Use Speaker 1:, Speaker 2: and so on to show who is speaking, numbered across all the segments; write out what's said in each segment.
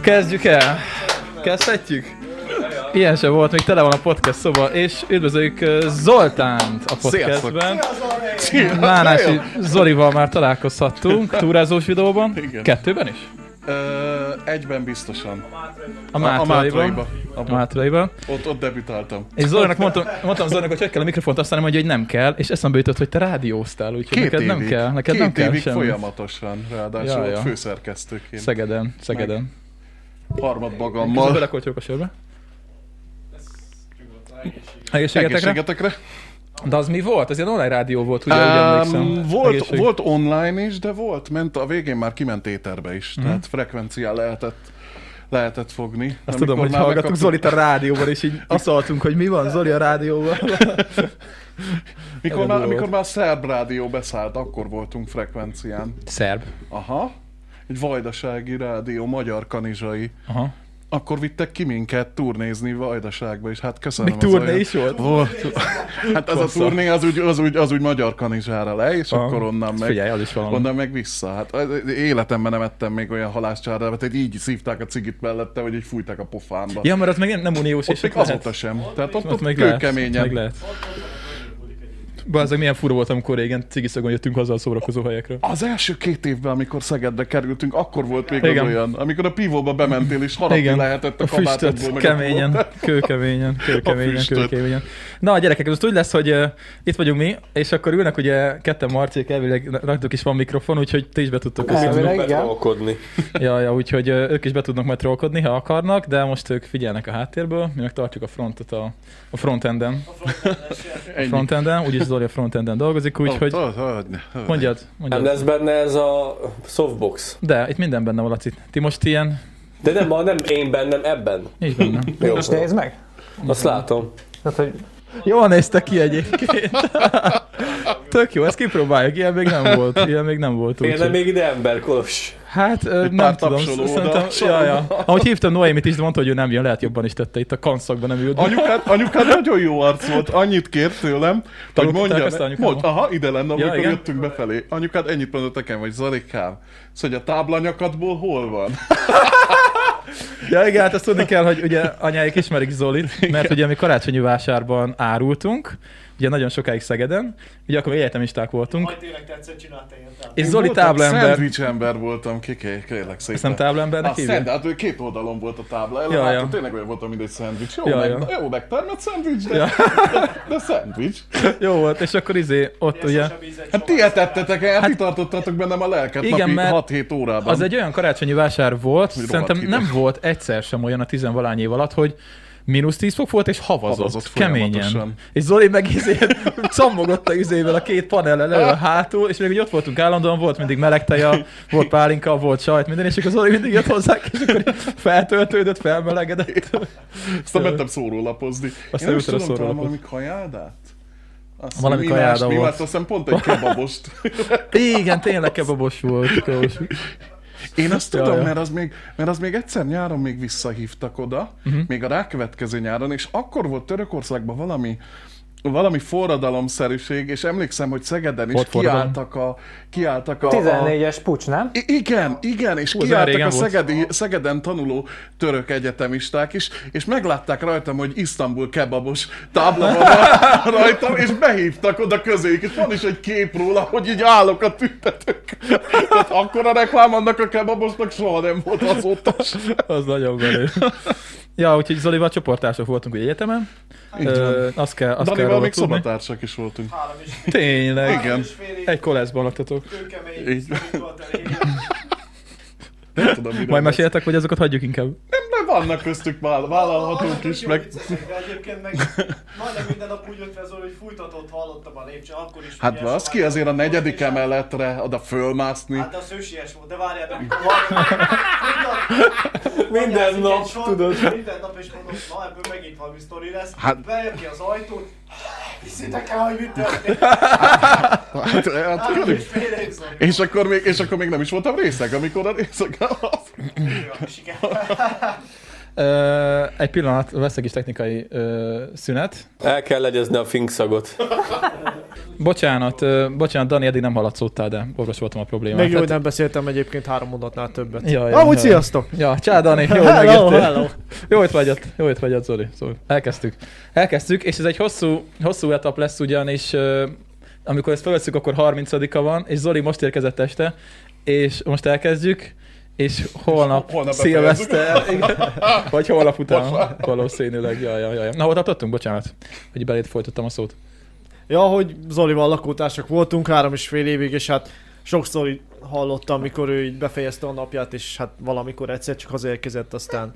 Speaker 1: Kezdjük el! Kezdhetjük? Ilyen sem volt, még tele van a podcast szoba, és üdvözöljük ö, Zoltánt a podcastben. Nánási Zolival már találkozhattunk túrázós videóban.
Speaker 2: Igen.
Speaker 1: Kettőben is?
Speaker 2: Ö, egyben biztosan.
Speaker 1: A
Speaker 2: A
Speaker 1: Mátraiban.
Speaker 2: Mátraiban.
Speaker 1: A Mátraiban.
Speaker 2: Ott, ott debütáltam.
Speaker 1: És Zolinak mondtam, mondtam Zolinak, hogy hogy kell a mikrofont, aztán mondja, hogy nem kell, és eszembe jutott, hogy te rádióztál, úgyhogy neked nem kell, neked
Speaker 2: két
Speaker 1: nem kell
Speaker 2: évig
Speaker 1: semmi.
Speaker 2: folyamatosan, ráadásul
Speaker 1: Ja,
Speaker 2: ja,
Speaker 1: ja.
Speaker 2: ja. főszerkesztőként. Szeg-
Speaker 1: Szegeden, Szegeden.
Speaker 2: Harmad
Speaker 1: Közben
Speaker 2: magammal.
Speaker 1: belekoltyolok a sörbe. Egészségetekre?
Speaker 2: Egészségetekre?
Speaker 1: De az mi volt? Ez ilyen online rádió volt, ugye, úgy
Speaker 2: Um,
Speaker 1: emlékszem.
Speaker 2: volt,
Speaker 1: Egészség-
Speaker 2: volt online is, de volt, ment a végén már kiment éterbe is, mm. tehát frekvencián lehetett, lehetett fogni.
Speaker 1: Mhm. Azt tudom, hogy hallgattuk Zolit a rádióban, és így azt hallottunk, hogy mi van Zoli a rádióban.
Speaker 2: Mikor
Speaker 1: Elég
Speaker 2: már,
Speaker 1: durva
Speaker 2: mikor már szerb rádió beszállt, akkor voltunk frekvencián.
Speaker 1: Szerb.
Speaker 2: Aha. Egy vajdasági rádió, magyar kanizsai.
Speaker 1: Aha.
Speaker 2: Akkor vittek ki minket turnézni Vajdaságba, és hát köszönöm.
Speaker 1: Még
Speaker 2: az
Speaker 1: turné
Speaker 2: olyan-
Speaker 1: is volt?
Speaker 2: Volt. Hát az a
Speaker 1: Bassza.
Speaker 2: turné az úgy, az úgy, az úgy magyar kanizsára le, és
Speaker 1: Aha.
Speaker 2: akkor onnan meg,
Speaker 1: Figyelj, az is valami.
Speaker 2: onnan meg vissza. Hát az- életemben nem ettem még olyan halászcsárdábát, tehát így szívták a cigit mellette, vagy így fújták a pofámba.
Speaker 1: Ja, mert az meg nem- nem uniós,
Speaker 2: ott
Speaker 1: és
Speaker 2: még
Speaker 1: ott
Speaker 2: azóta
Speaker 1: lehet.
Speaker 2: sem. Tehát ott,
Speaker 1: Ott
Speaker 2: ott,
Speaker 1: meg lehet. Ott meg
Speaker 2: kőkeményen.
Speaker 1: lehet. Bazzeg, milyen fura volt, amikor régen cigiszagon jöttünk haza a szórakozó helyekről.
Speaker 2: Az első két évben, amikor Szegedbe kerültünk, akkor volt még
Speaker 1: Igen.
Speaker 2: az olyan, amikor a pivóba bementél, és harapni
Speaker 1: Igen,
Speaker 2: lehetett a,
Speaker 1: a füstöt
Speaker 2: kabátodból, meg a
Speaker 1: keményen, kőkeményen, kőkeményen,
Speaker 2: füstöt.
Speaker 1: kőkeményen. Na a gyerekek, ez most úgy lesz, hogy uh, itt vagyunk mi, és akkor ülnek ugye ketten Marcék, elvileg raktuk is van mikrofon, úgyhogy ti is be tudtok köszönni.
Speaker 3: Elvileg, igen.
Speaker 1: Ja, ja, úgyhogy ö, ők is be tudnak majd trollkodni, ha akarnak, de most ők figyelnek a háttérből, mi meg tartjuk a frontot a, a frontenden. A
Speaker 2: Ennyi.
Speaker 1: frontenden, úgyis Zoli a frontenden dolgozik, úgyhogy
Speaker 2: Ott, ott, ott, ott.
Speaker 1: mondjad,
Speaker 3: Nem
Speaker 1: mondjad.
Speaker 3: lesz benne ez a softbox.
Speaker 1: De, itt minden benne van, Laci. Ti most ilyen,
Speaker 3: De nem, a- nem én bennem, ebben.
Speaker 1: nincs benne.
Speaker 3: Jó,
Speaker 4: És nézd meg!
Speaker 3: azt látom.
Speaker 4: Tehát, hogy
Speaker 1: Jól néztek ki egyébként. Tök jó, ezt kipróbáljuk, ilyen még nem volt, ilyen még nem volt.
Speaker 3: Miért nem
Speaker 1: úgyhogy-
Speaker 3: még ide ember, Kolos?
Speaker 1: Hát ö,
Speaker 2: Egy
Speaker 1: nem
Speaker 2: pár
Speaker 1: tudom,
Speaker 2: tapsoló oda,
Speaker 1: szerintem, ja, ja. Ahogy hívtam Noémit is, de mondta, hogy ő nem jön, lehet jobban is tette, itt a kanszakban nem ült.
Speaker 2: Anyukád, anyukád nagyon jó arc volt, annyit kért tőlem, hogy
Speaker 1: Tanultál
Speaker 2: mondja,
Speaker 1: ezt anyukámmal?
Speaker 2: mond, aha, ide lenne, amikor
Speaker 1: igen.
Speaker 2: jöttünk befelé. Anyukád ennyit mondott nekem, hogy Zalikám,sz, hogy a táblanyakadból hol van?
Speaker 1: Ja, igen, hát azt tudni kell, hogy ugye anyáik ismerik Zolit, mert ugye mi karácsonyi vásárban árultunk, ugye nagyon sokáig Szegeden, ugye akkor mi egyetemisták voltunk,
Speaker 5: Majd tényleg tetszett, csinálta ilyen
Speaker 1: és
Speaker 2: Én
Speaker 1: Zoli
Speaker 2: voltam,
Speaker 1: táblaember,
Speaker 2: Szendvics ember voltam, kiké, kérlek szépen.
Speaker 1: ezt nem táblaembernek
Speaker 2: Azt szend,
Speaker 1: hívja?
Speaker 2: hát ő két oldalon volt a tábla,
Speaker 1: Ja,
Speaker 2: ja,
Speaker 1: ja.
Speaker 2: ja. tényleg olyan voltam, mint egy szendvics. Jó,
Speaker 1: Ja,
Speaker 2: ja, meg,
Speaker 1: ja.
Speaker 2: ja. jó megtermett szendvics, de,
Speaker 1: Ja.
Speaker 2: ja. de szendvics.
Speaker 1: Jó volt, és akkor izé, ott ugye,
Speaker 2: Hát ti etettetek el, hát, ti tartottatok bennem a lelket
Speaker 1: Igen,
Speaker 2: napi
Speaker 1: mert
Speaker 2: 6-7 órában.
Speaker 1: az egy olyan karácsonyi vásár volt,
Speaker 2: rohadt
Speaker 1: szerintem
Speaker 2: hideg.
Speaker 1: nem volt egyszer sem olyan a tizenvalány év alatt, hogy mínusz 10 fok volt, és havazott,
Speaker 2: Havazott
Speaker 1: keményen.
Speaker 2: folyamatosan.
Speaker 1: És Zoli meg izé, cammogott a izével a két panellel elő a
Speaker 2: Ah.
Speaker 1: hátul, és még úgy ott voltunk állandóan, volt mindig meleg teja, volt pálinka, volt sajt, minden, és akkor Zoli mindig jött hozzánk, és akkor feltöltődött, felmelegedett.
Speaker 2: Aztán mentem szórólapozni.
Speaker 1: Aztán
Speaker 2: Aztán Én nem is
Speaker 1: jutott a
Speaker 2: tudom, talán
Speaker 1: szórólapot.
Speaker 2: valami kajádát? Azt
Speaker 1: Valami
Speaker 2: mi
Speaker 1: kajáda
Speaker 2: más, Mi
Speaker 1: volt.
Speaker 2: más, azt hiszem pont egy kebabost.
Speaker 1: Igen, tényleg kebabos volt. Kebabos.
Speaker 2: Én azt
Speaker 1: Ja,
Speaker 2: tudom,
Speaker 1: ja.
Speaker 2: mert az, még, mert az még egyszer nyáron még visszahívtak oda,
Speaker 1: Mhm.
Speaker 2: uh-huh. még a rákövetkező nyáron, és akkor volt Törökországban valami valami forradalomszerűség, és emlékszem, hogy Szegeden is
Speaker 1: Volt forradalom?
Speaker 2: kiálltak a... Kiálltak a, a
Speaker 4: 14-es pucs, nem?
Speaker 2: I- Igen, igen, és
Speaker 1: az
Speaker 2: kiálltak
Speaker 1: már
Speaker 2: a
Speaker 1: régen volt.
Speaker 2: Szegedi, Szegeden tanuló török egyetemisták is, és meglátták rajtam, hogy Isztambul kebabos tábla van ra- rajtam, és behívtak oda közéjük, és van is egy kép róla, hogy így állok a tüntetők. Tehát akkor a reklám annak a kebabosnak soha nem volt azóta sem.
Speaker 1: Az nagyon belő. Ja, úgyhogy Zolival csoportások voltunk ugye egyetemen. Ö, azt kell, azt kell
Speaker 2: Danival
Speaker 1: róla
Speaker 2: még
Speaker 1: tudni.
Speaker 2: szobatársak is voltunk.
Speaker 5: három és fél.
Speaker 1: Tényleg.
Speaker 2: Igen.
Speaker 5: Három és fél év
Speaker 1: Egy koleszban laktatok.
Speaker 5: kőkemény,
Speaker 2: Így.
Speaker 5: szomorú volt a lényeg.
Speaker 2: Nem tudom, miről
Speaker 1: Majd
Speaker 2: lesz.
Speaker 1: meséltek, hogy azokat hagyjuk inkább.
Speaker 2: Nem, vannak köztük váll- vállalhatók
Speaker 5: Jó
Speaker 2: is, meg...
Speaker 5: viccesek, de Egyébként meg majdnem minden nap úgy jött le Zoli, hogy fújtatott hallottam a lépcsőn, akkor is.
Speaker 2: Hát
Speaker 5: ugye
Speaker 2: baszki,
Speaker 5: soha-
Speaker 2: azért a negyedik emeletre oda fölmászni.
Speaker 5: Hát de az ősies volt, de várjál, de Fújtat-
Speaker 3: Minden
Speaker 5: Fújtat-
Speaker 3: nap,
Speaker 5: egy sor,
Speaker 3: tudod.
Speaker 5: Minden nap, és mondom, na ebből megint valami sztori lesz.
Speaker 2: Hát-
Speaker 5: Bejön ki az ajtót, hiszitek el, hogy mit történt.
Speaker 2: Hát, hát,
Speaker 5: Három és fél év Zoli.
Speaker 2: És akkor, még, és akkor még nem is voltam részeg, amikor a részeg az...
Speaker 5: Jó, siker.
Speaker 1: Ö, egy pillanat, veszek is technikai ö, szünet.
Speaker 3: El kell legyezni a finkszagot.
Speaker 1: Bocsánat, ö, bocsánat, Dani, eddig nem haladszódtál, de orvos voltam a problémát.
Speaker 4: Még jó, hogy nem beszéltem egyébként három mondatnál többet.
Speaker 1: Ja, ja,
Speaker 4: Amúgy
Speaker 1: ja.
Speaker 4: sziasztok!
Speaker 1: Ja, csá Dani, jó, hogy
Speaker 4: Hello,
Speaker 1: megjöttél.
Speaker 4: hello!
Speaker 1: Jó itt vagy ott, jó itt vagy ott, Zoli. Szóval elkezdtük. Elkezdtük, és ez egy hosszú, hosszú etap lesz ugyanis, ö, amikor ezt felveszünk, akkor 30-a van, és Zoli most érkezett este, és most elkezdjük, és holnap,
Speaker 2: Holnap
Speaker 1: holnap
Speaker 2: befejezzük.
Speaker 1: szilveszter, igen. vagy holnap után valószínűleg, jaj, jaj, jaj. Na, hol tartottunk? Bocsánat, hogy belét folytottam a szót.
Speaker 4: Ja, hogy Zolival lakótársak voltunk három és fél évig, és hát sokszor így hallottam, mikor ő így befejezte a napját, és hát valamikor egyszer csak hazaérkezett, aztán,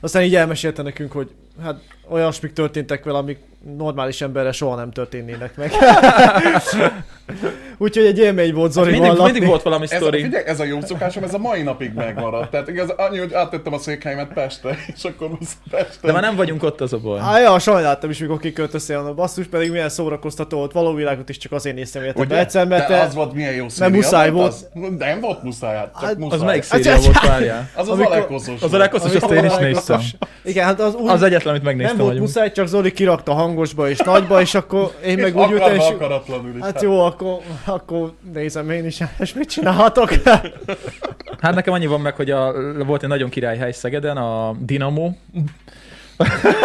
Speaker 4: aztán így elmesélte nekünk, hogy hát olyasmik történtek vele, amik normális emberre soha nem történnének meg. Úgyhogy egy élmény volt Zolival
Speaker 1: Hát Mindig, mindig
Speaker 4: lakni.
Speaker 1: volt valami
Speaker 2: Ez, a-
Speaker 1: sztori.
Speaker 2: figyelj, ez a jó szokásom, ez a mai napig megmaradt. Tehát igaz, annyi, hogy áttettem a székhelyemet Pestre, és akkor most Pestre.
Speaker 1: De már nem vagyunk ott az a baj.
Speaker 4: Á, ja, sajnáltam is, mikor kiköltöztél a basszus, pedig milyen szórakoztató volt, való világot is csak azért néztem, hogy
Speaker 2: Ugye?
Speaker 4: be egyszer, mert
Speaker 2: de
Speaker 4: te...
Speaker 2: az volt milyen jó szíria,
Speaker 4: muszáj volt.
Speaker 2: Az, nem volt muszáj, hát csak
Speaker 4: Hát, az
Speaker 2: muszáj.
Speaker 1: Az melyik
Speaker 4: Hát,
Speaker 1: széria
Speaker 4: hát,
Speaker 1: volt, várjál?
Speaker 2: Az az
Speaker 4: Amikor-
Speaker 2: Alekoszos.
Speaker 1: Az a
Speaker 2: volt.
Speaker 1: leghosszabb, azt én is néztem.
Speaker 4: Igen, hát az úgy...
Speaker 1: Az egyetlen, amit megnéztem.
Speaker 4: nem volt
Speaker 1: vagyunk.
Speaker 4: muszáj, csak Zoli kirakta hangosba és nagyba, és akkor én
Speaker 2: És
Speaker 4: meg úgy
Speaker 2: akarva,
Speaker 4: ültem, és...
Speaker 2: akaratlanul is.
Speaker 4: Hát jó, akkor, akkor nézem én is, és mit csinálhatok?
Speaker 1: Hát nekem annyi van meg, hogy a, volt egy nagyon királyhely Szegeden, a Dinamo.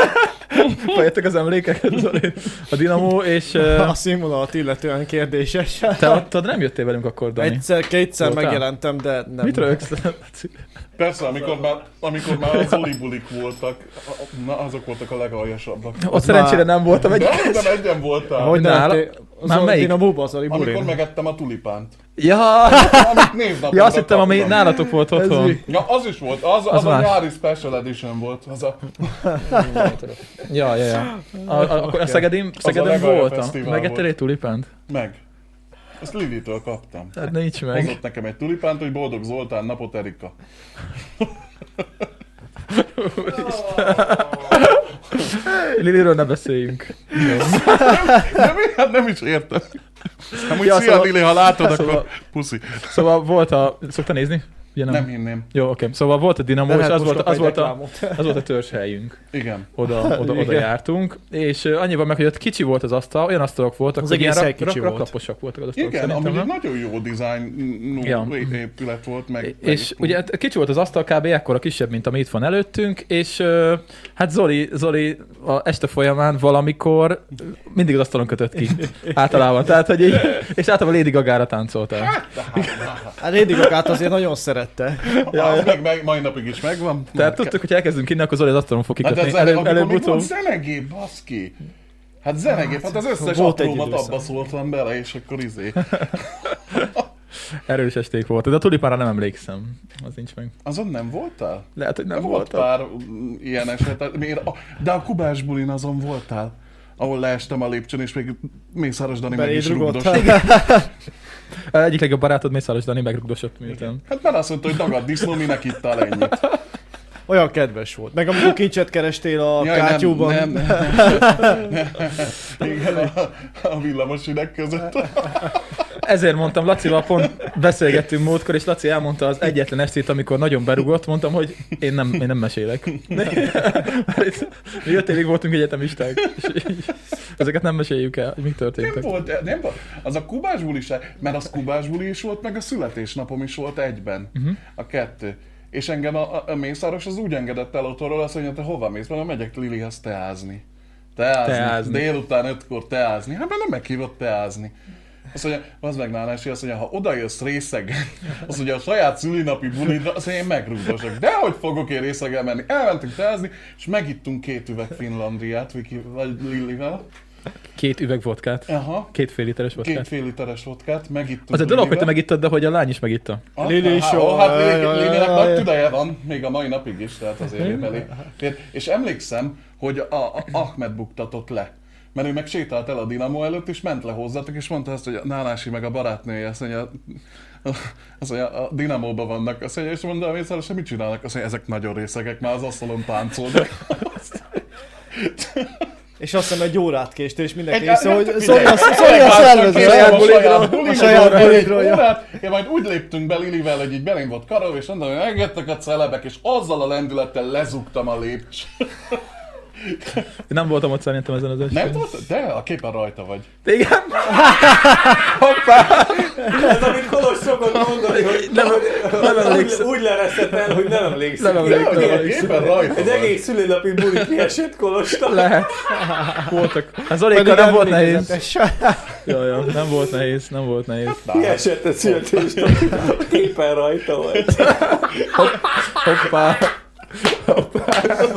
Speaker 1: Fejettek az emlékeket, Zoli? A Dinamo, és ö,
Speaker 4: A színvonalat illetően kérdéses.
Speaker 1: te ott ott nem jöttél velünk akkor, Dani.
Speaker 4: Egyszer, kétszer
Speaker 1: Voltál?
Speaker 4: megjelentem, de nem.
Speaker 1: Mit rögsz?
Speaker 2: Persze, amikor már, amikor már az olibulik voltak, na azok voltak a legaljasabbak.
Speaker 1: Ott szerencsére nem voltam egy...
Speaker 2: De nem egyen voltál.
Speaker 4: Hogy
Speaker 1: Nála-
Speaker 4: nem?
Speaker 1: Már
Speaker 4: Már
Speaker 1: melyik?
Speaker 4: melyik? A múba, Zoli
Speaker 2: amikor
Speaker 4: bulin.
Speaker 2: megettem a tulipánt.
Speaker 1: Ja,
Speaker 2: Amit névnapomra
Speaker 1: ja azt hittem, ami
Speaker 2: kaptam.
Speaker 1: nálatok volt
Speaker 4: Ez
Speaker 1: otthon.
Speaker 4: mi?
Speaker 2: Ja, az is volt, az, az,
Speaker 1: Az
Speaker 2: a
Speaker 1: más.
Speaker 2: nyári special edition volt, az a,
Speaker 1: Ja, ja, ja. A, a, akkor a Szegedin, Szegeden
Speaker 2: legalja
Speaker 1: voltam.
Speaker 2: fesztivál
Speaker 1: Megettél
Speaker 2: volt.
Speaker 1: egy tulipánt?
Speaker 2: meg. Ezt Lilitől kaptam.
Speaker 1: Hát nincs meg.
Speaker 2: Hozott nekem egy tulipánt, hogy boldog Zoltán napot Erika.
Speaker 1: Liliről ne beszéljünk.
Speaker 2: De mi? Hát nem is értem. Nem úgy,
Speaker 1: Ja,
Speaker 2: ja, szia
Speaker 1: szóval-
Speaker 2: Lili, ha látod, akkor
Speaker 1: szóval-
Speaker 2: puszi.
Speaker 1: Szóval volt a... Szokta nézni? Ugye
Speaker 2: Nem hinném.
Speaker 1: Jó, oké. Szóval volt a Dinamo,
Speaker 4: Nem
Speaker 1: és
Speaker 4: lehet
Speaker 1: az
Speaker 4: hát
Speaker 1: volt,
Speaker 4: most kap
Speaker 1: az
Speaker 4: egy
Speaker 1: volt, a,
Speaker 4: reklámot.
Speaker 1: az volt a törzshelyünk.
Speaker 2: Igen.
Speaker 1: Oda, oda, oda
Speaker 4: Igen.
Speaker 1: jártunk. És ö, annyi van meg, hogy ott kicsi volt az asztal, olyan asztalok voltak,
Speaker 4: Az
Speaker 1: hogy ilyen
Speaker 4: egész hely
Speaker 1: rak-
Speaker 4: kicsi
Speaker 1: rak-
Speaker 4: volt.
Speaker 1: raklaposak voltak az asztalok
Speaker 2: Igen, ami
Speaker 1: szerintem,
Speaker 2: egy
Speaker 1: nem?
Speaker 2: nagyon jó design
Speaker 1: Ja.
Speaker 2: ja. épület volt, meg... meg
Speaker 1: És ugye hát kicsi volt az asztal, kb. ekkora kisebb, mint ami itt van előttünk, és ö, hát Zoli, Zoli a este folyamán valamikor mindig az asztalon kötött ki. Általában. Tehát, hogy így, és általában Lady Gaga-ra táncoltál.
Speaker 4: Hát Lady Gaga-t azért nagyon szerette.
Speaker 2: ja, meg, meg, mai napig is megvan.
Speaker 1: Tehát tudtuk, hogy elkezdünk innen, akkor Zoli az asztalon fog
Speaker 2: Hát
Speaker 1: kikötni.
Speaker 2: ez
Speaker 1: Hát
Speaker 2: előbb,
Speaker 1: előbb,
Speaker 2: amikor még
Speaker 1: előbb-utóbb.
Speaker 2: volt zenegép, baszki. Hát zenegép, hát az összes
Speaker 4: volt egy
Speaker 2: aprómat
Speaker 4: időszak.
Speaker 2: abba szóltam bele, és akkor izé.
Speaker 1: Erős esték volt, de a tulipára nem emlékszem. Az nincs meg.
Speaker 2: Azon nem voltál?
Speaker 1: Lehet, hogy nem
Speaker 2: volt
Speaker 1: voltam.
Speaker 2: pár mm, ilyen eset. Miért? A- De a kubás bulin azon voltál? ahol leestem a lépcsőn, és még Mészáros Dani meg is
Speaker 4: Belédrugott.
Speaker 2: rugdosa.
Speaker 1: Egyik legjobb barátod Mészáros Dani megrugdosott miután.
Speaker 2: Hát már azt mondta, hogy dagad disznó, minek ittál ennyit.
Speaker 4: Olyan kedves volt. Meg amikor kincset kerestél a
Speaker 2: Jaj, nem,
Speaker 4: kátyúban.
Speaker 2: Nem, nem, Igen, a, a villamos üveg között.
Speaker 1: Ezért mondtam, Lacival pont beszélgettünk múltkor, és Laci elmondta az egyetlen estét, amikor nagyon berugott, mondtam, hogy én nem, én nem mesélek. Mi öt évig voltunk egyetemisták, és így- ezeket nem meséljük el, hogy mi
Speaker 2: Nem
Speaker 1: történtek.
Speaker 2: volt, nem volt. Az a kubás buli se, mert az kubás buli is volt, meg a születésnapom is volt egyben. Uh-huh. A kettő. És engem a, a, a Mészáros az úgy engedett el otthonról, azt mondja, te hova mész? Mondom, megyek Lilihez teázni.
Speaker 1: Teázni.
Speaker 2: Teázni. teázni. Délután ötkor teázni. Hát mert nem meghívott teázni. Azt mondja, az meg nálam esélye, azt mondja, ha oda jössz részegen, az ugye a saját szülinapi bulidra, azt mondja, én megrúgdosok. De hogy fogok én részegen menni? Elmentünk teázni, és megittunk két üveg Finlandiát, Viki, vagy Lilivel.
Speaker 1: Két üveg vodkát,
Speaker 2: Aha,
Speaker 1: két fél literes
Speaker 2: két
Speaker 1: vodkát.
Speaker 2: fél literes vodkát, megittünk.
Speaker 1: Az egy dolog, hogy te
Speaker 2: Lilivel.
Speaker 1: megittad, de hogy a lány is megitta.
Speaker 2: Ah,
Speaker 4: Lili is
Speaker 2: há-
Speaker 4: jó.
Speaker 2: ó, Hát
Speaker 4: Jaj, jaj,
Speaker 2: Lili- Lilinek
Speaker 4: jaj,
Speaker 2: nagy
Speaker 4: jaj.
Speaker 2: tüdeje van, még a mai napig is, tehát azért én elég. fér. És emlékszem, hogy a, a Ahmed buktatott le. Mert ő meg sétált el a Dinamo előtt, és ment le hozzátok, és mondta azt, hogy a Nálási meg a barátnője, azt mondja, azt mondja, a Dinamóban vannak, azt mondja, és mondja, a Mészáros, hogy mit csinálnak? Azt mondja, ezek nagyon részegek, már az asztalon táncolnak.
Speaker 4: és azt hiszem egy órát késtél, és mindenki
Speaker 2: Egy- hát
Speaker 4: is szól,
Speaker 2: nem-
Speaker 4: hogy szólj a, szólj a
Speaker 2: Elvártak
Speaker 4: szervező,
Speaker 2: ki
Speaker 4: a
Speaker 2: saját
Speaker 4: bulikról, a saját bulikról, ja.
Speaker 2: órát, én majd úgy léptünk be Lilivel, hogy így belém volt karol, és mondom, hogy megjöttek a celebek, és azzal a lendülettel lezugtam a lépcsőt.
Speaker 1: Nem voltam ott szerintem ezen az
Speaker 2: Nem
Speaker 1: estén.
Speaker 2: tudod? De a képen rajta vagy.
Speaker 1: Igen?
Speaker 3: Ez, amit Kolos szokott mondani, hogy nem,
Speaker 1: nem emlékszem.
Speaker 3: úgy leresztett el, hogy nem emlékszem.
Speaker 1: Nem
Speaker 2: De
Speaker 1: emlékszem.
Speaker 2: hogy a képen rajta
Speaker 3: Egy
Speaker 2: vagy.
Speaker 3: egész szülőnapi buli kiesett Kolostal.
Speaker 1: Lehet. Voltak. Az Zorékkal Hát nem volt nehéz. Jaj, jaj, nem volt nehéz, nem volt nehéz.
Speaker 2: Hát
Speaker 3: Kiesett a születésnap. A képen rajta volt.
Speaker 1: Hoppá.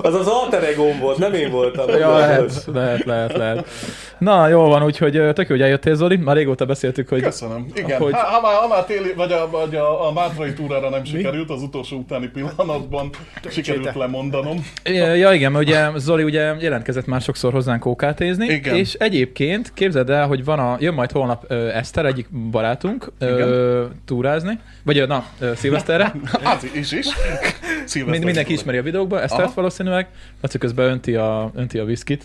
Speaker 3: Az az alter egóm volt, nem én voltam.
Speaker 1: Ja, lehet, lehet, lehet, lehet. Na, jól van, úgyhogy ö, tök jó, hogy eljöttél, Zoli. Már régóta beszéltük, hogy...
Speaker 2: Köszönöm. Igen,
Speaker 1: Hogy-
Speaker 2: ha, ha, már, ha már téli, vagy a, vagy a, a Mátrai túrára nem sikerült, az utolsó utáni pillanatban sikerült lemondanom.
Speaker 1: Ja, ja igen, mert ugye Zoli ugye jelentkezett már sokszor hozzánk ókátézni,
Speaker 2: Igen.
Speaker 1: és egyébként képzeld el, hogy van a, jön majd holnap ö, Eszter, egyik barátunk, ö, túrázni, vagy ö, na, ö, szilveszterre,
Speaker 2: Hát is is. Szilveszter
Speaker 1: Mind, mindenki
Speaker 2: is volt.
Speaker 1: ismeri a videókba, Esztert
Speaker 2: Aha.
Speaker 1: valószínűleg, Laci közben önti a, önti a viszkit.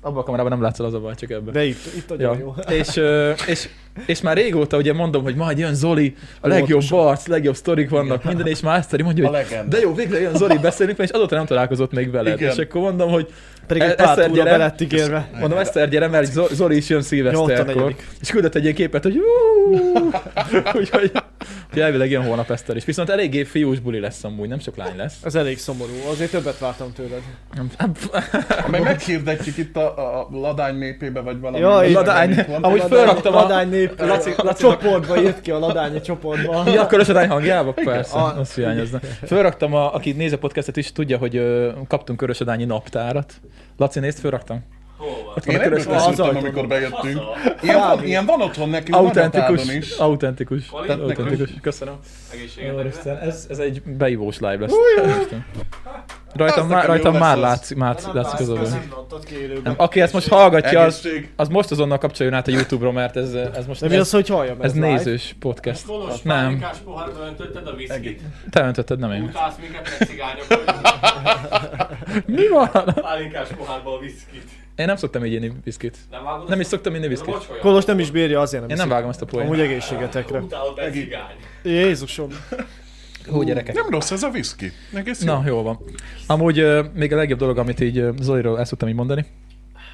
Speaker 1: Abban a kamerában nem látszol az a baj, csak ebben.
Speaker 4: De itt, itt nagyon jó.
Speaker 1: Ja. És, ö, és, és már régóta ugye mondom, hogy majd jön Zoli, a legjobb barc, legjobb sztorik vannak, minden, és már Eszteri mondja,
Speaker 2: A
Speaker 1: hogy
Speaker 2: legenda.
Speaker 1: de jó, végre jön Zoli, beszélünk, vele, és azóta nem találkozott még veled.
Speaker 2: Igen.
Speaker 1: És akkor mondom, hogy
Speaker 4: Pedig egy
Speaker 1: E-
Speaker 4: pár
Speaker 1: Eszter,
Speaker 4: túra
Speaker 1: gyere.
Speaker 4: be lett ígérve.
Speaker 1: Mondom, Eszter, gyere, mert Zo- Zoli is jön
Speaker 4: Ja, ott a
Speaker 1: szilveszterkor.
Speaker 4: negyedik.
Speaker 1: És küldött egy ilyen képet, hogy juhuu! Úgyhogy úgyhogy elvileg jön holnap Eszter is. Viszont eléggé fiús buli lesz amúgy, nem sok lány lesz.
Speaker 4: Ez elég szomorú, azért többet vártam tőled.
Speaker 2: Meg meghirdetjük itt a, a ladány népébe, vagy valami.
Speaker 4: Ja,
Speaker 2: Vagy
Speaker 4: és-
Speaker 1: Ladány-
Speaker 2: valamit mond.
Speaker 1: Amúgy fölraktam a-
Speaker 4: Ladány nép,
Speaker 1: Laci-
Speaker 4: Laci,
Speaker 1: Laci-
Speaker 4: csoportba jött ki a ladányi csoportba.
Speaker 1: Ja, akkor a hangjába? Persze,
Speaker 4: A-
Speaker 1: az hiányozna. Fölraktam, a, aki nézi a podcastet is, tudja, hogy ö, kaptunk körösödányi naptárat. Laci, nézd, fölraktam. Ott van
Speaker 2: Én
Speaker 1: a
Speaker 2: ebből
Speaker 1: körös
Speaker 4: Azzal
Speaker 2: készültem,
Speaker 4: tudom.
Speaker 2: amikor bejöttünk. Ilyen, van- ilyen van otthon nekünk Nagyatádon
Speaker 1: Autentikus,
Speaker 2: is.
Speaker 1: autentikus,
Speaker 2: Tehát
Speaker 1: autentikus. Köszönöm. Jó,
Speaker 3: Egészségetekre.
Speaker 1: Isten, ez, ez egy beívós live lesz. Isten. Rajtam,
Speaker 2: Az
Speaker 1: már,
Speaker 2: nekem jó
Speaker 1: rajtam
Speaker 2: lesz
Speaker 1: már
Speaker 2: az.
Speaker 1: látszik, már látszik az
Speaker 5: az
Speaker 1: oldalon.
Speaker 5: ott kiélőben.
Speaker 1: Nem, aki ezt most hallgatja, az,
Speaker 2: Egészség.
Speaker 1: az most azonnal kapcsoljon át a YouTube-ra, mert ez, ez most
Speaker 4: De mi az,
Speaker 1: ez,
Speaker 4: hogy halljam?
Speaker 1: ez
Speaker 4: live?
Speaker 1: nézős podcast.
Speaker 6: Kolos
Speaker 1: Nem,
Speaker 6: pálinkás pohárba öntötted a viszkit.
Speaker 1: te öntötted, nem én.
Speaker 6: Utálsz minket, meg cigányok.
Speaker 1: Mi van?
Speaker 6: Pálinkás pohárba a viszkit.
Speaker 1: Én nem szoktam így inni viszkit.
Speaker 6: Nem vágod?
Speaker 1: Nem is szoktam inni viszkit.
Speaker 4: Kolos nem is bírja, azért nem
Speaker 1: Én nem
Speaker 4: iszik.
Speaker 1: vágom ezt a
Speaker 4: Amúgy
Speaker 1: poént.
Speaker 4: egészségetekre.
Speaker 6: Utálod egy cigány.
Speaker 4: Jézusom.
Speaker 1: Hú, gyerekek.
Speaker 2: Nem rossz ez a whisky. Egész jó.
Speaker 1: Na, jó van. Amúgy ö, még a legjobb dolog, amit így ö, Zoliról el szoktam így mondani,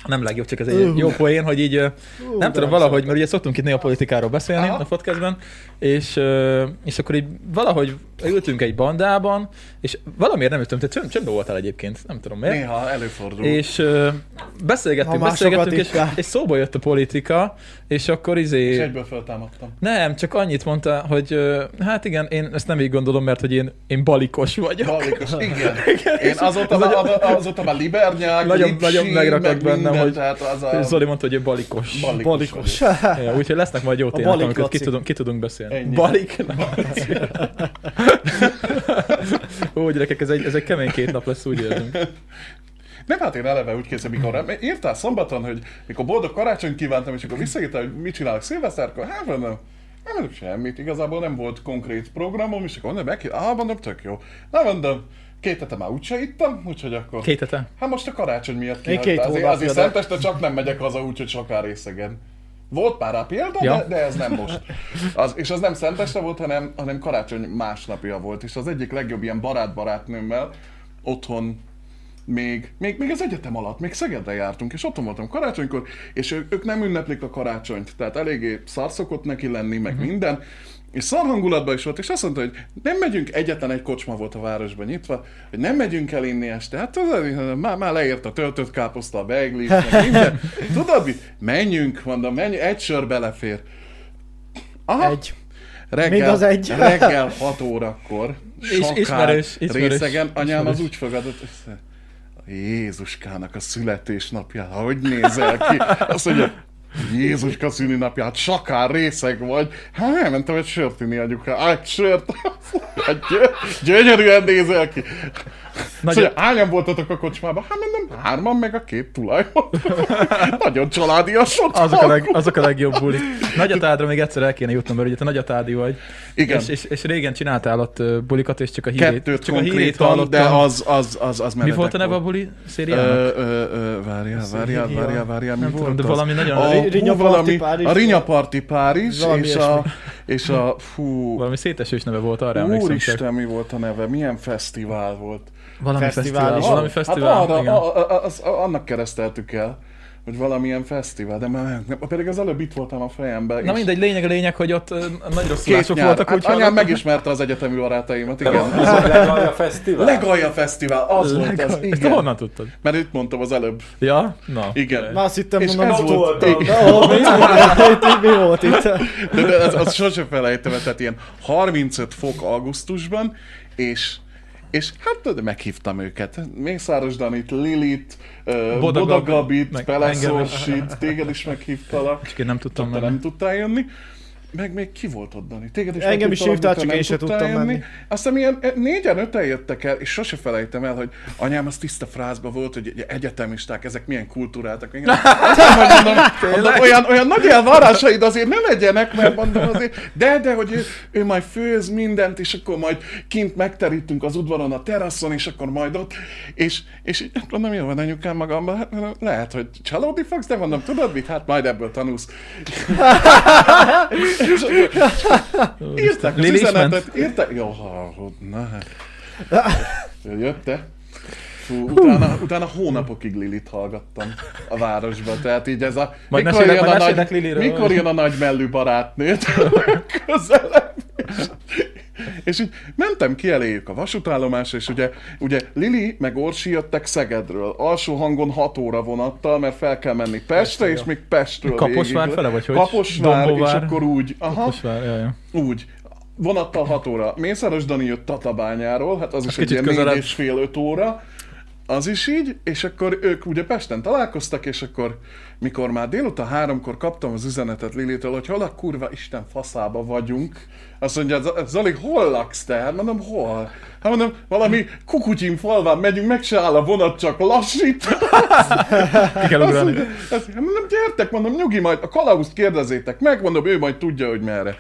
Speaker 1: nem legjobb, csak ez egy jó poén, hogy így ö, nem tudom, valahogy, mert ugye szoktunk itt néha politikáról beszélni
Speaker 2: Aha.
Speaker 1: a podcastben, és, ö, és akkor így valahogy ültünk egy bandában, és valamiért nem ültünk, te csönd, csöndben voltál egyébként, nem tudom miért.
Speaker 2: Néha előfordul.
Speaker 1: És ö, beszélgettünk,
Speaker 4: Ha másokat
Speaker 1: beszélgettünk,
Speaker 4: is
Speaker 1: és,
Speaker 4: rá.
Speaker 1: és szóba jött a politika, és akkor izé...
Speaker 2: És egyből föltámadtam.
Speaker 1: Nem, csak annyit mondta, hogy ö, hát igen, én ezt nem így gondolom, mert hogy én, én balikos vagyok.
Speaker 2: Balikos, igen. Én azóta,
Speaker 1: Az
Speaker 2: már,
Speaker 1: nagyon-
Speaker 2: azóta már libernyák,
Speaker 1: Nagyon-
Speaker 2: lipsi,
Speaker 1: nagyon megrakott
Speaker 2: meg minden,
Speaker 1: bennem, hogy-
Speaker 2: Tehát az a...
Speaker 1: Zoli mondta, hogy ő balikos.
Speaker 2: Balikos.
Speaker 4: Balikos.
Speaker 1: Ja, úgyhogy lesznek majd jó témák,
Speaker 4: balik
Speaker 1: amiket ki
Speaker 4: Laci.
Speaker 1: tudunk, ki tudunk beszélni.
Speaker 2: Ennyi.
Speaker 1: Balik? Ó, gyerekek, ez egy, ez egy kemény két nap lesz, úgy érzem.
Speaker 2: Nem, hát én eleve úgy készül, mikor rá- írtál szombaton, hogy mikor boldog karácsony kívántam, és akkor visszaírtál, hogy mit csinálok szilveszterkor, hát mondom, nem tudok semmit, igazából nem volt konkrét programom, és akkor mondom, meg, ah, mondom, tök jó. Na mondom, két hete már úgyse ittam, úgyhogy akkor...
Speaker 1: Két hete?
Speaker 2: Hát most a karácsony miatt
Speaker 4: Én
Speaker 2: kihagyta.
Speaker 4: két
Speaker 2: Azért,
Speaker 4: hónapja,
Speaker 2: azért
Speaker 4: de-
Speaker 2: szenteste csak nem megyek haza, úgyhogy sokára részegen. Volt már rá példa,
Speaker 1: Ja.
Speaker 2: de, de, ez nem most. Az, és az nem szenteste volt, hanem, hanem karácsony másnapja volt. És az egyik legjobb ilyen barát-barátnőmmel otthon még, még, még az egyetem alatt, még Szegedre jártunk, és otthon voltam karácsonykor, és ő, ők nem ünneplik a karácsonyt, tehát eléggé szar szokott neki lenni, meg minden, és szar hangulatban is volt, és azt mondta, hogy nem megyünk, egyetlen egy kocsma volt a városban nyitva, hogy nem megyünk el inni este, hát tudod, már, már leért a töltött káposzta, a beigli, meg minden, tudod mit? Menjünk, mondom, menjünk, egy sör belefér. Aha,
Speaker 4: Egy.
Speaker 2: Reggel,
Speaker 4: Mind az egy.
Speaker 2: reggel 6 órakor.
Speaker 1: És
Speaker 2: sokán
Speaker 1: ismerős, ismerős,
Speaker 2: részegen. Anyám az
Speaker 1: ismerős.
Speaker 2: úgy fogadott össze. A Jézuskának a születésnapján, hogy nézel ki? Azt mondja, Jézuska szülinapját, sakár részeg vagy. Hát elmentem egy sört inni anyuká. Egy sört. Hát gyö- gyönyörűen nézel ki. Nagy... Szóval, hányan voltatok a kocsmában? Hát mondom, hárman, meg a két tulajon. Nagyon családias ott
Speaker 1: Azok a,
Speaker 2: van.
Speaker 1: leg, azok a legjobb bulik. Nagyatádra még egyszer el kéne jutnom, mert ugye te nagyatádi vagy.
Speaker 2: Igen.
Speaker 1: És, és, és, régen csináltál ott ö, bulikat, és csak a hírét,
Speaker 2: Kettőt
Speaker 1: csak a hírét
Speaker 2: konkrétan,
Speaker 1: hallottam.
Speaker 2: de az, az, az, az
Speaker 1: Mi
Speaker 2: meredek
Speaker 1: volt a neve a buli szériának?
Speaker 2: Ö, ö, ö, Várjál, várjál,
Speaker 1: hívja?
Speaker 2: várjál, várjál, mi
Speaker 1: Nem
Speaker 2: volt
Speaker 1: tudom, de
Speaker 2: az?
Speaker 1: valami nagyon...
Speaker 2: A,
Speaker 1: A...
Speaker 4: Ri- Rinya
Speaker 2: hú, valami,
Speaker 4: Parti Párizs.
Speaker 2: a Rinya Parti Párizs,
Speaker 4: Valami
Speaker 2: és a, és a, fú,
Speaker 1: Valami szétesős neve volt, arra emlékszem csak.
Speaker 2: úristen, mi volt a neve, milyen fesztivál volt.
Speaker 1: Valami
Speaker 4: Fesztivál
Speaker 1: fesztivál.
Speaker 4: is.
Speaker 1: Valami fesztivál,
Speaker 2: hát arra,
Speaker 1: igen.
Speaker 2: a, a, az, a, annak kereszteltük el, hogy valamilyen fesztivál, de már nem, pedig az előbb itt voltam a fejemben.
Speaker 1: Na
Speaker 2: és
Speaker 1: mindegy, lényeg a lényeg, hogy ott ö, nagy
Speaker 2: Két
Speaker 1: rosszulások
Speaker 2: nyár.
Speaker 1: voltak,
Speaker 2: hát
Speaker 1: úgyhogy...
Speaker 2: anyám megismerte az egyetemi barátaimat, igen.
Speaker 3: Ez a legalja fesztivál?
Speaker 2: Legalja fesztivál, az volt az,
Speaker 1: Ezt te
Speaker 2: igen.
Speaker 1: honnan tudtad?
Speaker 2: Mert itt mondtam az előbb,
Speaker 1: Ja? Na.
Speaker 2: igen.
Speaker 4: Már azt hittem,
Speaker 2: És
Speaker 4: mondom,
Speaker 2: ez
Speaker 4: ott
Speaker 2: volt,
Speaker 3: voltam.
Speaker 2: igen.
Speaker 4: Ó, mi, itt, mi volt itt?
Speaker 2: De, de az, az sose felejtem, el, tehát ilyen 35 fok augusztusban, és és hát tudod, meghívtam őket. Mészáros Danit, Lilit, ö,
Speaker 1: Boda
Speaker 2: Boda
Speaker 1: Gabi,
Speaker 2: Gabit,
Speaker 1: meg
Speaker 2: Peleszorsit, téged is meghívtalak.
Speaker 1: Én nem tudtam
Speaker 2: Te
Speaker 1: meg.
Speaker 2: nem tudtál jönni. Meg még ki volt ott, Dani? Téged is
Speaker 4: Engem
Speaker 2: meghívtalak,
Speaker 4: is hívtál,
Speaker 2: de te
Speaker 4: csak
Speaker 2: nem
Speaker 4: én se
Speaker 2: tudtál
Speaker 4: tudtam
Speaker 2: jönni.
Speaker 4: menni.
Speaker 2: Aztán ilyen e, négyen, öten jöttek el, és sose felejtem el, hogy anyám az tiszta frázba volt, hogy ugye egyetemisták, ezek milyen kultúráltak. Még nem- mondom, mondom, olyan, olyan nagy elvárásaid azért ne legyenek, mert mondom azért, de, de, hogy ő, ő majd főz mindent, és akkor majd kint megterítünk az udvaron a teraszon, és akkor majd ott, és, és így hát mondom, jó van anyukám magamban, hát mondom, lehet, hogy csalódni fogsz, de mondom, tudod mit, hát majd ebből tanulsz. és akkor írták az
Speaker 1: Lili is
Speaker 2: üzenetet, írták, jó, ha, na hát. Jött-e? Fú, utána, utána hónapokig Lilit hallgattam a városba, tehát így ez a...
Speaker 1: Majd mesélek- majd
Speaker 2: a
Speaker 1: mesélek
Speaker 2: nagy,
Speaker 1: Liliről.
Speaker 2: mikor jön a nagy mellű barátnőt közelebb? És, és így mentem ki eléjük a vasútállomásra, és ugye, ugye Lili meg Orsi jöttek Szegedről, alsó hangon 6 óra vonattal, mert fel kell menni Pestre, és még Pestről
Speaker 1: Kaposvár
Speaker 2: végig.
Speaker 1: fele, vagy hogy?
Speaker 2: Kaposvár,
Speaker 1: Dombóvár?
Speaker 2: és akkor úgy, aha,
Speaker 1: Most már, jaj, jaj.
Speaker 2: úgy. Vonattal 6 óra. Mészáros Dani jött Tatabányáról, hát az, az is egy
Speaker 1: kicsit
Speaker 2: ilyen négy
Speaker 1: közelebb.
Speaker 2: és fél öt óra. Az is így, és akkor ők ugye Pesten találkoztak, és akkor mikor már délután háromkor kaptam az üzenetet Lilitől, hogy hol a kurva Isten faszába vagyunk, azt mondja, "Z- Zoli, hol laksz te? Hát mondom, hol? Hát mondom, valami kukutyin falván megyünk, meg se áll a vonat, csak lassít. Hát,
Speaker 1: Ki kell
Speaker 2: Azt
Speaker 1: ugrani.
Speaker 2: mondja, azt mondja, mondom, gyertek, mondom, nyugi, majd a kalauzt kérdezétek meg, mondom, ő majd tudja, hogy merre.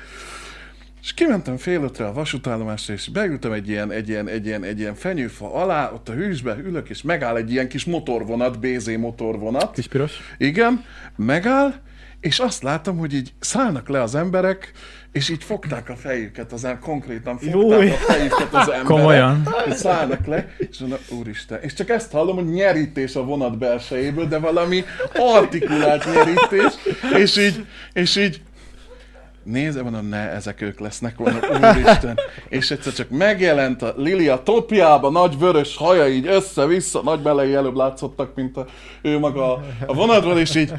Speaker 2: És kimentem fél ötre a vasútállomásra, és beültem egy ilyen, egy ilyen, egy ilyen, egy ilyen fenyőfa alá, ott a hűsbe ülök, és megáll egy ilyen kis motorvonat, BZ motorvonat.
Speaker 1: Kis piros.
Speaker 2: Igen, megáll, és azt látom, hogy így szállnak le az emberek, és így fogták a fejüket, az em- konkrétan fogták
Speaker 4: Júj.
Speaker 2: a fejüket az emberek.
Speaker 1: Komolyan?
Speaker 2: És Szállnak le, és mondom, úristen. És csak ezt hallom, hogy nyerítés a vonat belsejéből, de valami artikulált nyerítés, és így, és így Nézze, mondom, ne, ezek ők lesznek, mondom, úristen. És egyszer csak megjelent a Lili a topjába, nagy vörös haja így össze-vissza, nagy belei előbb látszottak, mint a, ő maga a, a vonatról, és így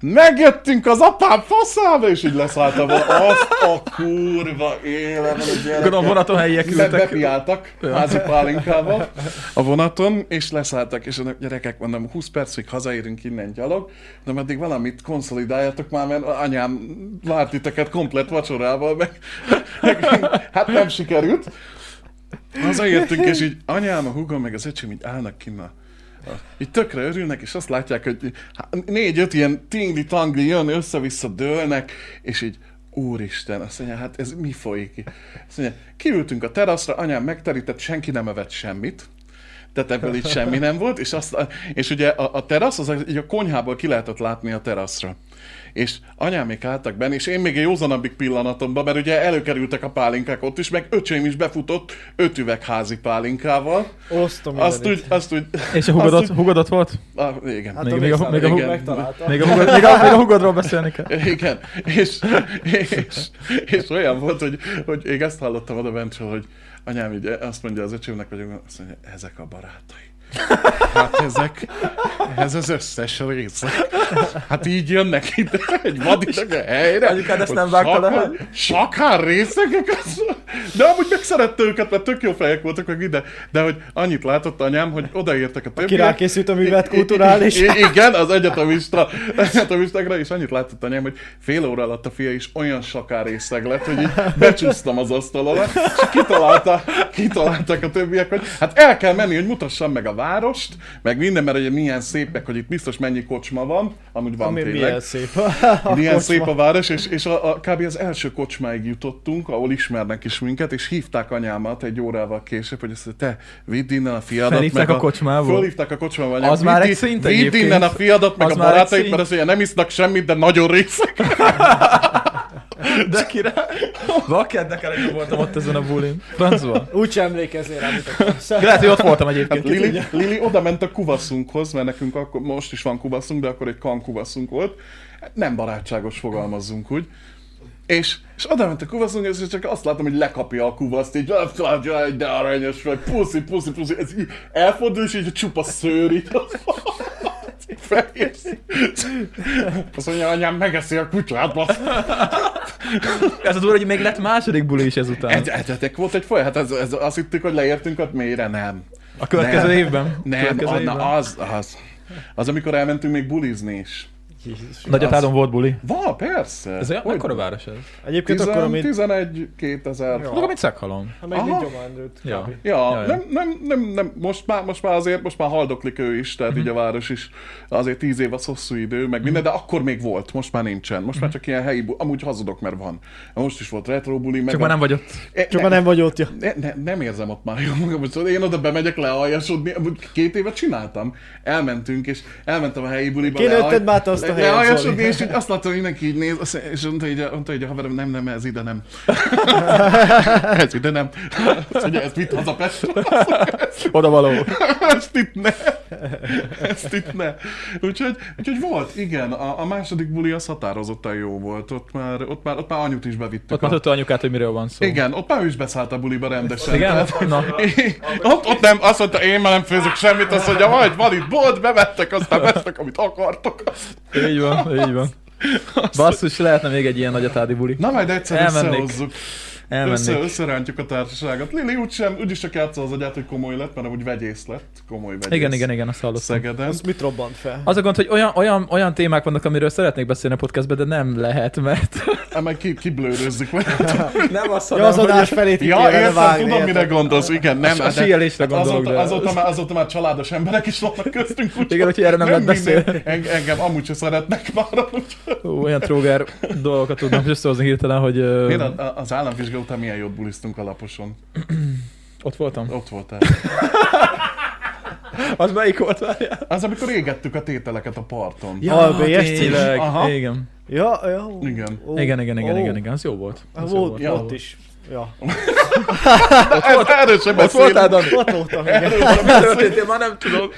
Speaker 2: megjöttünk az apám faszába, és így leszállt a vonat. Azt a kurva élet, a gyerek.
Speaker 1: Gondolom vonaton helyiek
Speaker 2: Be-
Speaker 1: ültek.
Speaker 2: Bepiáltak házi pálinkával a vonaton, és leszálltak, és mondom, gyerekek, mondom, 20 percig hazaérünk innen gyalog, de addig valamit konszolidáljatok már, mert anyám várt titeket komplet vacsorával, meg, meg hát nem sikerült. Hazaértünk, és így anyám, a húgom, meg az öcsém így állnak ki ma. Így tökre örülnek, és azt látják, hogy há- négy-öt ilyen tingli-tangli jön, össze-vissza dőlnek, és így Úristen, azt mondja, hát ez mi folyik? ki?" Azt mondja, kiültünk a teraszra, anyám megterített, senki nem evett semmit. Tehát ebből itt semmi nem volt, és, azt, és ugye a, a terasz, az így a konyhából ki lehetett látni a teraszra. És anyámék álltak benne, és én még egy józanabbik pillanatomban, mert ugye előkerültek a pálinkák ott is, meg öcsém is befutott öt üveg házi pálinkával.
Speaker 4: Osztom
Speaker 2: Azt
Speaker 4: mindenit.
Speaker 2: úgy, azt úgy...
Speaker 1: És a hugodot,
Speaker 2: azt úgy-
Speaker 1: hugodot volt?
Speaker 2: Ah, igen.
Speaker 4: Hát
Speaker 1: még-
Speaker 4: a
Speaker 1: még a-
Speaker 4: Mészáros
Speaker 1: még a-
Speaker 4: Dani
Speaker 2: igen.
Speaker 4: megtalálta.
Speaker 1: Még a, hugod, még, a, még a hugodról beszélni kell.
Speaker 2: Igen, és, és, és olyan volt, hogy, hogy én ezt hallottam oda bentről, hogy anyám így azt mondja az öcsémnek, hogy azt mondja, ezek a barátai. Hát ezek, ez az összes része. Hát így jönnek ide egy vadideg a helyre.
Speaker 1: Anyukád ezt
Speaker 2: ott
Speaker 1: nem vágta le,
Speaker 2: sakár- Sakár részegek? az- De amúgy megszerette őket, mert tök jó fejek voltak meg ide. De hogy annyit látott anyám, hogy odaértek a többiek.
Speaker 4: rákészült a művet kulturális.
Speaker 2: I- I- igen, az egyetemista, egyetemistákra, és annyit látott anyám, hogy fél óra alatt a fia is olyan sakár részeg lett, hogy így becsúsztam az asztal alá, és kitalálta, kitalálták a többiek, hogy hát el kell menni, hogy mutassam meg a várost, meg minden, mert ugye milyen szépek, hogy itt biztos mennyi kocsma van, amúgy van
Speaker 4: Mi,
Speaker 2: tényleg.
Speaker 4: milyen szép.
Speaker 2: Milyen
Speaker 4: kocsma.
Speaker 2: szép a város, és, és a, a, kb. az első kocsmáig jutottunk, ahol ismernek is minket, és hívták anyámat egy órával később, hogy azt mondta, te vidd innen a fiadat.
Speaker 1: Felhívták
Speaker 2: meg
Speaker 1: a kocsmából?
Speaker 2: Fölhívták a kocsmából. anyám,
Speaker 1: Az már
Speaker 2: vidd
Speaker 1: egy
Speaker 2: i-
Speaker 1: szint
Speaker 2: Vidd
Speaker 1: egyébként.
Speaker 2: innen a fiadat, meg
Speaker 1: Az
Speaker 2: a
Speaker 1: már egy
Speaker 2: barátait,
Speaker 1: szint.
Speaker 2: mert azt mondja, nem isznak semmit, de nagyon részek.
Speaker 1: De király. Vakednek elég voltam ott ezen a bulin. Francban.
Speaker 4: Úgy sem emlékeznél rá, mint a
Speaker 1: De Lehet, hogy ott voltam
Speaker 2: Hát
Speaker 1: egyébként.
Speaker 2: Lili, Lili oda ment a kuvaszunkhoz, mert nekünk akkor, most is van kuvaszunk, de akkor egy kankuvaszunk volt. Nem barátságos, fogalmazzunk úgy. És, és oda ment a kuvaszunkhoz, és csak azt látom, hogy lekapja a kuvaszt, így "Jaj, de aranyos vagy, puszi, puszi, puszi. Ez így elfordul, és így csupa szőr így a falat, így felérsz. Azt mondja, anyám, megeszi a kutyát, basz.
Speaker 1: Ez az úr, hogy még lett második buli is ezután.
Speaker 2: Egy, egyetek volt egy folyam, hát ez, ez, azt hittük, hogy leértünk ott mélyre, nem.
Speaker 1: A következő
Speaker 2: Nem.
Speaker 1: évben.
Speaker 2: Nem,
Speaker 1: következő
Speaker 2: Anna,
Speaker 1: évben.
Speaker 2: az, az, az, amikor elmentünk még bulizni is.
Speaker 1: Nagyatádon volt buli.
Speaker 2: Va, persze.
Speaker 1: Ez olyan,
Speaker 2: Hogy?
Speaker 1: mekkora város ez?
Speaker 4: Egyébként
Speaker 2: Tizen,
Speaker 4: akkor, amit...
Speaker 2: 11 2000.
Speaker 4: Jó.
Speaker 2: Ja.
Speaker 1: Tudom, mint szekhalom.
Speaker 4: Ha még
Speaker 2: Aha.
Speaker 4: nincs gyománrőt.
Speaker 1: Ja.
Speaker 2: Ja,
Speaker 1: Jaj.
Speaker 2: Hát, nem, nem, nem, nem, most már, most már azért, most már haldoklik ő is,
Speaker 1: Mhm.
Speaker 2: tehát így a város is, azért 10 év az hosszú idő, meg minden, de akkor még volt, most már nincsen, most
Speaker 1: Mhm.
Speaker 2: már csak ilyen helyi, bu- amúgy hazudok, mert van. Most is volt retro buli, meg
Speaker 1: Csak már nem vagy ott.
Speaker 2: E-
Speaker 4: Csak már nem vagy ott, ja.
Speaker 2: ne, ne, nem érzem ott már jól magam, hogy szóval én oda bemegyek lealjasodni, amúgy két évet csináltam. Elmentünk, és elmentem a helyi buliba.
Speaker 4: Kinőtted
Speaker 2: lealj-
Speaker 1: hát
Speaker 4: már te azt
Speaker 2: le-
Speaker 4: a helyet,
Speaker 2: Lealjasodni,
Speaker 4: Zoli.
Speaker 2: és így azt láttam, hogy mindenki így néz, azt- és mondta így, a- mondta így a haverom, nem, nem, ez ide nem. ez ide nem. Azt mondja, ez mit haza Pestre?
Speaker 1: Oda való.
Speaker 2: Ezt itt ne. Ezt itt ne. Úgyhogy, úgyhogy volt, igen, a, a második buli az határozottan jó volt. Ott már, ott már, ott már anyut is bevittük.
Speaker 1: Ott már
Speaker 2: a-
Speaker 1: tudta anyukát, hogy miről van szó.
Speaker 2: igen, ott már ő is beszállt a buliba rendesen.
Speaker 1: Igen? Na.
Speaker 2: Ott, ott nem, azt mondta, én már nem főzök semmit, azt mondja, majd van itt bolt, bevettek, aztán vettek, amit akartok.
Speaker 1: Így van, így van. Basszus, lehetne még egy ilyen nagyatádi buli.
Speaker 2: Na majd egyszer
Speaker 1: Elmennék.
Speaker 2: összehozzuk, össze,
Speaker 1: Elmennék.
Speaker 2: összerántjuk a társaságot. Lili úgysem, úgyis csak játsza az agyát, hogy komoly lett, mert amúgy vegyész lett, komoly vegyész.
Speaker 1: Igen, igen, igen, azt hallottam.
Speaker 2: Szegeden.
Speaker 4: Az mit robbant fel?
Speaker 1: Az a gond, hogy olyan, olyan, olyan témák vannak, amiről szeretnék beszélni a podcastben, de nem lehet, mert
Speaker 2: Ám Hát meg ki, kiblőrözzük meg.
Speaker 1: nem azt
Speaker 4: Ja, az adás felét
Speaker 2: Ja,
Speaker 4: ítélve ne
Speaker 2: értem,
Speaker 4: vágj,
Speaker 2: tudom, mire
Speaker 4: érted?
Speaker 2: gondolsz, igen, nem.
Speaker 1: a
Speaker 2: de-
Speaker 1: síelésre
Speaker 2: hát azóta-
Speaker 1: gondolok, de-
Speaker 2: Azóta már, azóta már családos emberek is vannak köztünk, úgyhogy
Speaker 1: Igen, úgyhogy erre nem lehet
Speaker 2: minden-
Speaker 1: beszélni.
Speaker 2: en- Engem amúgy se szeretnek már, úgyhogy...
Speaker 1: Olyan tróger dolgokat tudnak összehozni hirtelen, hogy ö,
Speaker 2: Én a- a- az államvizsga után milyen jót bulisztunk alaposan.
Speaker 1: ott voltam.
Speaker 2: Ott voltál.
Speaker 1: Az melyik volt? Várjál?
Speaker 2: Az, amikor égettük a tételeket a parton.
Speaker 4: Ja, ABS -t is?
Speaker 1: tényleg.
Speaker 2: Aha.
Speaker 1: Igen.
Speaker 4: Ja, ja.
Speaker 2: Igen.
Speaker 4: Ó,
Speaker 1: Igen, igen, igen,
Speaker 4: ó.
Speaker 1: igen, igen, az jó volt.
Speaker 4: Hát
Speaker 1: Az jó
Speaker 4: Volt,
Speaker 2: Ja.
Speaker 4: ott is. Ja.
Speaker 2: Ott, erről sem
Speaker 1: Ott voltál,
Speaker 2: beszélünk.
Speaker 1: Dan?
Speaker 4: Ott voltam, igen.
Speaker 2: Erről
Speaker 1: Mi
Speaker 2: sem beszélünk.
Speaker 1: történt? Én már nem tudom.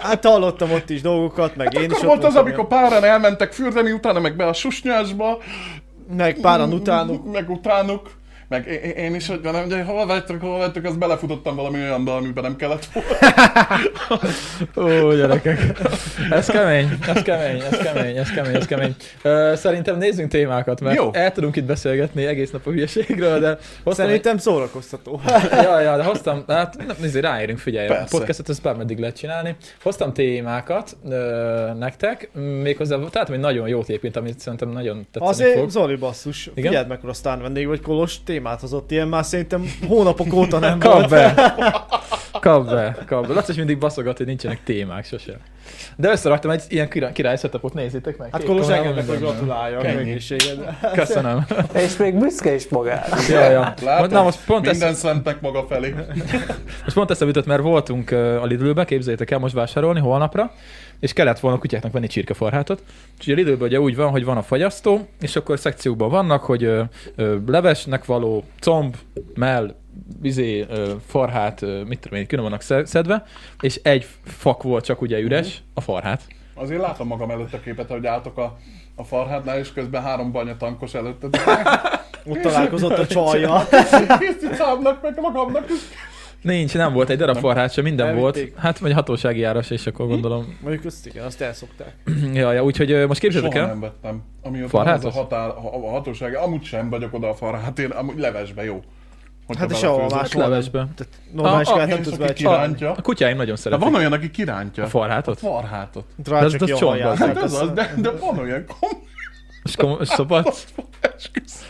Speaker 4: Hát hallottam ott is dolgokat, meg én is
Speaker 2: Akkor volt az,
Speaker 4: voltam,
Speaker 2: amikor páran elmentek fürdeni, utána meg be a susnyásba,
Speaker 4: ja. Meg páran utánuk.
Speaker 2: meg utánuk, meg é- é- én is, hogy van, hogy hol vettek, hol vettek, az belefutottam valami olyanba, amiben nem kellett volna.
Speaker 1: Ó, gyerekek. Ez kemény, ez kemény, ez kemény, ez kemény, ez kemény. Ö, szerintem nézzünk témákat, mert
Speaker 2: Jó.
Speaker 1: el tudunk itt beszélgetni egész nap a hülyeségről, de hoztam
Speaker 4: Szerintem szórakoztató.
Speaker 1: egy... ja, ja, de hoztam, hát nem, nézzé, ráérünk, figyelj, a
Speaker 2: Persze.
Speaker 1: podcastot ezt bármeddig lehet csinálni. Hoztam témákat ö, nektek, méghozzá, tehát hogy nagyon jót épít, amit szerintem nagyon tetszeni
Speaker 4: Azért
Speaker 1: fog.
Speaker 4: Zoli basszus, Igen?
Speaker 1: Igen?
Speaker 4: figyeld meg, hogy aztán vendég vagy Kolos, témát hozott ilyen, már szerintem hónapok óta nem
Speaker 1: Kap
Speaker 4: volt.
Speaker 1: be! Kap be, kap be. Laci is mindig baszogat, hogy nincsenek témák sose. De összeraktam egy ilyen király, király setupot, nézzétek meg.
Speaker 4: Hát
Speaker 1: Két
Speaker 4: Kolos
Speaker 1: kamera,
Speaker 4: engednek, hogy
Speaker 1: minden.
Speaker 4: gratuláljak
Speaker 2: Ennyi.
Speaker 4: egészségedre.
Speaker 1: Köszönöm.
Speaker 3: És még büszke is magára.
Speaker 1: Ja, ja. Na most pont ezt,
Speaker 2: Minden szentnek maga felé.
Speaker 1: Most pont eszembe jutott, mert voltunk ö, a Lidlbe, képzeljétek el, most vásárolni holnapra, és kellett volna a kutyáknak venni csirkefarhátot. És ugye a Lidlben ugye úgy van, hogy van a fagyasztó, és akkor szekciókban vannak, hogy ö, ö, levesnek való comb, mell, izé, ö, farhát, ö, mit tudom én, külön vannak sze- szedve, és egy fak volt csak ugye üres, a farhát.
Speaker 2: Azért látom magam előtt a képet, hogy álltok a, a farhádnál, és közben három banyatankos előtted.
Speaker 4: Ott találkozott a csajjal.
Speaker 2: Hiszti számnak meg magamnak is.
Speaker 1: Nincs, nem volt egy darab farhácsa, minden
Speaker 4: Elvitték.
Speaker 1: volt. Hát vagy hatósági járás, és akkor gondolom.
Speaker 4: Mondjuk azt igen, azt elszokták.
Speaker 1: Ja, ja, úgyhogy ö, most képzeljétek
Speaker 2: Soha
Speaker 1: el.
Speaker 2: nem vettem. Amióta
Speaker 1: Farhátot?
Speaker 2: Farhátot? ez a, határ, a a hatóság, amúgy sem vagyok oda a farhát, én amúgy levesbe jó. Hogyha
Speaker 4: Hát és sehol
Speaker 2: belefőzöm.
Speaker 1: Hát
Speaker 4: máshol. nem.
Speaker 1: levesbe.
Speaker 4: Tehát normális
Speaker 1: A- a-
Speaker 4: kát nem
Speaker 2: és
Speaker 4: tudsz
Speaker 2: aki
Speaker 4: belecsapni.
Speaker 2: Kirántja.
Speaker 1: A kutyáim nagyon
Speaker 2: De
Speaker 1: szeretik.
Speaker 2: van olyan, aki kirántja.
Speaker 1: A farhátot?
Speaker 2: farhátot.
Speaker 4: Rá
Speaker 1: Ez-
Speaker 4: csak
Speaker 1: ez
Speaker 4: jó
Speaker 1: csomag.
Speaker 4: hallják.
Speaker 2: Hát ez az, de, de van olyan kom...
Speaker 1: És kom- és szobat.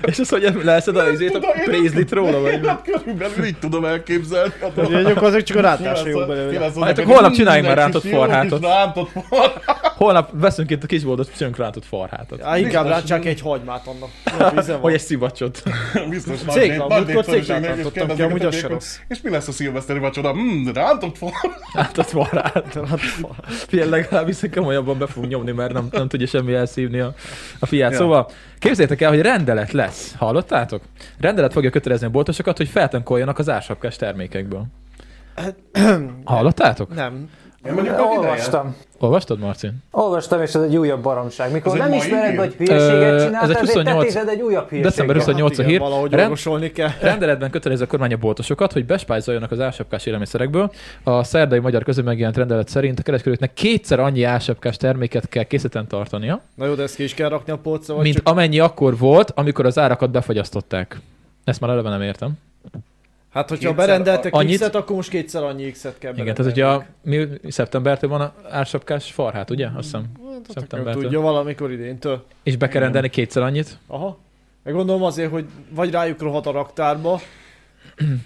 Speaker 1: És az, hogy leszed a izét, a
Speaker 2: tudom, én-
Speaker 1: prézlit róla, vagy mi?
Speaker 2: Hát körülbelül így tudom elképzelni. Hát a
Speaker 4: Hogy mondjuk azok csak a rátásra jó belőle.
Speaker 1: Hát
Speaker 2: Hát
Speaker 1: akkor holnap csináljunk már rántott farhátot.
Speaker 2: Rántott farhátot.
Speaker 1: Holnap veszünk itt a kisboldot, csinálunk rátott farhátot.
Speaker 4: Á, inkább rácsák egy hagymát annak. Jó vízen
Speaker 1: Vagy
Speaker 4: van.
Speaker 1: egy szivacsot.
Speaker 2: Biztos
Speaker 4: Céglán,
Speaker 2: nagy- nagy
Speaker 4: múltkor
Speaker 2: népszerűség
Speaker 4: céglát
Speaker 2: megy, és
Speaker 4: rántottam ki,
Speaker 2: kérdezik
Speaker 4: amúgy
Speaker 2: a
Speaker 4: az se
Speaker 2: többiek,
Speaker 4: rossz.
Speaker 2: És mi lesz a szilveszteri vacsora? Mmm, rántott farhát.
Speaker 1: Rátott farhát. Hát,
Speaker 2: Hát,
Speaker 1: Figyelj, legalább hiszen komolyabban be fogunk nyomni, mert nem, nem tudja semmi elszívni a, a fiát.
Speaker 2: Ja.
Speaker 1: Szóval képzeljétek el, hogy rendelet lesz. Hallottátok? Rendelet fogja kötelezni a boltosokat, hogy feltankoljanak az ársapkás termékekből.
Speaker 2: Hát,
Speaker 1: Hallottátok?
Speaker 4: Nem.
Speaker 2: Én mondjuk a ideje.
Speaker 7: Olvastam.
Speaker 1: Olvastad, Marcin?
Speaker 7: Olvastam, és ez egy újabb baromság. Mikor
Speaker 2: Ez egy
Speaker 7: nem
Speaker 2: mai
Speaker 7: ismered,
Speaker 2: hír?
Speaker 7: hogy hülyeséget
Speaker 1: Ö,
Speaker 7: csináltál,
Speaker 1: ez egy
Speaker 7: ezért
Speaker 1: 28
Speaker 7: tetézed egy újabb hülyeséget.
Speaker 1: December 28
Speaker 4: Hát
Speaker 1: a
Speaker 4: igen,
Speaker 1: hír.
Speaker 4: Valahogy
Speaker 1: Rend-
Speaker 4: orvosolni kell.
Speaker 1: Rendeletben kötelezi a kormány a boltosokat, hogy bespájzoljanak az ásapkás élelmiszerekből. A szerdai magyar közön megjelent rendelet szerint a kereskedőknek kétszer annyi ásapkás terméket kell készleten tartania,
Speaker 4: Na jó, de ezt ki is kell rakni a polcra, vagy
Speaker 1: mint
Speaker 4: csak...
Speaker 1: amennyi akkor volt, amikor az árakat befagyasztották. Ezt már eleve nem értem.
Speaker 4: Hát, hogyha
Speaker 2: Kétszer
Speaker 4: berendeltek
Speaker 1: annyit-
Speaker 4: X-et, akkor most kétszer annyi X-et kell
Speaker 1: Igen, tehát ugye a, mi, szeptembertől van a ársapkás farhát, ugye? Azt hiszem.
Speaker 4: berendelni.
Speaker 1: Szeptembertől.
Speaker 4: Hát, Tudja, valamikor idéntől.
Speaker 1: És be kell rendelni kétszer annyit.
Speaker 4: Aha. Meg gondolom azért, hogy vagy rájuk rohadt a raktárba,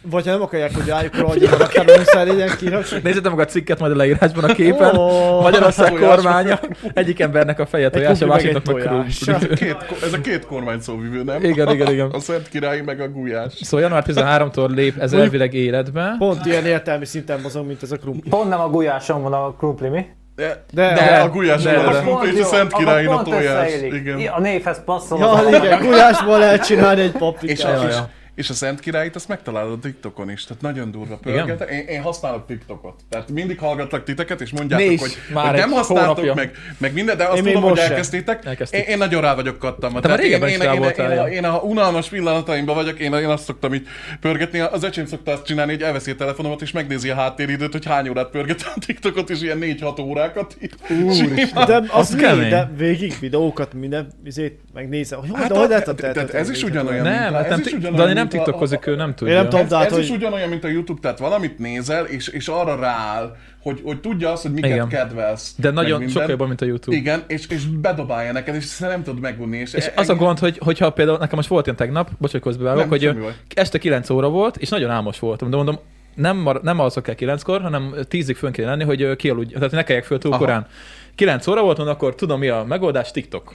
Speaker 4: vagy ha nem akarják, hogy rájuk rohadjon a raktárba, muszáj legyen kirakni.
Speaker 1: Nézzétek meg a cikket majd a leírásban a képen.
Speaker 4: Ó,
Speaker 1: Magyarország
Speaker 2: tojás.
Speaker 1: kormánya. Egyik embernek a feje tojás, a
Speaker 4: kumpli meg
Speaker 1: másiknak meg
Speaker 4: egy
Speaker 1: körül.
Speaker 4: tojás.
Speaker 2: Két ko- Ez a két kormány szóvivő, nem?
Speaker 1: Igen, igen, igen.
Speaker 2: A Szent Király meg a Gulyás.
Speaker 1: Szóval január 13-tól lép ez elvileg életbe.
Speaker 4: Pont ilyen értelmi szinten mozog, mint ez a krumpli.
Speaker 7: Pont nem a gulyáson van a krumpli, mi?
Speaker 2: De,
Speaker 4: De,
Speaker 2: de a Gulyás,
Speaker 1: de-
Speaker 2: de,
Speaker 1: de-
Speaker 2: a Krumpli és a Szent Királyin a tojás.
Speaker 7: Igen.
Speaker 2: Igen.
Speaker 7: A névhez passzol.
Speaker 4: Ja,
Speaker 7: az a-
Speaker 4: igen, gulyásból lehet csinálni egy
Speaker 2: És
Speaker 4: paprikát.
Speaker 2: a,
Speaker 1: Ja,
Speaker 2: és,
Speaker 1: ja.
Speaker 2: és a Szent Királyt azt megtalálod a TikTokon is, tehát nagyon durva
Speaker 1: Igen?
Speaker 2: pörgetek. Én, én használok TikTokot, tehát mindig hallgatlak titeket, és mondjátok,
Speaker 1: Mi is,
Speaker 2: hogy,
Speaker 1: már
Speaker 2: hogy nem
Speaker 1: egy hónapja.
Speaker 2: használtok meg, meg minden, de azt
Speaker 4: Én még
Speaker 2: tudom, hogy
Speaker 4: most se.
Speaker 2: elkezdtétek.
Speaker 1: Elkezdtük.
Speaker 2: Én, én nagyon rá vagyok kattam.
Speaker 1: már
Speaker 2: én,
Speaker 1: régebben
Speaker 2: én,
Speaker 1: is rá
Speaker 2: én, én,
Speaker 1: voltál,
Speaker 2: én, a-
Speaker 1: ja.
Speaker 2: én, a unalmas pillanataimban vagyok, én, én azt szoktam így pörgetni, az öcsém szokta azt csinálni, hogy elveszi a telefonomat, és megnézi a háttéridőt, hogy hány órát pörgetem a TikTokot, és ilyen 4-6 órákat. így simán.
Speaker 4: De az,
Speaker 1: Az
Speaker 4: mi?
Speaker 1: kemény.
Speaker 4: De végig videókat, minden izét megnézem. Hogy hogy,
Speaker 2: Hát
Speaker 4: hogy
Speaker 2: a-
Speaker 4: lehet a
Speaker 2: tehát
Speaker 4: tehetetlen
Speaker 2: ez is
Speaker 4: végig?
Speaker 2: ugyanolyan,
Speaker 1: Nem,
Speaker 2: mint a-
Speaker 1: hát
Speaker 2: ez
Speaker 1: nem,
Speaker 2: is
Speaker 1: ti-
Speaker 2: ugyanolyan,
Speaker 1: Dani nem
Speaker 2: mint a- a-
Speaker 1: tiktokozik, ő nem tudja.
Speaker 4: Én nem tudom,
Speaker 2: ez,
Speaker 4: de hát,
Speaker 2: ez is
Speaker 4: hogy-
Speaker 2: ugyanolyan, mint a YouTube, tehát valamit nézel, és, és arra rááll, hogy, hogy tudja azt, hogy miket
Speaker 1: Igen.
Speaker 2: Igen. kedvelsz.
Speaker 1: De
Speaker 2: meg
Speaker 1: nagyon
Speaker 2: minden.
Speaker 1: sokkal jobban, mint a YouTube.
Speaker 2: Igen, és, és bedobálja neked, és ezt nem tudod megunni. És, e-
Speaker 1: És az a gond, hogy, hogyha például nekem most volt ilyen tegnap, bocs, hogy közbevágok,
Speaker 2: Nem,
Speaker 1: hogy
Speaker 2: semmi
Speaker 1: ö,
Speaker 2: baj.
Speaker 1: este 9 óra volt, és nagyon álmos voltam, de mondom, nem, mar- nem alszok el 9-kor, hanem 10-ig fönn kéne lenni, hogy ö, kialudj, tehát ne keljek föl túl
Speaker 2: Aha.
Speaker 1: korán. 9 óra volt, mondom, akkor tudom mi a megoldás, TikTok.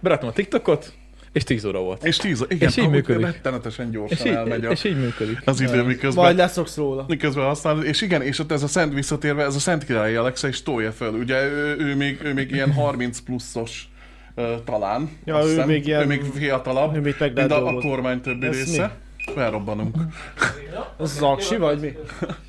Speaker 1: Beraktam a TikTokot, és 10 óra volt.
Speaker 2: És tíz, igen,
Speaker 1: és így
Speaker 2: ahogy
Speaker 1: működik.
Speaker 2: Rettenetesen
Speaker 1: És
Speaker 2: gyorsan
Speaker 1: így,
Speaker 2: elmegy a,
Speaker 1: és így működik.
Speaker 2: az idő, miközben...
Speaker 4: Majd leszoksz róla.
Speaker 2: miközben használod, és igen, és ott ez a szent visszatérve, ez a szent királyi Alexa is tolja föl, ugye ő, ő, még, ő még ilyen 30 pluszos ö, talán,
Speaker 4: Ja,
Speaker 2: azt
Speaker 4: ő
Speaker 2: hiszem.
Speaker 4: még ilyen-
Speaker 2: ő még fiatalabb,
Speaker 4: ő még meg
Speaker 2: mint
Speaker 4: lehet
Speaker 2: a, a
Speaker 4: dolgozni.
Speaker 2: kormány többi
Speaker 4: Ez
Speaker 2: része. Felrobbanunk.
Speaker 4: Az laksi vagy mi?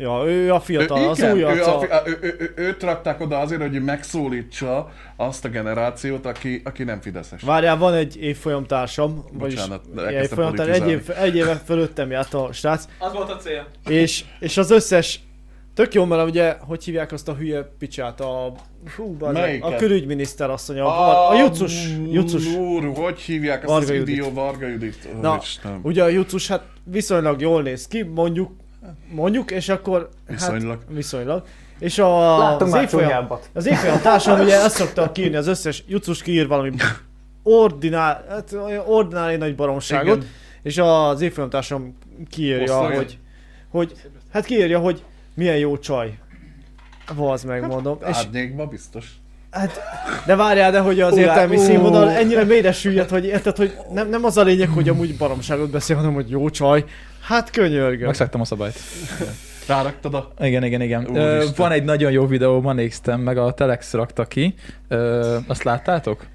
Speaker 4: Ja, ő a
Speaker 2: Ő-
Speaker 4: fiatal, az
Speaker 2: igen,
Speaker 4: új
Speaker 2: ő, a,
Speaker 4: arca.
Speaker 2: fi- ő, ő, ő, őt rakták oda azért, hogy megszólítsa azt a generációt, aki, aki nem fideszes.
Speaker 4: Várjál, van egy évfolyam társam, vagyis
Speaker 2: Bocsánat, elkezdtem
Speaker 4: évfolyam társam, egy, év, egy éve fölöttem járt a srác,
Speaker 5: Az volt a cél.
Speaker 4: és, és az összes Tök jó, mert ugye, hogy hívják azt a hülye picsát, a, hú, bazd meg, a
Speaker 2: Melyiket?
Speaker 4: külügyminiszter asszony, a, a, a jucus, jucus.
Speaker 2: Úr, hogy hívják azt
Speaker 4: Varga
Speaker 2: az
Speaker 4: Judit.
Speaker 2: idió Varga Judit? Ó,
Speaker 4: Na,
Speaker 2: Istenem,
Speaker 4: ugye a Jucus hát viszonylag jól néz ki, mondjuk, mondjuk, és akkor...
Speaker 2: Viszonylag.
Speaker 4: Hát, viszonylag. És a,
Speaker 7: Láttunk
Speaker 4: az,
Speaker 7: már
Speaker 4: évfolyam,
Speaker 7: csúnyábbat.
Speaker 4: az évfolyam társam ugye azt szokta kiírni, az összes Jucus kiír valami ordinál, hát olyan ordinári nagy baromságot,
Speaker 2: Igen.
Speaker 4: és az évfolyam társam kiírja,
Speaker 2: Osztolja.
Speaker 4: hogy, hogy, hát kiírja, hogy milyen jó csaj. Vazd meg,
Speaker 2: Hát,
Speaker 4: mondom. És,
Speaker 2: árnyékba biztos.
Speaker 4: Hát, de várjál, de hogy az
Speaker 7: Urá,
Speaker 4: értelmi
Speaker 7: ú.
Speaker 4: színvonal ennyire mélyre süllyed, hogy érted, hogy nem, nem az a lényeg, hogy amúgy baromságot beszél, hanem hogy jó csaj. Hát könyörgöm.
Speaker 1: Megszegtem a szabályt.
Speaker 2: Ráraktad a...
Speaker 1: Igen, igen, igen. Ö,
Speaker 2: Úristen.
Speaker 1: van egy nagyon jó videó, ma néztem, meg a Telex rakta ki. Ö, azt láttátok?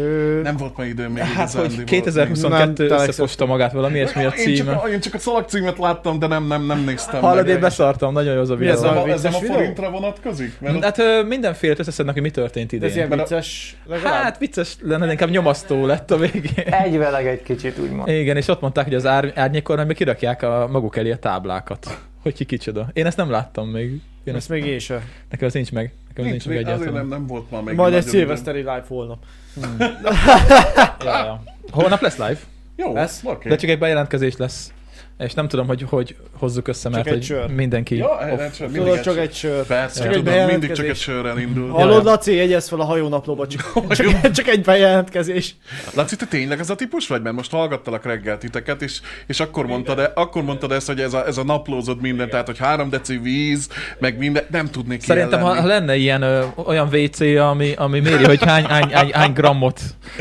Speaker 4: Ö,
Speaker 2: Nem volt még időm még
Speaker 1: Hát, hogy
Speaker 2: igazándiból.
Speaker 1: 2022
Speaker 4: Nem,
Speaker 1: összefosta magát valami ilyesmi a
Speaker 2: Én csak,
Speaker 1: címe.
Speaker 2: a- én csak a szalagcímet láttam, de nem, nem, nem néztem
Speaker 1: Hallod,
Speaker 2: meg.
Speaker 1: én beszartam, nagyon jó az a
Speaker 2: Ez
Speaker 1: videó.
Speaker 2: nem a, ez nem a
Speaker 4: vicces videó?
Speaker 2: forintra vonatkozik? Mert ott
Speaker 1: Hát ö, mindenfélet összeszednek, hogy mi történt
Speaker 4: ez ilyen
Speaker 1: idén.
Speaker 2: Mert a-
Speaker 4: vicces legalább.
Speaker 1: Hát vicces lenne, de inkább nyomasztó lett a végén.
Speaker 7: Egyveleg egy kicsit, úgymond.
Speaker 1: Igen, és ott mondták, hogy az ár, árnyékkormányban kirakják a maguk elé a táblákat. Hogy ki kicsoda. Én ezt nem láttam még. Én
Speaker 4: Ezt
Speaker 1: ezt,
Speaker 4: még én sem.
Speaker 1: nekem az nincs meg. Nekem nincs, nincs meg
Speaker 2: azért nem,
Speaker 1: egyáltalán.
Speaker 2: nem volt ma még.
Speaker 4: Majd egy
Speaker 2: nagyon
Speaker 4: szilveszteri live holnap.
Speaker 1: Ja, ja. Holnap lesz live,
Speaker 2: Jó,
Speaker 4: Lesz?
Speaker 2: oké.
Speaker 1: de csak egy bejelentkezés lesz. És nem tudom, hogy hogy hozzuk össze, mert
Speaker 4: egy
Speaker 1: hogy
Speaker 4: sör.
Speaker 1: mindenki...
Speaker 2: Ja,
Speaker 1: off.
Speaker 2: erre hát csak mindig
Speaker 4: Tudod,
Speaker 2: egy
Speaker 4: csak
Speaker 2: sör.
Speaker 4: egy sör.
Speaker 2: Persze,
Speaker 4: csak egy
Speaker 2: tudom, mindig csak egy
Speaker 4: bejelentkezés.
Speaker 2: sörrel indul.
Speaker 4: Hallod,
Speaker 1: Ja.
Speaker 4: Laci, jegyez fel a hajónaplóba, csak, csak, csak egy bejelentkezés.
Speaker 2: Laci, te tényleg ez a típus vagy? Mert most hallgattalak reggel titeket, és, és akkor, mondtad, e- akkor mondtad ezt, hogy ez a, ez a naplózod minden, tehát hogy három deci víz, meg minden, nem tudnék
Speaker 1: Szerintem, ha,
Speaker 2: ilyen
Speaker 1: ha
Speaker 2: lenni.
Speaker 1: lenne ilyen ö, olyan WC, ami, ami méri, hogy hány, hány, hány, hány grammot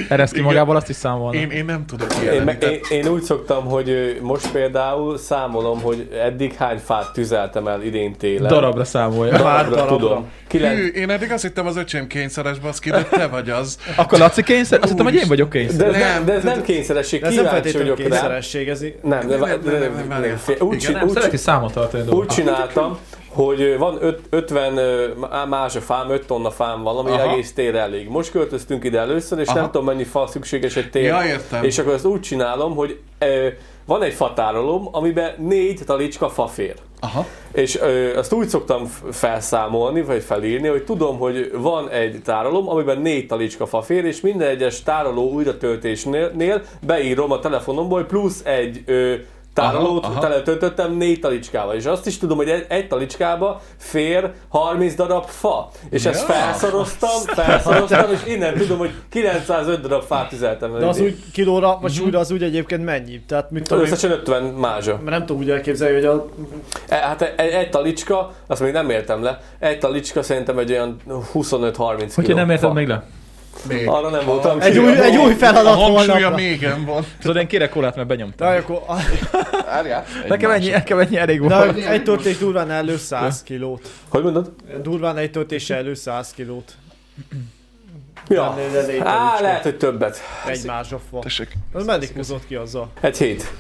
Speaker 1: eresz ki
Speaker 2: Igen.
Speaker 1: magából, azt is számolna.
Speaker 2: Én, én nem tudok ilyen
Speaker 3: Én,
Speaker 2: lenni,
Speaker 3: me-
Speaker 2: tehát-
Speaker 3: én, én úgy szoktam, hogy ö, most például számolom, hogy eddig hány fát tüzeltem el idén télen.
Speaker 1: Darabra számolja.
Speaker 3: Darabra,
Speaker 4: darabra.
Speaker 3: tudom. Kilen...
Speaker 2: Hű, én eddig azt hittem az öcsém kényszeres baszki, de te vagy az.
Speaker 1: Akkor Laci kényszer? Azt hittem, hogy én vagyok kényszer.
Speaker 3: De ez
Speaker 2: Nem,
Speaker 3: nem, de ez nem kényszeresség,
Speaker 4: De ez nem
Speaker 3: kíváncsi
Speaker 4: feltétlenül
Speaker 3: vagyok rá.
Speaker 4: kényszeresség, ez í-
Speaker 3: Nem, de, de,
Speaker 2: nem, nem,
Speaker 3: de,
Speaker 2: nem,
Speaker 3: de,
Speaker 2: nem,
Speaker 3: de
Speaker 2: nem.
Speaker 3: fél- úgy,
Speaker 2: Igen,
Speaker 3: csin-
Speaker 1: Nem,
Speaker 3: úgy,
Speaker 1: szereti számot tartani
Speaker 3: úgy
Speaker 1: dolgokat.
Speaker 3: csináltam, hogy ö, van öt- 50 ö, má- más a fám, 5 tonna fám valami,
Speaker 2: Aha.
Speaker 3: egész tér elég. Most költöztünk ide először, és
Speaker 2: Aha.
Speaker 3: nem tudom mennyi fa szükséges egy tér.
Speaker 2: Ja, értem.
Speaker 3: És akkor ezt úgy csinálom, hogy ö, van egy fatárolom, amiben négy talicska fa fér.
Speaker 2: Aha.
Speaker 3: És ö, azt úgy szoktam f- felszámolni, vagy felírni, hogy tudom, hogy van egy tárolom, amiben négy talicska fa fér, és minden egyes tároló újratöltésnél nél beírom a telefonomból, hogy plusz egy ö, tárolót
Speaker 2: Aha,
Speaker 3: aha,
Speaker 2: aha.
Speaker 3: teletöltöttem négy talicskával. És azt is tudom, hogy egy, egy talicskába fér 30 darab fa. És ezt
Speaker 2: Ja.
Speaker 3: felszoroztam, felszoroztam, és innen tudom, hogy 905 darab fát üzeltem. el
Speaker 4: De az
Speaker 3: idén.
Speaker 4: úgy kilóra,
Speaker 3: Mhm.
Speaker 4: vagy súlyra az úgy egyébként mennyi? Tehát mit tudom én,
Speaker 3: Összesen 50 mázsa.
Speaker 4: mert nem tudom úgy elképzelni, hogy a
Speaker 3: E, Hát egy, egy talicska, azt még nem értem le, egy talicska szerintem egy olyan 25-30
Speaker 1: Hogyha
Speaker 3: kiló
Speaker 1: nem
Speaker 3: fa.
Speaker 1: érted még le.
Speaker 2: Még.
Speaker 3: Arra nem voltam
Speaker 4: egy új, egy új
Speaker 2: A
Speaker 4: feladat
Speaker 2: hangsúlya
Speaker 4: holnapra.
Speaker 2: mégen van.
Speaker 1: Tudod, én kérek kolát, mert benyomtam.
Speaker 4: Na, akkor,
Speaker 2: Várjál.
Speaker 1: Nekem ennyi, nekem ennyi elég
Speaker 4: na,
Speaker 1: volt.
Speaker 4: egy törtés durván elő 100 kilót.
Speaker 3: Hogy mondod?
Speaker 4: Durván egy törtése elő 100 kilót.
Speaker 3: Ja.
Speaker 4: Lennél ez egy
Speaker 3: Á,
Speaker 4: talicska.
Speaker 3: lehet, hogy többet.
Speaker 4: Egy mázsa fa.
Speaker 2: Tessék.
Speaker 4: Az meddig húzott ki azzal?
Speaker 3: Egy hét.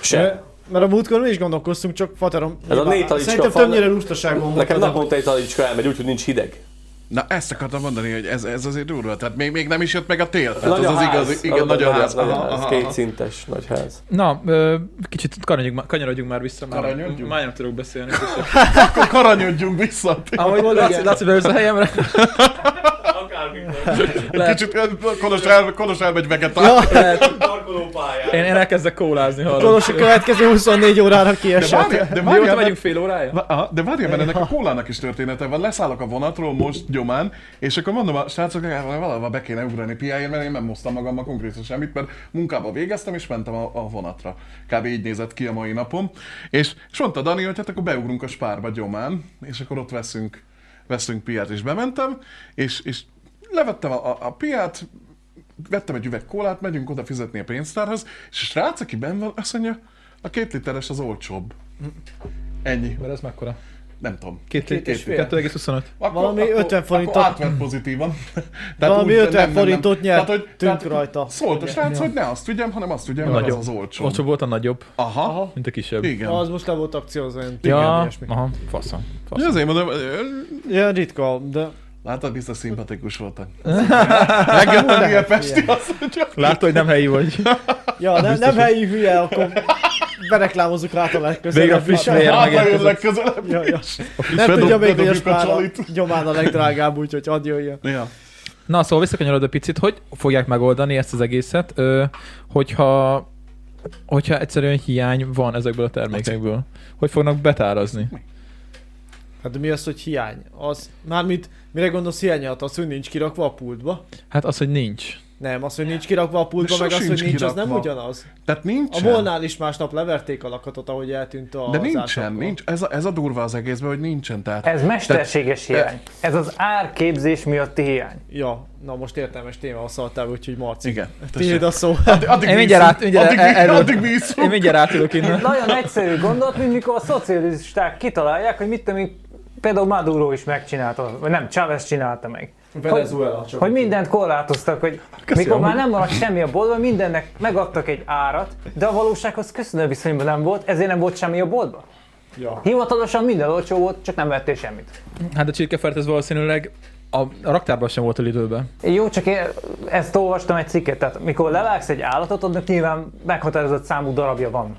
Speaker 3: Se.
Speaker 4: Mert a múltkor mi is gondolkoztunk, csak faterom.
Speaker 3: Ez a négy talicska
Speaker 4: Szerintem
Speaker 3: fa-
Speaker 4: többnyire lustaságban
Speaker 3: Nekem
Speaker 4: mondtad, hogy
Speaker 3: naponta egy talicska elmegy, úgyhogy nincs hideg.
Speaker 2: Na ezt akartam mondani, hogy ez, ez azért durva, tehát még, még nem is jött meg a tél. Tehát
Speaker 3: Nagy
Speaker 2: az,
Speaker 3: a
Speaker 2: az
Speaker 3: ház.
Speaker 2: igazi, igen,
Speaker 3: Arra
Speaker 2: nagy a ház.
Speaker 3: nagy a
Speaker 2: Aha,
Speaker 3: ház,
Speaker 2: aha, aha.
Speaker 3: kétszintes nagy ház.
Speaker 1: Na, ö, kicsit kanyarodjunk, már- kanyarodjunk már vissza. Már,
Speaker 2: Kanyarodjunk?
Speaker 1: már nem tudok beszélni.
Speaker 2: Akkor karanyodjunk vissza.
Speaker 1: Amúgy Laci, Laci beülsz a helyemre.
Speaker 6: Akármikor.
Speaker 1: Lehet,
Speaker 2: Kicsit kolos, el, kolos elmegy vegetál.
Speaker 1: lehet.
Speaker 6: Parkolópályán.
Speaker 1: Én, én elkezdek kólázni, hallom.
Speaker 4: Kolos a következő 24 órára kiesett.
Speaker 2: de
Speaker 1: Mióta
Speaker 2: várjál,
Speaker 1: vagyunk fél órája?
Speaker 2: Va- aha, de várjál, mert ennek a kólának is története van. Leszállok a vonatról most gyomán, és akkor mondom a srácoknak, hogy valahol be kéne ugrani piáért, mert én nem hoztam magammal konkrétan semmit, mert munkába végeztem, és mentem a, a vonatra. Kb. így nézett ki a mai napom. És, és mondta Dani, hogy hát akkor beugrunk a spárba gyomán, és akkor ott veszünk, veszünk piát, és bementem, és, és levettem a, a, a piát, vettem egy üveg kólát, megyünk oda fizetni a pénztárhoz, és a srác, aki benn van, azt mondja, a két literes az olcsóbb. Ennyi.
Speaker 1: Mert ez mekkora?
Speaker 2: Nem tudom.
Speaker 1: Két, két,
Speaker 4: és fél.
Speaker 1: 2,25.
Speaker 2: Akkor,
Speaker 4: Valami 50 forintot-
Speaker 2: Akkor átvett pozitívan.
Speaker 4: Valami 50 forintot nyert, tűnt rajta.
Speaker 2: Szólt a srác, hogy ne azt vigyem, hanem azt vigyem, mert az
Speaker 1: Nagyobb.
Speaker 2: az olcsó.
Speaker 1: Olcsóbb volt a nagyobb,
Speaker 2: Aha.
Speaker 1: mint a kisebb.
Speaker 2: Igen.
Speaker 4: Az most le volt akciózva, ilyen igen,
Speaker 1: Ja,
Speaker 4: ilyesmi.
Speaker 1: aha, faszom.
Speaker 2: Ja,
Speaker 1: faszom.
Speaker 2: azért mondom, ö,
Speaker 4: Ilyen ritka, de
Speaker 2: látod, biztos szimpatikus voltam. Megjöttem ilyen pesti, azt mondja.
Speaker 1: Látod, hogy nem helyi vagy.
Speaker 4: Ja, nem, nem helyi hülye, akkor bereklámozzuk rá a legközelebb.
Speaker 1: Végre a friss vér
Speaker 2: Hát, ha jön
Speaker 1: megérkezett.
Speaker 2: legközelebb.
Speaker 4: Ja, ja. Nem
Speaker 2: Bedob-
Speaker 4: tudja még, hogy a
Speaker 2: bedobjuk a
Speaker 4: spára
Speaker 2: csalit.
Speaker 4: nyomán a legdrágább, úgyhogy hadd jöjjön.
Speaker 2: Ja.
Speaker 1: Na, szóval visszakanyarodó picit, hogy fogják megoldani ezt az egészet, ö, hogyha, hogyha egyszerűen hiány van ezekből a termékekből. Hogy fognak betárazni?
Speaker 4: Hát de mi az, hogy hiány? Az, mármint, mire gondolsz hiány alatt? Az, hogy nincs kirakva a pultba?
Speaker 1: Hát az, hogy nincs.
Speaker 4: Nem, az, hogy nincs kirakva a pultba,
Speaker 2: De
Speaker 4: meg az,
Speaker 2: sosincs
Speaker 4: hogy nincs, az nem
Speaker 2: kirakva.
Speaker 4: ugyanaz.
Speaker 2: Tehát
Speaker 4: A
Speaker 2: nincsen.
Speaker 4: molnál is másnap leverték a lakatot, ahogy eltűnt a
Speaker 2: De
Speaker 4: az
Speaker 2: nincsen,
Speaker 4: ásapkó.
Speaker 2: nincs. Ez a, ez a durva az egészben, hogy nincsen. Tehát
Speaker 7: Ez mesterséges hiány. Ez az árképzés miatti hiány.
Speaker 4: Ja, na most értelmes téma szaladtál, úgyhogy Marci.
Speaker 2: igen.
Speaker 4: Tiéd a szó.
Speaker 2: Addig
Speaker 1: Én mindjárt át,
Speaker 2: vízunk.
Speaker 1: mindjárt
Speaker 2: Addig
Speaker 1: el-
Speaker 2: vi-
Speaker 1: el-
Speaker 2: Addig vízunk.
Speaker 1: Én mindjárt átülök innen.
Speaker 7: Nagyon egyszerű gondolat, mint mikor a szocialisták kitalálják, hogy mit tudom én, például Maduro is megcsinálta, vagy nem, Chávez csinálta meg.
Speaker 4: Venezuela csak.
Speaker 7: Hogy mindent korlátoztak, hogy mikor már nem maradt semmi a boltban, mindennek megadtak egy árat, de a valósághoz köszönő viszonyban nem volt, ezért nem volt semmi a boltban.
Speaker 4: Ja.
Speaker 7: Hivatalosan minden olcsó volt, csak nem vettél semmit.
Speaker 1: Hát a csirkefert ez valószínűleg a, a raktárban sem volt el időben.
Speaker 7: Jó, csak én ezt olvastam egy cikket, tehát mikor levágsz egy állatot, annak nyilván meghatározott számú darabja van.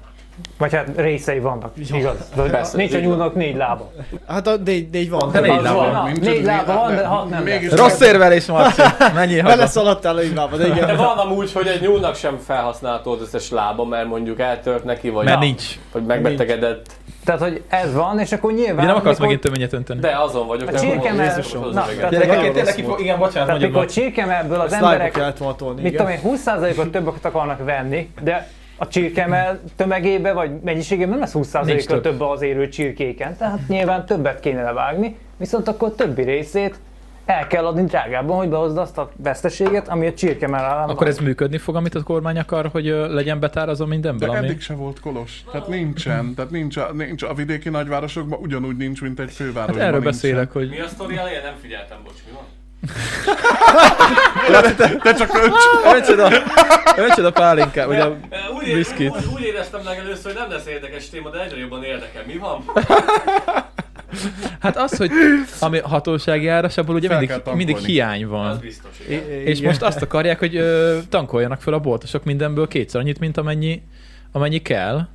Speaker 7: Vagy hát részei vannak, igaz? Persze, Nincs a nyúlnak négy lába.
Speaker 4: Hát a négy, négy van.
Speaker 1: De négy
Speaker 7: Az
Speaker 1: lába.
Speaker 7: van, na, négy lába van, de hat nem lesz.
Speaker 2: Mégis
Speaker 1: Rossz érvelés, Marci! Menjél haza!
Speaker 4: Beleszaladtál a hibába, de igen.
Speaker 3: De van amúgy, hogy egy nyúlnak sem felhasználható az összes lába, mert mondjuk eltört neki, vagy,
Speaker 1: Mert nincs.
Speaker 3: vagy megbetegedett.
Speaker 7: Tehát, hogy ez van, és akkor nyilván...
Speaker 1: De nem akarsz
Speaker 7: mikor-
Speaker 1: megint töményet önteni.
Speaker 3: De azon vagyok.
Speaker 7: A csirke, mert...
Speaker 4: Jézusom.
Speaker 7: Na, tehát,
Speaker 1: Gyerekek, én
Speaker 4: Nagyon
Speaker 1: tényleg
Speaker 4: rossz
Speaker 1: kifo-
Speaker 4: volt.
Speaker 1: igen, bocsánat,
Speaker 7: tehát
Speaker 1: mondjad
Speaker 7: mikor
Speaker 1: Marci.
Speaker 7: csirkemelből az
Speaker 4: Snipe
Speaker 7: emberek
Speaker 4: kellett volna tolni,
Speaker 7: mit
Speaker 4: igen.
Speaker 7: tudom én, 20%-ot többet akarnak venni, de a csirkemel tömegébe vagy mennyiségében nem lesz
Speaker 1: Nincs több.
Speaker 7: 20%-kal több az élő csirkéken, tehát nyilván többet kéne levágni, viszont akkor többi részét el kell adni drágábban, hogy behozd azt a veszteséget, ami a csirkemel állam
Speaker 1: Akkor ez működni fog, amit a kormány akar, hogy ö, legyen betárazva mindenből,
Speaker 2: De
Speaker 1: ami...
Speaker 2: eddig se volt kolos. Tehát nincsen. Tehát nincs a, nincs a vidéki nagyvárosokban ugyanúgy nincs, mint egy fővárosban.
Speaker 1: Hát erről
Speaker 2: nincsen.
Speaker 1: beszélek, hogy...
Speaker 6: Mi a sztori elején? Nem figyeltem, bocs, mi van?
Speaker 2: Te csak öcs.
Speaker 1: Öntsed a, öntsed a pálinkát, vagy a
Speaker 6: E, Úgy,
Speaker 1: Whiskyt.
Speaker 6: ére, úgy, úgy éreztem legelőször, hogy nem lesz érdekes téma, de egyre jobban érdekel. Mi van?
Speaker 1: Hát az, hogy ami hatósági áras, abból ugye
Speaker 2: Fel
Speaker 1: mindig,
Speaker 2: kell tankolni.
Speaker 1: mindig hiány
Speaker 6: Az
Speaker 1: van.
Speaker 6: biztos, igen.
Speaker 1: És most azt akarják, hogy ö, tankoljanak fel a boltosok mindenből kétszer annyit, mint amennyi, amennyi kell,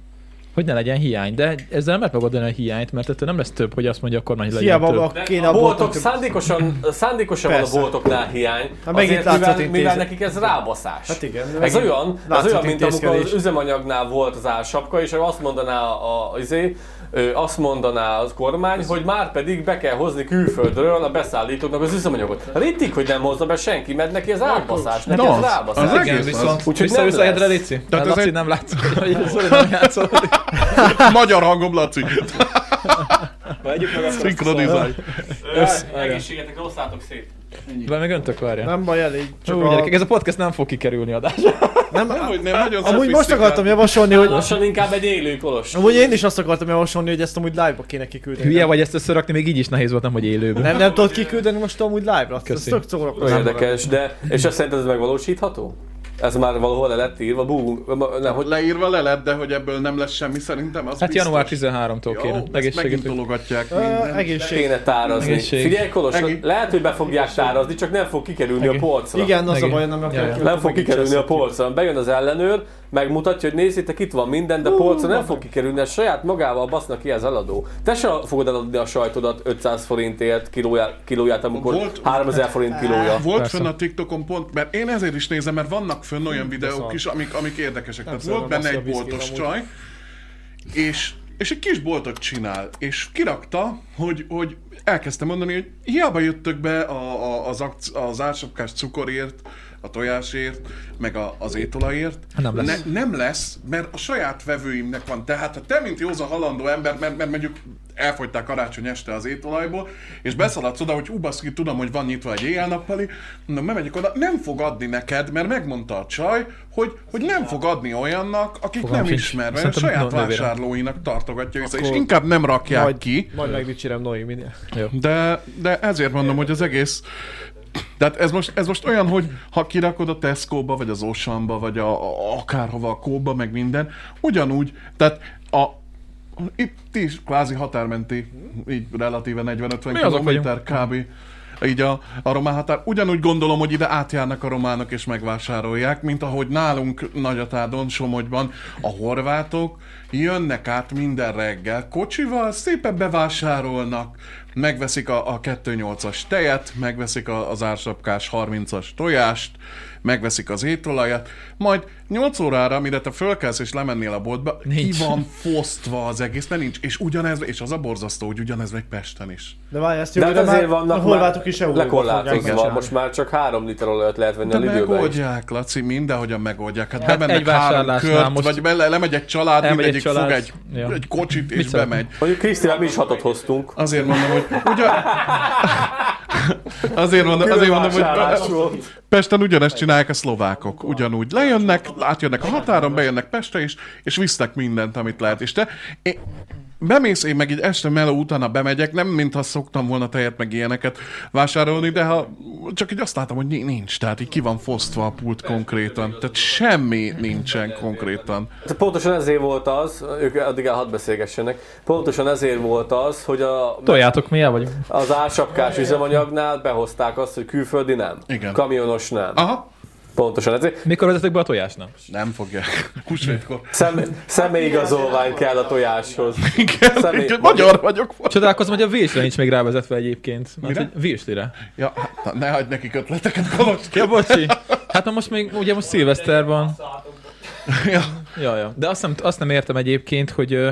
Speaker 1: hogy ne legyen hiány. De ezzel nem lehet megoldani a hiányt, mert ettől nem lesz több, hogy azt mondja a kormány, hogy legyen
Speaker 4: Hiába
Speaker 1: több.
Speaker 4: a- kéne
Speaker 6: A
Speaker 4: a
Speaker 3: Boltok
Speaker 4: boltok.
Speaker 3: szándékosan, szándékosan van a
Speaker 4: Persze.
Speaker 3: boltoknál hiány,
Speaker 4: Na, megint
Speaker 3: azért, mivel,
Speaker 4: látszatintézet.
Speaker 3: mivel nekik ez rábaszás.
Speaker 4: Hát igen,
Speaker 3: ez
Speaker 4: megint
Speaker 3: olyan, ez olyan, mint amikor az
Speaker 4: látszatintézkedés.
Speaker 3: üzemanyagnál volt az ársapka, és azt mondaná a, a, izé, ö, azt mondaná az kormány, hogy már pedig be kell hozni külföldről a beszállítóknak az üzemanyagot. Rittik, hogy nem hozza be senki, mert neki ez átbaszás, neki ez
Speaker 2: az-
Speaker 3: rábaszás.
Speaker 2: az
Speaker 1: Igen,
Speaker 2: egész
Speaker 1: viszont
Speaker 2: az.
Speaker 3: Úgyhogy
Speaker 1: Úgyhogy
Speaker 3: nem
Speaker 1: visszajedre,
Speaker 3: lesz.
Speaker 1: Lici? Mert
Speaker 2: Tehát ez
Speaker 1: Laci
Speaker 2: egy-
Speaker 1: nem látszik, hogy Zoli nem játszol.
Speaker 2: Magyar hangom, Laci. Szinkronizálj.
Speaker 4: szóval-
Speaker 6: Össz, egészségetek, rosszátok szét.
Speaker 1: Vagy meg öntök várja.
Speaker 4: Nem baj, elég. Csak
Speaker 1: Hú,
Speaker 4: a...
Speaker 1: gyerekek, ez a podcast nem fog kikerülni adásra.
Speaker 4: nem,
Speaker 2: Hogy nem, nagyon
Speaker 4: amúgy most
Speaker 2: szofisztikált.
Speaker 4: akartam javasolni, hogy...
Speaker 3: Lassan inkább egy élő kolos.
Speaker 4: Amúgy én is azt akartam javasolni, hogy ezt amúgy live-ba kéne kiküldeni.
Speaker 1: Hülye vagy ezt összerakni, még így is nehéz volt, nem hogy élőben.
Speaker 4: Nem, nem tudod kiküldeni most amúgy live-ra. Ez
Speaker 1: Köszi.
Speaker 4: tök szórakozó.
Speaker 3: Érdekes, de... És azt szerinted ez megvalósítható? Ez már valahol le lett írva, bú, nem, hogy
Speaker 2: Leírva le lett, de hogy ebből nem lesz semmi, szerintem az
Speaker 1: Hát
Speaker 2: biztos.
Speaker 1: január 13-tól kéne.
Speaker 2: Jó, ezt megint
Speaker 1: Egészséget.
Speaker 2: tologatják
Speaker 4: Ö,
Speaker 2: mindent.
Speaker 4: Egészség.
Speaker 3: kéne tárazni.
Speaker 1: Egészség.
Speaker 3: Figyelj, Kolos,
Speaker 2: Egész-
Speaker 3: lehet, hogy be fogják tárazni, csak nem fog kikerülni a
Speaker 1: Egész-
Speaker 3: polcra.
Speaker 4: Igen, az a
Speaker 1: Megint.
Speaker 4: baj, nem
Speaker 1: Ja, ja.
Speaker 4: akarok.
Speaker 3: Nem fog kikerülni a polcra. Bejön az ellenőr, megmutatja, hogy nézzétek, itt van minden, de polcra nem fog kikerülni, a saját magával basznak ki az eladó. Te se fogod eladni a sajtodat 500 forintért kilóját, kilóját amikor
Speaker 2: Volt-
Speaker 3: 3000 forint kilója.
Speaker 2: Volt
Speaker 1: Persze.
Speaker 2: fönn a TikTokon pont, mert én ezért is nézem, mert vannak fönn olyan videók is, amik, amik érdekesek. Tehát volt
Speaker 4: szeretem
Speaker 2: benne
Speaker 4: azt
Speaker 2: egy
Speaker 4: a viszkit
Speaker 2: boltos
Speaker 4: amúgy.
Speaker 2: csaj, és, és egy kis boltot csinál, és kirakta, hogy, hogy elkezdte mondani, hogy hiába jöttök be a, a, az, akc, az ársapkás cukorért, a tojásért, meg a, az étolajért.
Speaker 1: Hát Nem lesz.
Speaker 2: Ne, nem lesz, mert a saját vevőimnek van. Tehát ha te, mint józan halandó ember, mert, mert mondjuk elfogytál karácsony este az étolajból, és beszaladsz oda, hogy ubaszki, tudom, hogy van nyitva egy éjjel-nappali, mondom, bemegyek oda, nem fog adni neked, mert megmondta a csaj, hogy, hogy nem fog adni olyannak, akik
Speaker 1: Fogalmam
Speaker 2: nem
Speaker 1: sincs.
Speaker 2: ismer, mert a
Speaker 1: Szerintem
Speaker 2: saját
Speaker 1: no- nővérem.
Speaker 2: vásárlóinak tartogatja vissza, és
Speaker 4: Akkor
Speaker 2: inkább nem rakják
Speaker 4: Majd,
Speaker 2: ki.
Speaker 4: majd megdicsérem Noé minél.
Speaker 2: De, de ezért mondom, hogy az egész... Tehát ez most, ez most olyan, hogy ha kirakod a Tesco-ba, vagy az Ocean-ba, vagy a, a, akárhova, a Kóba, meg minden, ugyanúgy, tehát a, itt is kvázi határmenti, így relatíve 40-50
Speaker 1: Mi azok
Speaker 2: kilométer kb. Így a, a román határ. Ugyanúgy gondolom, hogy ide átjárnak a románok és megvásárolják, mint ahogy nálunk Nagyatádon, Somogyban a horvátok jönnek át minden reggel kocsival, szépen bevásárolnak, megveszik a, a 2.8-as tejet, megveszik a, az ársapkás 30-as tojást, megveszik az étolajat, majd 8 órára, mire te fölkelsz és lemennél a boltba,
Speaker 1: Nincs.
Speaker 2: ki van fosztva az egész, mert nincs. És ugyanez, és az a borzasztó, hogy ugyanez meg Pesten is.
Speaker 4: De várj, ezt
Speaker 3: De hát
Speaker 4: jövőre
Speaker 3: azért
Speaker 4: már
Speaker 3: vannak
Speaker 4: a horvátok is EU-ba fogják
Speaker 3: lekorlátozva.
Speaker 4: csinálni.
Speaker 3: Most már csak 3 liter olajat lehet venni
Speaker 2: De
Speaker 3: a Lidőbe is.
Speaker 2: megoldják, Laci, mindenhogyan megoldják. Hát,
Speaker 1: Hát
Speaker 2: hát bemennek
Speaker 1: egy
Speaker 2: három
Speaker 1: vásárlásnál
Speaker 2: kört,
Speaker 1: most-
Speaker 2: most vagy bele, lemegy egy család,
Speaker 1: Elmegy
Speaker 2: mindegyik
Speaker 1: egy család.
Speaker 2: fog egy,
Speaker 1: Ja.
Speaker 2: egy kocsit
Speaker 1: Mit
Speaker 2: és
Speaker 1: szeretnél?
Speaker 2: bemegy.
Speaker 3: Mondjuk Krisztián mi is hatot hoztunk.
Speaker 2: Azért mondom, hogy ugyan... azért mondom, azért mondom,
Speaker 3: Vásárlás
Speaker 2: hogy
Speaker 3: volt.
Speaker 2: Pesten ugyanezt csinálják a szlovákok. Ugyanúgy lejönnek, átjönnek a határon, bejönnek Pestre is, és visznek mindent, amit lehet. És te, én, bemész, én meg így este meló utána bemegyek, nem mintha szoktam volna tejet meg ilyeneket vásárolni, de ha csak így azt látom, hogy ni- nincs, tehát így ki van fosztva a pult konkrétan, tehát semmi nincsen konkrétan.
Speaker 3: Tehát Hát Pontosan ezért volt az, ők addig el hadd beszélgessenek, pontosan ezért volt az, hogy a,
Speaker 1: Toljátok, mi el vagyunk.
Speaker 3: az ársapkás üzemanyagnál behozták azt, hogy külföldi nem,
Speaker 2: Igen.
Speaker 3: kamionos nem.
Speaker 2: Aha,
Speaker 3: Pontosan ezért.
Speaker 1: Mikor vezetek be a tojásnap?
Speaker 2: nem fogják. Húsvétkor.
Speaker 3: Szem, személyigazolvány kell a tojáshoz.
Speaker 2: Igen,
Speaker 3: Személy-
Speaker 2: igen, magyar vagyok.
Speaker 1: Csodálkozom, hogy a vésre nincs még rávezetve egyébként. Mert,
Speaker 2: Mire?
Speaker 1: hogy véslire.
Speaker 2: Ja, hát, na, ne hagyd nekik ötleteket, Kolos.
Speaker 1: Ja, bocsi. Hát na most még, ugye most szilveszter van. Ja, ja. De azt nem, azt nem értem egyébként, hogy ö,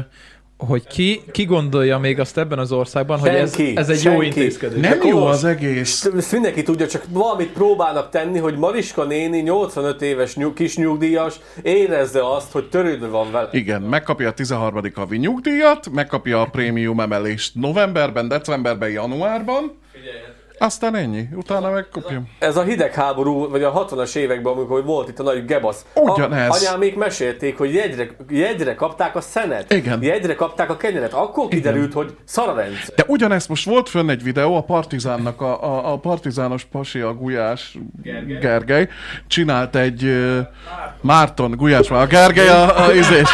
Speaker 1: hogy ki, ki gondolja még azt ebben az országban, hogy ez,
Speaker 3: Senki,
Speaker 1: ez egy jó
Speaker 3: senki.
Speaker 1: intézkedés.
Speaker 2: Nem
Speaker 3: De
Speaker 2: jó
Speaker 3: Kolos-
Speaker 2: az egész.
Speaker 3: Ezt mindenki tudja, csak valamit próbálnak tenni, hogy Mariska néni 85 éves nyug, kis nyugdíjas érezze azt, hogy törődve van vele.
Speaker 2: Igen, megkapja a 13. havi nyugdíjat, megkapja a prémium emelést novemberben, decemberben, januárban, aztán ennyi, utána megkapja.
Speaker 3: Ez a hidegháború, vagy a 60-as években, amikor volt itt a nagy gebasz.
Speaker 2: Ugyanez.
Speaker 3: A, anyám még mesélték, hogy jegyre, jegyre kapták a szenet.
Speaker 2: Igen.
Speaker 3: Jegyre kapták a kenyeret. Akkor kiderült, hogy szar a rendszer.
Speaker 2: De ugyanezt most volt fönn egy videó, a partizánnak, a, a, a partizános pasi, a Gulyás Gergely, Gergely csinált egy ö, Márton, Gulyás már, a Gergely a, a izés.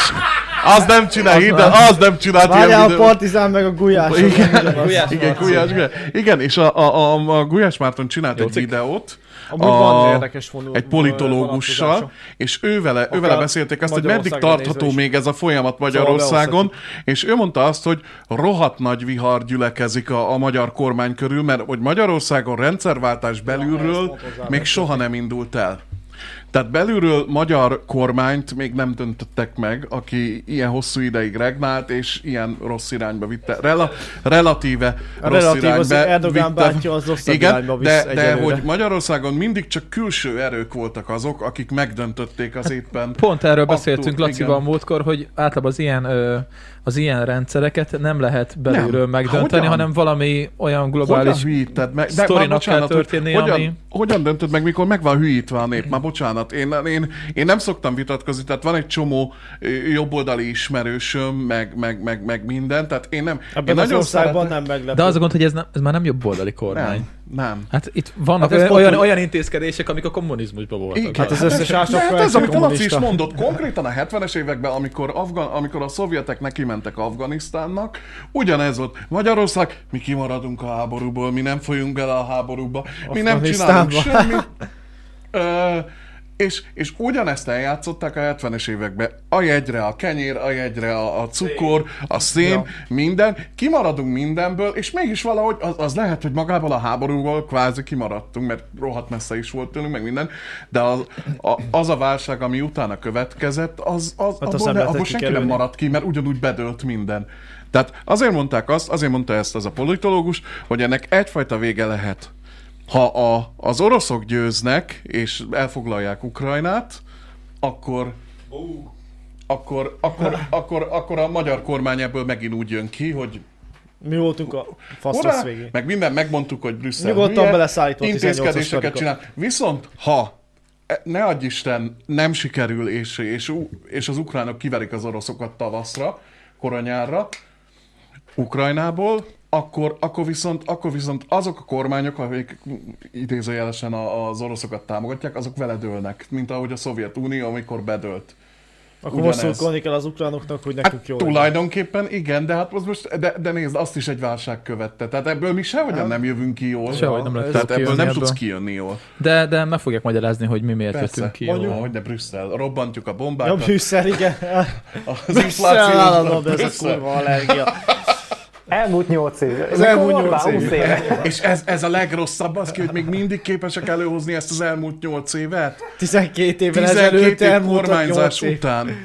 Speaker 2: Az nem csinál, hidd el, az nem csinált
Speaker 4: Várjál a
Speaker 2: videót.
Speaker 4: partizán meg a gulyás.
Speaker 2: Igen,
Speaker 1: Gulyás
Speaker 2: igen, Gulyás, Gulyás. Igen, és a, a, a, a Gulyás Márton csinált egy videót.
Speaker 4: Amúgy van érdekes vonul-
Speaker 2: egy politológussal, és ővele, ővele
Speaker 4: Akár
Speaker 2: beszélték azt, hogy meddig
Speaker 4: Magyarországra
Speaker 2: tartható
Speaker 4: nézve is.
Speaker 2: még ez a folyamat
Speaker 4: Szóval
Speaker 2: Magyarországon, és ő mondta azt, hogy rohadt nagy vihar gyülekezik a, a magyar kormány körül, mert hogy Magyarországon rendszerváltás belülről még soha nem indult el. Tehát belülről magyar kormányt még nem döntöttek meg, aki ilyen hosszú ideig regnált, és ilyen rossz irányba vitte. Rela, relatíve
Speaker 4: A
Speaker 2: rossz
Speaker 4: relatív az
Speaker 2: irányba
Speaker 4: Erdogan
Speaker 2: vitte.
Speaker 4: bátyja, az rosszabb irányba
Speaker 2: Igen,
Speaker 4: visz
Speaker 2: de, de
Speaker 4: egyelőre.
Speaker 2: hogy Magyarországon mindig csak külső erők voltak azok, akik megdöntötték az éppen.
Speaker 1: Pont erről
Speaker 2: Attól,
Speaker 1: beszéltünk Lacival
Speaker 2: igen.
Speaker 1: múltkor, hogy általában az ilyen, ö, az ilyen rendszereket nem lehet belülről
Speaker 2: Nem.
Speaker 1: megdönteni,
Speaker 2: Hogyan?
Speaker 1: hanem valami olyan
Speaker 2: Hogyan
Speaker 1: globális...
Speaker 2: hülyíted meg? már
Speaker 1: sztorinak kell
Speaker 2: hogy
Speaker 1: történni,
Speaker 2: hogyan,
Speaker 1: ami-
Speaker 2: hogyan döntöd meg, mikor meg van hülyítve a nép? Már bocsánat, én, én, én nem szoktam vitatkozni, tehát van egy csomó ö, jobboldali ismerősöm, meg, meg, meg, meg minden, tehát én nem... én
Speaker 4: Ebben az országban nem
Speaker 1: De
Speaker 4: meglepő.
Speaker 1: az a gond, hogy ez, nem, ez már nem jobb oldali kormány.
Speaker 2: Nem, nem.
Speaker 1: Hát itt vannak
Speaker 4: Hát ez
Speaker 1: hát
Speaker 4: pont
Speaker 1: olyan,
Speaker 4: úgy-
Speaker 1: olyan intézkedések, amik a kommunizmusban voltak.
Speaker 2: Igen.
Speaker 4: Hát az összes
Speaker 2: De
Speaker 4: ások
Speaker 2: hát ez, amit a Laci is mondott, konkrétan a 70-es években, amikor, Afgan, amikor a szovjetek neki mentek Afganisztánnak, ugyanez volt. Magyarország, mi kimaradunk a háborúból, mi nem folyunk bele a háborúba, mi nem csinálunk
Speaker 4: Afganisztánba.
Speaker 2: semmit. Ö, és, és ugyanezt eljátszották a 70-es években. A jegyre a kenyér, a jegyre a, a cukor, a szén, ja. minden. Kimaradunk mindenből, és mégis valahogy az, az lehet, hogy magából a háborúból kvázi kimaradtunk, mert rohadt messze is volt tőlünk, meg minden. De az a, az a válság, ami utána következett, az, az
Speaker 4: azt
Speaker 2: abból,
Speaker 4: nem
Speaker 2: ne,
Speaker 4: lehetett
Speaker 2: abból senki nem
Speaker 4: kikerülni.
Speaker 2: maradt ki, mert ugyanúgy bedőlt minden. Tehát azért mondták azt, azért mondta ezt az a politológus, hogy ennek egyfajta vége lehet ha a, az oroszok győznek, és elfoglalják Ukrajnát, akkor akkor, akkor, akkor, akkor a magyar kormány ebből megint úgy jön ki, hogy
Speaker 4: Mi voltunk a
Speaker 2: Hurrá!
Speaker 4: fasztrasz végén.
Speaker 2: meg minden megmondtuk, hogy Brüsszel
Speaker 4: Nyugodtan
Speaker 2: hülye,
Speaker 4: beleszállítva a 18-as
Speaker 2: intézkedéseket
Speaker 4: karika.
Speaker 2: csinál. Viszont ha e, ne adj Isten, nem sikerül, és, és, u- és az ukránok kiverik az oroszokat tavaszra, koronyára, Ukrajnából, akkor, akkor, viszont, akkor viszont azok a kormányok, akik idézőjelesen a- az oroszokat támogatják, azok veledőlnek, mint ahogy a Szovjetunió, amikor bedőlt.
Speaker 4: Akkor most
Speaker 2: ugyanez.
Speaker 4: szurkolni kell az ukránoknak, hogy nekünk
Speaker 2: Hát
Speaker 4: jó.
Speaker 2: tulajdonképpen igen, de hát most, most de, de nézd, azt is egy válság követte. Tehát ebből mi sehogyan
Speaker 4: Hát,
Speaker 2: nem jövünk ki jól.
Speaker 1: Sehogy nem lehet
Speaker 2: Tehát
Speaker 1: jól kijönni
Speaker 2: ebből nem
Speaker 1: ebből.
Speaker 2: tudsz kijönni jól.
Speaker 1: De, de meg fogják magyarázni, hogy mi miért
Speaker 2: Persze.
Speaker 1: jöttünk ki.
Speaker 2: Mondjuk,
Speaker 1: jól.
Speaker 2: hogy de Brüsszel. Robbantjuk a
Speaker 4: Ja,
Speaker 2: bombákat.
Speaker 4: Brüsszel, igen.
Speaker 2: az
Speaker 4: Brüsszel állandóan, de
Speaker 2: Brüsszel.
Speaker 4: ez a kurva allergia.
Speaker 7: Elmúlt 8 év. Az
Speaker 4: elmúlt nyolc év.
Speaker 2: És ez, ez a legrosszabb az ki, hogy még mindig képesek előhozni ezt az elmúlt nyolc évet.
Speaker 4: 12 évvel
Speaker 2: 12
Speaker 4: ezelőtt
Speaker 2: év
Speaker 4: elmúltak 8
Speaker 2: kormányzás
Speaker 4: év.
Speaker 2: után.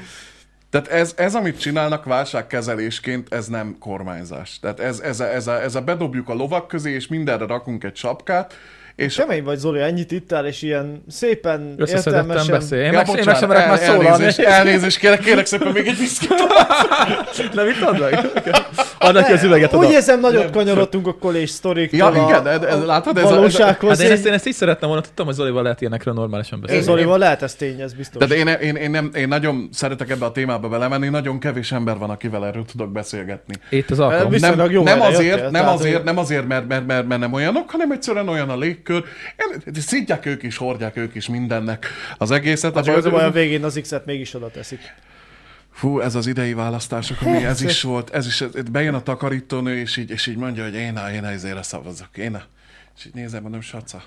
Speaker 2: Tehát ez, ez, amit csinálnak válságkezelésként, ez nem kormányzás. Tehát ez, ez, a, ez, a, ez a bedobjuk a lovak közé, és mindenre rakunk egy sapkát, És
Speaker 4: Kemény vagy Zoli, ennyit ittál, és ilyen szépen
Speaker 1: Összeszedettem,
Speaker 4: értelmesen...
Speaker 1: beszélj. Én
Speaker 2: Ja,
Speaker 1: meg, én meg
Speaker 2: bocsánat,
Speaker 1: sem merek már
Speaker 2: el-
Speaker 1: szólalni.
Speaker 2: elnézést, elnézést, kérek, kérek szépen még egy viszkit.
Speaker 1: Nem itt ad meg? Add neki az üveget
Speaker 4: Úgy
Speaker 1: oda.
Speaker 4: érzem, nagyot kanyarodtunk a kolés sztoriktól.
Speaker 2: Ja,
Speaker 4: a
Speaker 2: igen, ez- ez- látod, ez a- ez a-
Speaker 4: valósághoz.
Speaker 1: Hát én
Speaker 4: Ez,
Speaker 1: ezt, én ezt így szerettem volna, tudtam, hogy Zolival lehet ilyenekről normálisan beszélni.
Speaker 4: Zolival lehet ez tény, ez biztos.
Speaker 2: Tehát én, én, én, nem, én nagyon szeretek ebbe a témába belemenni, nagyon kevés ember van, akivel erről tudok beszélgetni.
Speaker 1: Itt az alkalom.
Speaker 4: Viszonylag
Speaker 2: nem,
Speaker 4: jó
Speaker 2: nem
Speaker 4: helyre
Speaker 2: azért,
Speaker 4: jöttél,
Speaker 2: nem
Speaker 4: tehát,
Speaker 2: azért,
Speaker 4: hogy-
Speaker 2: nem azért, mert, mert, mert, mert, nem olyanok, hanem egyszerűen olyan a légkör. Én- Szidják ők is, hordják ők is mindennek az egészet.
Speaker 4: Csak Hát, az a baj, a végén az X-et mégis oda teszik.
Speaker 2: Fú, ez az idei választások, ami ez is volt, ez is, ez, bejön a takarítónő, és így, és így mondja, hogy én a, én a, ezére szavazok, én a. És így nézem, mondom, Saca,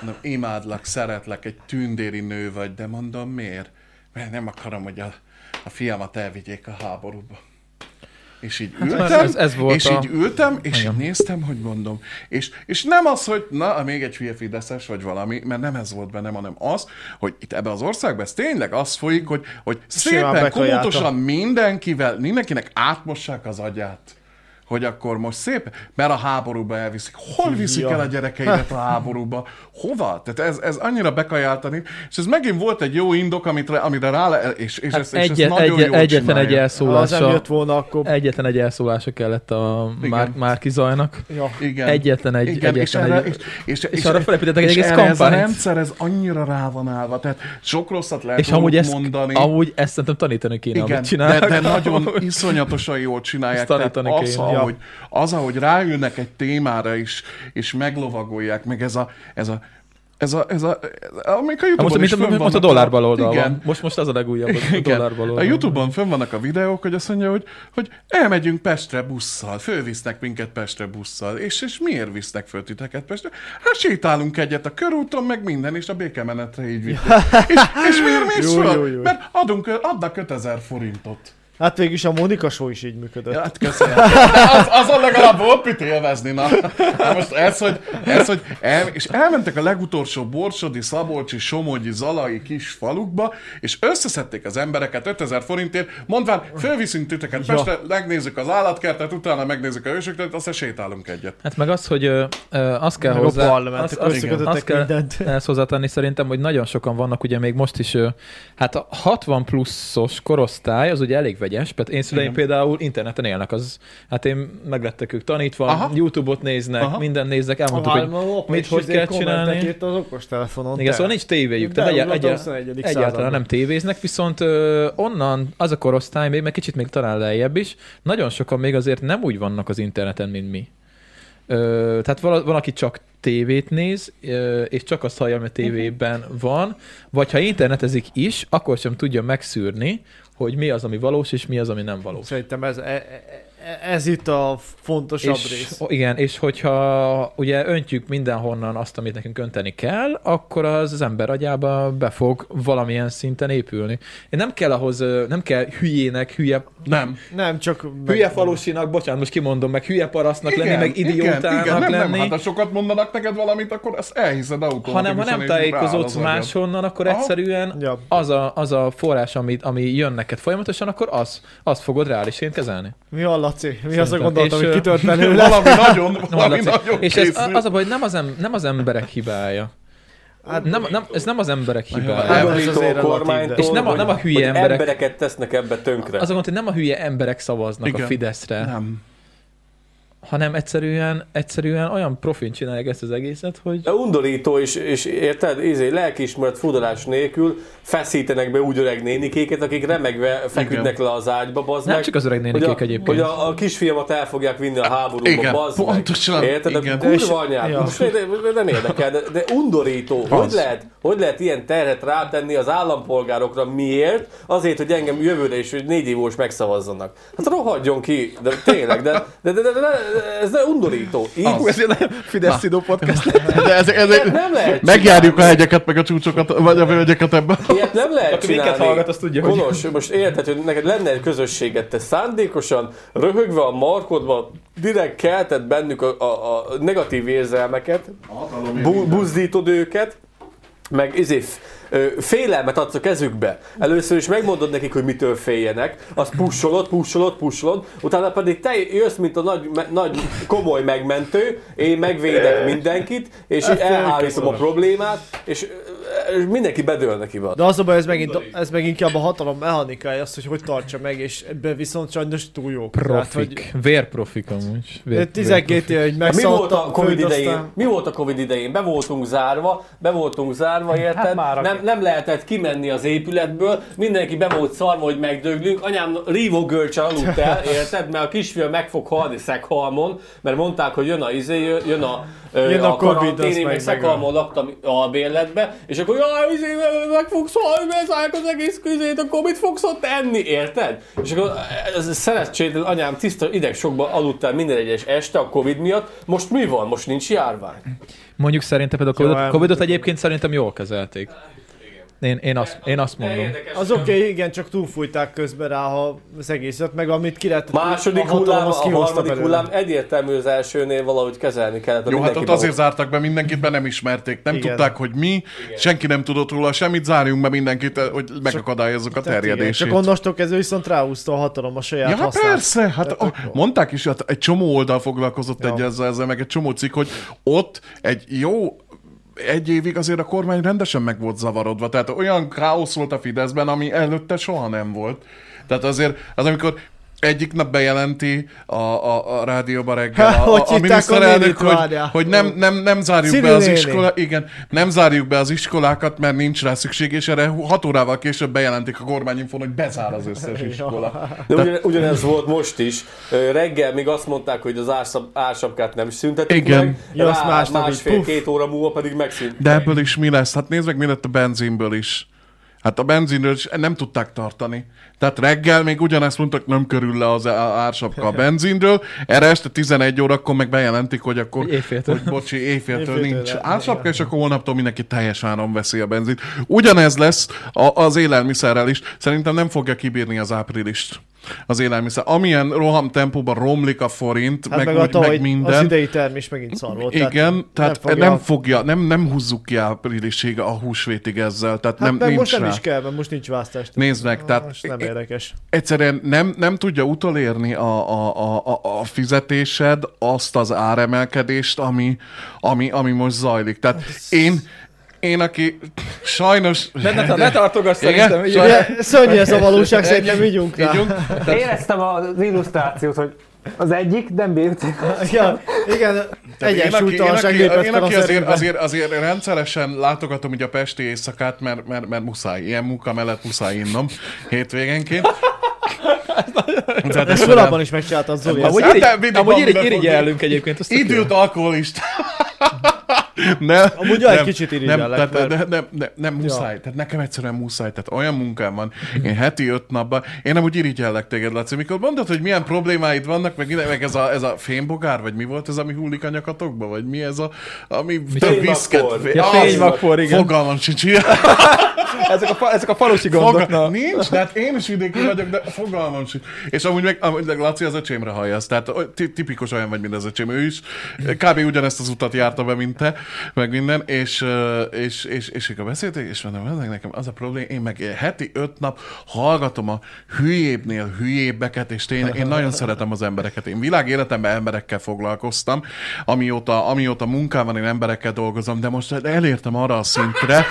Speaker 2: mondom, imádlak, szeretlek, egy tündéri nő vagy, de mondom, miért? Mert nem akarom, hogy a, a fiamat elvigyék a háborúba. És így
Speaker 4: Hát,
Speaker 2: ültem,
Speaker 1: ez- ez- ez volt
Speaker 2: és
Speaker 1: a-
Speaker 2: így ültem, és így néztem, hogy mondom. És, és nem az, hogy na, még egy hülye Fideszes vagy valami, mert nem ez volt bennem, hanem az, hogy itt ebbe az országban ez tényleg az folyik, hogy, hogy
Speaker 4: Simán
Speaker 2: szépen
Speaker 4: bekajálta.
Speaker 2: komótosan mindenkivel, mindenkinek átmossák az agyát hogy akkor most szép, mert a háborúba elviszik. Hol viszik el a gyerekeidet a háborúba? Hova? Tehát ez, ez annyira bekajáltani, és ez megint volt egy jó indok, amire, amire rá le, és, és, hát ezt, és ezt
Speaker 1: Egyet,
Speaker 2: nagyon
Speaker 1: egyet,
Speaker 2: jól
Speaker 1: egyetlen egy
Speaker 2: csinálja.
Speaker 4: Ha az nem
Speaker 1: elszólása.
Speaker 4: jött volna, akkor...
Speaker 1: Egyetlen egy elszólása kellett a Már- Márki Zajnak.
Speaker 4: Ja.
Speaker 2: Igen.
Speaker 1: Egyetlen egy,
Speaker 2: Igen, és,
Speaker 1: egyetlen
Speaker 2: erre,
Speaker 1: egy.
Speaker 2: és, és,
Speaker 1: és arra felépítettek egy
Speaker 2: és
Speaker 1: egész
Speaker 2: erre ez a
Speaker 1: kampányt.
Speaker 2: rendszer, ez annyira rá van állva, tehát sok rosszat lehet
Speaker 1: És amúgy ezt,
Speaker 2: mondani.
Speaker 1: amúgy ezt szerintem tanítani kéne,
Speaker 2: Igen,
Speaker 1: amit
Speaker 2: de,
Speaker 1: csinálnak.
Speaker 2: de nagyon iszonyatosan jól csinálják.
Speaker 1: Ezt
Speaker 2: Tehát
Speaker 1: tanítani
Speaker 2: az,
Speaker 1: kéne.
Speaker 2: ahogy, az, ahogy ráülnek egy témára is, és meglovagolják, meg ez a, ez a ez a, ez a, ez a amik a
Speaker 1: Na, Hát most,
Speaker 2: Youtube-on is
Speaker 1: mint,
Speaker 2: fönn
Speaker 1: mint, most a
Speaker 2: vannak.
Speaker 1: dollár baloldal
Speaker 2: Igen,
Speaker 1: van. Most, most az a legújabb, az a
Speaker 2: igen.
Speaker 1: dollár baloldal.
Speaker 2: A Youtube-on fönn vannak a videók, hogy azt mondja, hogy, hogy elmegyünk Pestre busszal, fölvisznek minket Pestre busszal, és, és miért visznek föl titeket Pestre? Hát sétálunk egyet a körúton, meg minden, és a békemenetre így vitték. és, és miért mész
Speaker 4: Jó,
Speaker 2: föl?
Speaker 4: jó, jó.
Speaker 2: Mert adunk, adnak 5000 forintot.
Speaker 4: Hát végül is a Mónika show is így működött.
Speaker 2: Ja, Hát köszönöm. Az, azon legalább volt mit élvezni, na. na most ez, hogy, ez, hogy el, és elmentek a legutolsó Borsodi, Szabolcsi, Somogyi, Zalai kis falukba, és összeszedték az embereket 5000 forintért, mondván, fölviszünk titeket Pestre, megnézzük az állatkertet, utána megnézzük a hősöket, aztán sétálunk egyet.
Speaker 1: Hát meg az, hogy ö, ö, azt kell
Speaker 4: Meg a
Speaker 1: hozzá...
Speaker 4: parlament,
Speaker 1: azt-
Speaker 4: akkor
Speaker 1: azt-
Speaker 4: összekötöttek
Speaker 1: azt kell
Speaker 4: mindent.
Speaker 1: Ezt hozzátenni szerintem, hogy nagyon sokan vannak, ugye még most is, ö, hát a 60 pluszos korosztály az ugye elég vegyes, mert én szüleim például interneten élnek, az, hát én meglettek ők tanítva,
Speaker 2: Aha.
Speaker 1: Youtube-ot néznek,
Speaker 2: Aha.
Speaker 1: minden néznek, elmondtuk,
Speaker 4: Aha,
Speaker 1: hogy
Speaker 4: ma apa
Speaker 1: mit,
Speaker 4: is
Speaker 1: hogy
Speaker 4: izé
Speaker 1: kell
Speaker 4: kommentek
Speaker 1: csinálni.
Speaker 4: Írt az okostelefonon.
Speaker 1: Igen,
Speaker 4: te.
Speaker 1: szóval nincs tévéjük, tehát
Speaker 4: Beleugrott
Speaker 1: egyá-
Speaker 4: a
Speaker 1: egyá-
Speaker 4: 21.
Speaker 1: egyáltalán
Speaker 4: századba.
Speaker 1: nem tévéznek, viszont ö, onnan az a korosztály, még meg kicsit még talán lejjebb is, nagyon sokan még azért nem úgy vannak az interneten, mint mi. Ö, tehát vala, van, aki csak tévét néz, ö, és csak azt hallja, ami a tévében van, vagy ha internetezik is, akkor sem tudja megszűrni, hogy mi az, ami valós, és mi az, ami nem valós.
Speaker 4: Szerintem ez, e- e- ez itt a fontosabb
Speaker 1: És,
Speaker 4: rész.
Speaker 1: ó, igen, és hogyha ugye öntjük mindenhonnan azt, amit nekünk önteni kell, akkor az az ember agyába be fog valamilyen szinten épülni. Én nem kell ahhoz, ö, nem kell hülyének, hülye,
Speaker 2: Nem.
Speaker 4: Nem, csak...
Speaker 1: hülye falusinak, bocsánat, most kimondom, meg hülye parasztnak lenni, meg idiótának
Speaker 2: igen, nem,
Speaker 1: lenni.
Speaker 2: nem, hát ha sokat mondanak neked valamit, akkor ezt elhiszed automatikusan.
Speaker 1: hanem ha nem
Speaker 2: és beáll
Speaker 1: tájékozódsz
Speaker 2: az agyad.
Speaker 1: máshonnan, akkor
Speaker 2: Aha.
Speaker 1: egyszerűen
Speaker 4: Ja.
Speaker 1: az, a, az a forrás, ami, ami jön neked folyamatosan, akkor az, azt fogod reálisan kezelni.
Speaker 4: Mi a Laci? Mi az a gondolat,
Speaker 1: És,
Speaker 4: amit
Speaker 1: ö,
Speaker 4: kitört belőle?
Speaker 2: Valami nagyon,
Speaker 1: Na,
Speaker 2: valami
Speaker 1: Laci,
Speaker 2: nagyon
Speaker 1: és ez,
Speaker 2: készül.
Speaker 1: az a baj, nem az, em, nem az emberek hibája. Hát, nem, nem, ez nem az emberek hibája.
Speaker 4: Hát, az
Speaker 3: Elvitó
Speaker 4: azért
Speaker 3: a
Speaker 4: relatív,
Speaker 3: kormánytól,
Speaker 4: de-
Speaker 1: És nem a- nem a
Speaker 3: hogy-
Speaker 1: hülye
Speaker 3: hogy
Speaker 1: emberek.
Speaker 3: embereket tesznek ebbe tönkre.
Speaker 1: Az a gond, hogy nem a hülye emberek szavaznak Igen. a
Speaker 2: Igen.
Speaker 1: Fideszre, nem.
Speaker 2: Nem.
Speaker 1: hanem egyszerűen, egyszerűen olyan profin csinálják ezt az egészet, Hát, hogy
Speaker 3: De undorító, és, és érted, izé, lelkiismeret fudalás nélkül feszítenek be úgy öreg nénikéket, akik remegve feküdnek le az ágyba, bazd
Speaker 1: Nem
Speaker 3: meg.
Speaker 1: csak az öreg
Speaker 3: Hogy
Speaker 1: nénikék
Speaker 3: a,
Speaker 1: egyébként.
Speaker 3: Hogy a, a kisfiamat el fogják vinni a háborúba,
Speaker 2: Igen,
Speaker 3: bazd meg.
Speaker 2: pontosan,
Speaker 3: Érted, a
Speaker 2: igen.
Speaker 3: kurva anyád.
Speaker 4: Ja.
Speaker 3: Most nem- nem érdekel, de, de undorító. Hogy lehet, hogy lehet ilyen terhet rátenni az állampolgárokra? Miért? Azért, hogy engem jövőre is, hogy négy évós megszavazzanak. Hát rohadjon ki, de tényleg, de, de, de, de, de, de ez de undorító. Így,
Speaker 2: Az.
Speaker 1: ez egy Fidesz szidó podcast.
Speaker 2: De ez, ez,
Speaker 3: Ilyet nem lehet
Speaker 2: Megjárjuk a hegyeket, meg a csúcsokat, vagy a völgyeket ebben.
Speaker 3: Ilyet nem lehet
Speaker 1: Aki minket
Speaker 3: csinálni.
Speaker 1: hallgat, az tudja, hogy-
Speaker 3: Kolos, most érted, hogy neked lenne egy közösséget, te szándékosan, röhögve a markodba, direkt kelted bennük a, a, a negatív érzelmeket, bu, buzdítod őket, meg izif, félelmet adsz a kezükbe. Először is megmondod nekik, hogy mitől féljenek, azt pusolod, pusolod, pusolod, utána pedig te jössz, mint a nagy, me, nagy komoly megmentő, én megvédek mindenkit, és elhárítom a problémát, és ö, mindenki bedől neki van.
Speaker 4: De az a baj, ez megint, ez meg inkább a hatalom mechanikája, az, hogy hogy tartsa meg, és ebben viszont sajnos túl jó.
Speaker 1: Profik. Vérprofik amúgy. Vér,
Speaker 4: 12 hogy
Speaker 3: Mi volt a
Speaker 4: megszállta
Speaker 3: Covid
Speaker 4: föld,
Speaker 3: idején?
Speaker 4: aztán-
Speaker 3: Mi volt a Covid idején? Be voltunk zárva, be voltunk zárva, érted?
Speaker 7: Hát már aki-
Speaker 3: nem, nem lehetett kimenni az épületből, mindenki be volt szarva, hogy megdöglünk. Anyám rívógörcsel aludt el, érted? Mert a kisfiam meg fog halni szekhalmon, mert mondták, hogy jön a izé, jön- jön a, ö,
Speaker 4: Jön a Covid,
Speaker 3: karantén,
Speaker 4: azt
Speaker 3: én meg
Speaker 4: meg
Speaker 3: szekhalmon laktam a bérletbe, és akkor jaj, izé, meg fogsz halni, beszállják az egész küzét, akkor mit fogsz ott enni, érted? És akkor eh, ez szerencsétlen anyám tiszta ideg sokba aludt el minden egyes este a Covid miatt, most mi van? Most nincs járvány.
Speaker 1: Mondjuk szerintem például a Covid-ot,
Speaker 4: elmondtuk.
Speaker 1: COVID-ot egyébként szerintem jól kezelték. Én, én, azt, én azt
Speaker 6: De
Speaker 1: mondom.
Speaker 6: érdekes.
Speaker 4: Az oké, okay, igen, csak túlfújták közben rá ha az egészet, meg amit ki lehetett.
Speaker 3: Második
Speaker 4: hatalom,
Speaker 3: hullám, a
Speaker 4: azt kihozta
Speaker 3: harmadik
Speaker 4: belőle.
Speaker 3: hullám egyértelmű az elsőnél valahogy kezelni kellett.
Speaker 2: Jó, hát ott
Speaker 3: mindenki
Speaker 2: azért zártak be mindenkit, mert nem ismerték, nem
Speaker 4: Igen.
Speaker 2: tudták, hogy mi, senki nem tudott róla semmit, zárjunk be mindenkit, hogy megakadályozzuk a
Speaker 4: Tehát igen,
Speaker 2: terjedését.
Speaker 4: Csak onnastól kezdve viszont ráhúzta a hatalom a saját
Speaker 2: Ja, hát
Speaker 4: hasznát.
Speaker 2: persze, hát a,
Speaker 4: tök jó.
Speaker 2: mondták is, hát egy csomó oldal foglalkozott egy ezzel, ezzel, meg egy csomó cikk, hogy ott egy jó egy évig azért a kormány rendesen meg volt zavarodva, tehát olyan káosz volt a Fideszben, ami előtte soha nem volt. Tehát azért, az amikor egyik nap bejelenti a, a, a rádióba reggel
Speaker 4: Ha,
Speaker 2: a,
Speaker 4: hogy
Speaker 2: a, a
Speaker 4: hívták a
Speaker 2: miniszterelnök,
Speaker 4: nénit,
Speaker 2: hogy,
Speaker 4: várjál.
Speaker 2: hogy nem, nem, nem zárjuk
Speaker 4: Ciri
Speaker 2: be az
Speaker 4: néni.
Speaker 2: iskola, igen, nem zárjuk be az iskolákat, mert nincs rá szükség, és erre 6 órával később bejelentik a kormányinfon, hogy bezár az összes iskola.
Speaker 3: De ugyan, ugyanez volt most is. Ö, Reggel még azt mondták, hogy az ársap, ársapkát nem szüntetik
Speaker 2: Igen.
Speaker 3: meg.
Speaker 4: Ja, azt másnap így puf.
Speaker 3: másfél-két óra múlva pedig megszüntetik.
Speaker 2: De ebből is mi lesz? Hát nézd meg, mi lett a benzinből is. Hát a benzinről is nem tudták tartani. Tehát reggel még ugyanezt mondtak, nem körül le az á- ársapka a benzinről, erre este 11 órakor meg bejelentik, hogy akkor
Speaker 1: Éjféltől.
Speaker 2: Hogy bocsi, éjféltől,
Speaker 4: Éjféltől
Speaker 2: nincs
Speaker 4: le-
Speaker 2: ársapka, és akkor holnaptól mindenki teljes áron veszi a benzint. Ugyanez lesz a, az élelmiszerrel is. Szerintem nem fogja kibírni az áprilist az élelmiszer. Amilyen roham tempóban romlik a forint,
Speaker 4: Hát
Speaker 2: meg,
Speaker 4: meg,
Speaker 2: úgy,
Speaker 4: a tavaly,
Speaker 2: meg minden.
Speaker 4: az idei termés megint szar volt.
Speaker 2: Igen, tehát nem
Speaker 4: fogja-
Speaker 2: fogja, nem, fogja, nem, nem húzzuk ki áprilisig a húsvétig ezzel, tehát
Speaker 4: Hát
Speaker 2: nem,
Speaker 4: meg
Speaker 2: nincs
Speaker 4: most nem
Speaker 2: rá.
Speaker 4: is kell, mert most nincs választás.
Speaker 2: Nézd hát- meg, tehát
Speaker 4: Most nem érdekes.
Speaker 2: egyszerűen nem, nem tudja utolérni a, a, a, a, a fizetésed azt az áremelkedést, ami, ami, ami most zajlik. Tehát
Speaker 4: Hát
Speaker 2: én, én aki sajnos...
Speaker 1: Ne, ne, ne tartogass
Speaker 2: Igen?
Speaker 1: szerintem. így-
Speaker 2: Sajnos-
Speaker 4: De szörnyű ez a valóság, szerintem vigyunk rá.
Speaker 2: Ígyunk?
Speaker 7: Éreztem az illusztrációt, hogy az egyik nem bírt.
Speaker 4: Ja, igen,
Speaker 2: Én aki, én
Speaker 4: egyensúlytalanság
Speaker 2: aki,
Speaker 4: lépett
Speaker 2: én
Speaker 4: fel
Speaker 2: aki
Speaker 4: az
Speaker 2: azért,
Speaker 4: erőben.
Speaker 2: azért, azért rendszeresen látogatom ugye a pesti éjszakát, mert, mert, mert muszáj, ilyen munka mellett muszáj innom hétvégenként. Tehát
Speaker 4: Ezt
Speaker 2: ez
Speaker 4: korábban is megcsinálta az Zoli.
Speaker 1: Amúgy
Speaker 4: ezt.
Speaker 2: Hát
Speaker 1: irigy-
Speaker 2: de mindig
Speaker 1: Amúgy
Speaker 2: van,
Speaker 1: irigy-
Speaker 2: mivel
Speaker 1: irigyellünk egyébként. azt tök jó.
Speaker 2: Időt alkoholista. Ne,
Speaker 4: Amúgy ja, egy kicsit irigyellek,
Speaker 2: nem, tehát,
Speaker 4: mert-
Speaker 2: ne, nem, nem, nem muszáj, tehát nekem egyszerűen muszáj, tehát olyan munkám van, én heti öt napban, én nem úgy irigyellek téged, Laci, mikor mondod, hogy milyen problémáid vannak, meg, minden- meg ez, a, ez a fémbogár, vagy mi volt ez, ami hullik a nyakatokba, vagy mi ez a, ami több
Speaker 3: Fényvakfor.
Speaker 2: viszket.
Speaker 1: Ja,
Speaker 2: Az-
Speaker 1: fényvakfor, igen.
Speaker 2: Fogalmam sincs ilyen.
Speaker 1: Ezek a, fa- ezek a falusi gondok.
Speaker 2: Fogal...
Speaker 1: na.
Speaker 2: Nincs, de hát én is vidéki vagyok, de fogalmam sincs. És amúgy meg, amúgy meg Laci az öcsémre halljasz, tehát oly- ti- tipikus olyan vagy, mint az öcsém. Ő is kb. ugyanezt az utat járta be, mint te, meg minden, és, ö, és, és, és, és beszélték, és mondom, ezek nekem az a probléma, én meg heti öt nap hallgatom a hülyébbnél hülyébbeket, és tényleg én nagyon szeretem az embereket. Én világéletemben emberekkel foglalkoztam, amióta, amióta munkában én emberekkel dolgozom, de most elértem arra a szintre,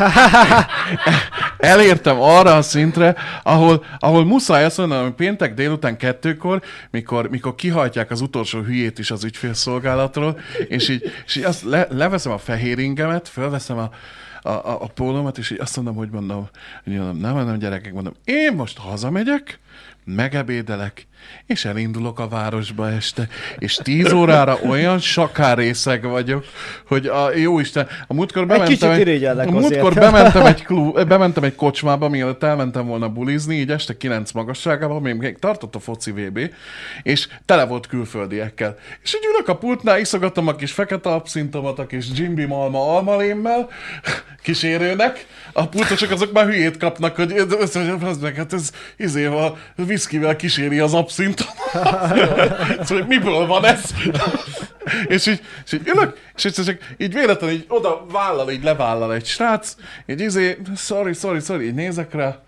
Speaker 2: elértem arra a szintre, ahol, ahol muszáj azt mondanom, hogy péntek délután kettőkor, mikor, mikor kihajtják az utolsó hülyét is az ügyfélszolgálatról, és így, és így azt le, leveszem a fehér ingemet, fölveszem a, a, a, a pólómat, és így azt mondom, hogy mondom, hogy mondom, nem mondom, gyerekek, mondom, én most hazamegyek, megebédelek, és elindulok a városba este, és tíz órára olyan sakárészeg vagyok, hogy a jó Isten, a múltkor bementem
Speaker 4: kicsit irigyellek
Speaker 2: a múltkor
Speaker 4: azért.
Speaker 2: bementem egy, klub, bementem egy kocsmába, mielőtt elmentem volna bulizni, így este 9 magasságában, még, még tartott a foci VB, és tele volt külföldiekkel. És így ülök a pultnál, iszogatom a kis fekete abszintomat, a kis Jimby Malma almalémmel, kísérőnek, a pultosok azok már hülyét kapnak, hogy ez, ez, ez, meg, hát ez izéval, viszkivel kíséri az abszintomat. szóval hogy miből van ez? és így, és így ülök, és így, csak így véletlenül így oda vállal, így levállal egy srác, így izé, sorry, sorry, sorry, így nézek rá,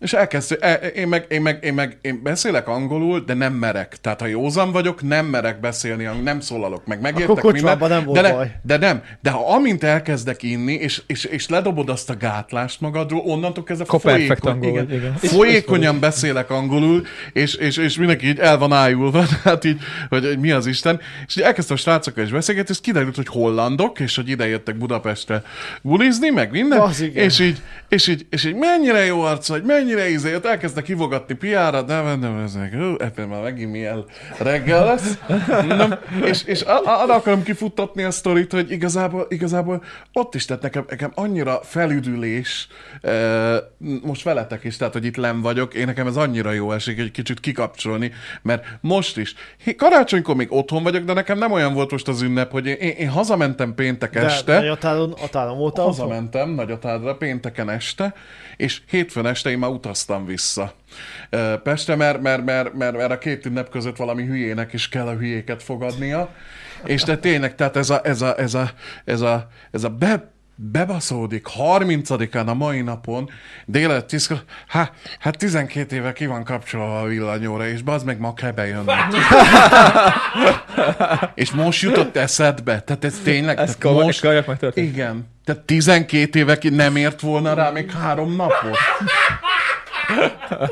Speaker 2: és elkezdő, e, én, meg, én, meg, én meg én beszélek angolul, de nem merek. Tehát ha józan vagyok, nem merek beszélni, nem szólalok meg. Megértek
Speaker 4: Akkor kocsmában nem volt
Speaker 2: de, ne,
Speaker 4: baj.
Speaker 2: de nem. De ha amint elkezdek inni, és, és, és ledobod azt a gátlást magadról, onnantól kezdve
Speaker 1: Koperfekt angol vagy, igen. És-
Speaker 2: folyékonyan beszélek angolul, és, és, és mindenki így el van ájulva, tehát így, hogy, hogy mi az Isten. És így elkezdtem a srácokkal is beszélgetni, és kiderült, hogy hollandok, és hogy ide jöttek Budapestre bulizni, meg minden.
Speaker 4: Az igen.
Speaker 2: És így, és így, és így mennyire jó arc vagy, mennyire íze, ott elkezdtek hívogatni piára, de nem, nem, ezek, hú, ebben már megint milyen reggel lesz. Nem, és, és a- a- arra akarom kifuttatni a sztorit, hogy igazából, igazából ott is, tehát nekem, nekem annyira felüdülés, ö, most veletek is, tehát, hogy itt len vagyok, én nekem ez annyira jó esik, egy kicsit kikapcsolni, mert most is, hé, karácsonykor még otthon vagyok, de nekem nem olyan volt most az ünnep, hogy én, én, én hazamentem péntek
Speaker 4: De,
Speaker 2: este,
Speaker 4: de Atálon, Atálon voltál otthon?
Speaker 2: Hazamentem Nagyatádra pénteken este, és hétfőn este én már utaztam vissza. Ö, Pestre, mert, mert, mert, mert, mert a két ünnep között valami hülyének is kell a hülyéket fogadnia. És de tényleg, tehát ez a, ez a, ez a, ez a, ez a be, bebaszódik 30-án a mai napon, délelőtt 10 hát, hát 12 éve ki van kapcsolva a villanyóra, és bazd meg ma kell bejönni. és most jutott eszedbe, tehát ez tényleg,
Speaker 1: Ez
Speaker 2: tehát most,
Speaker 1: kajak meg történt.
Speaker 2: igen. Tehát 12 évekig nem ért volna rá még három napot.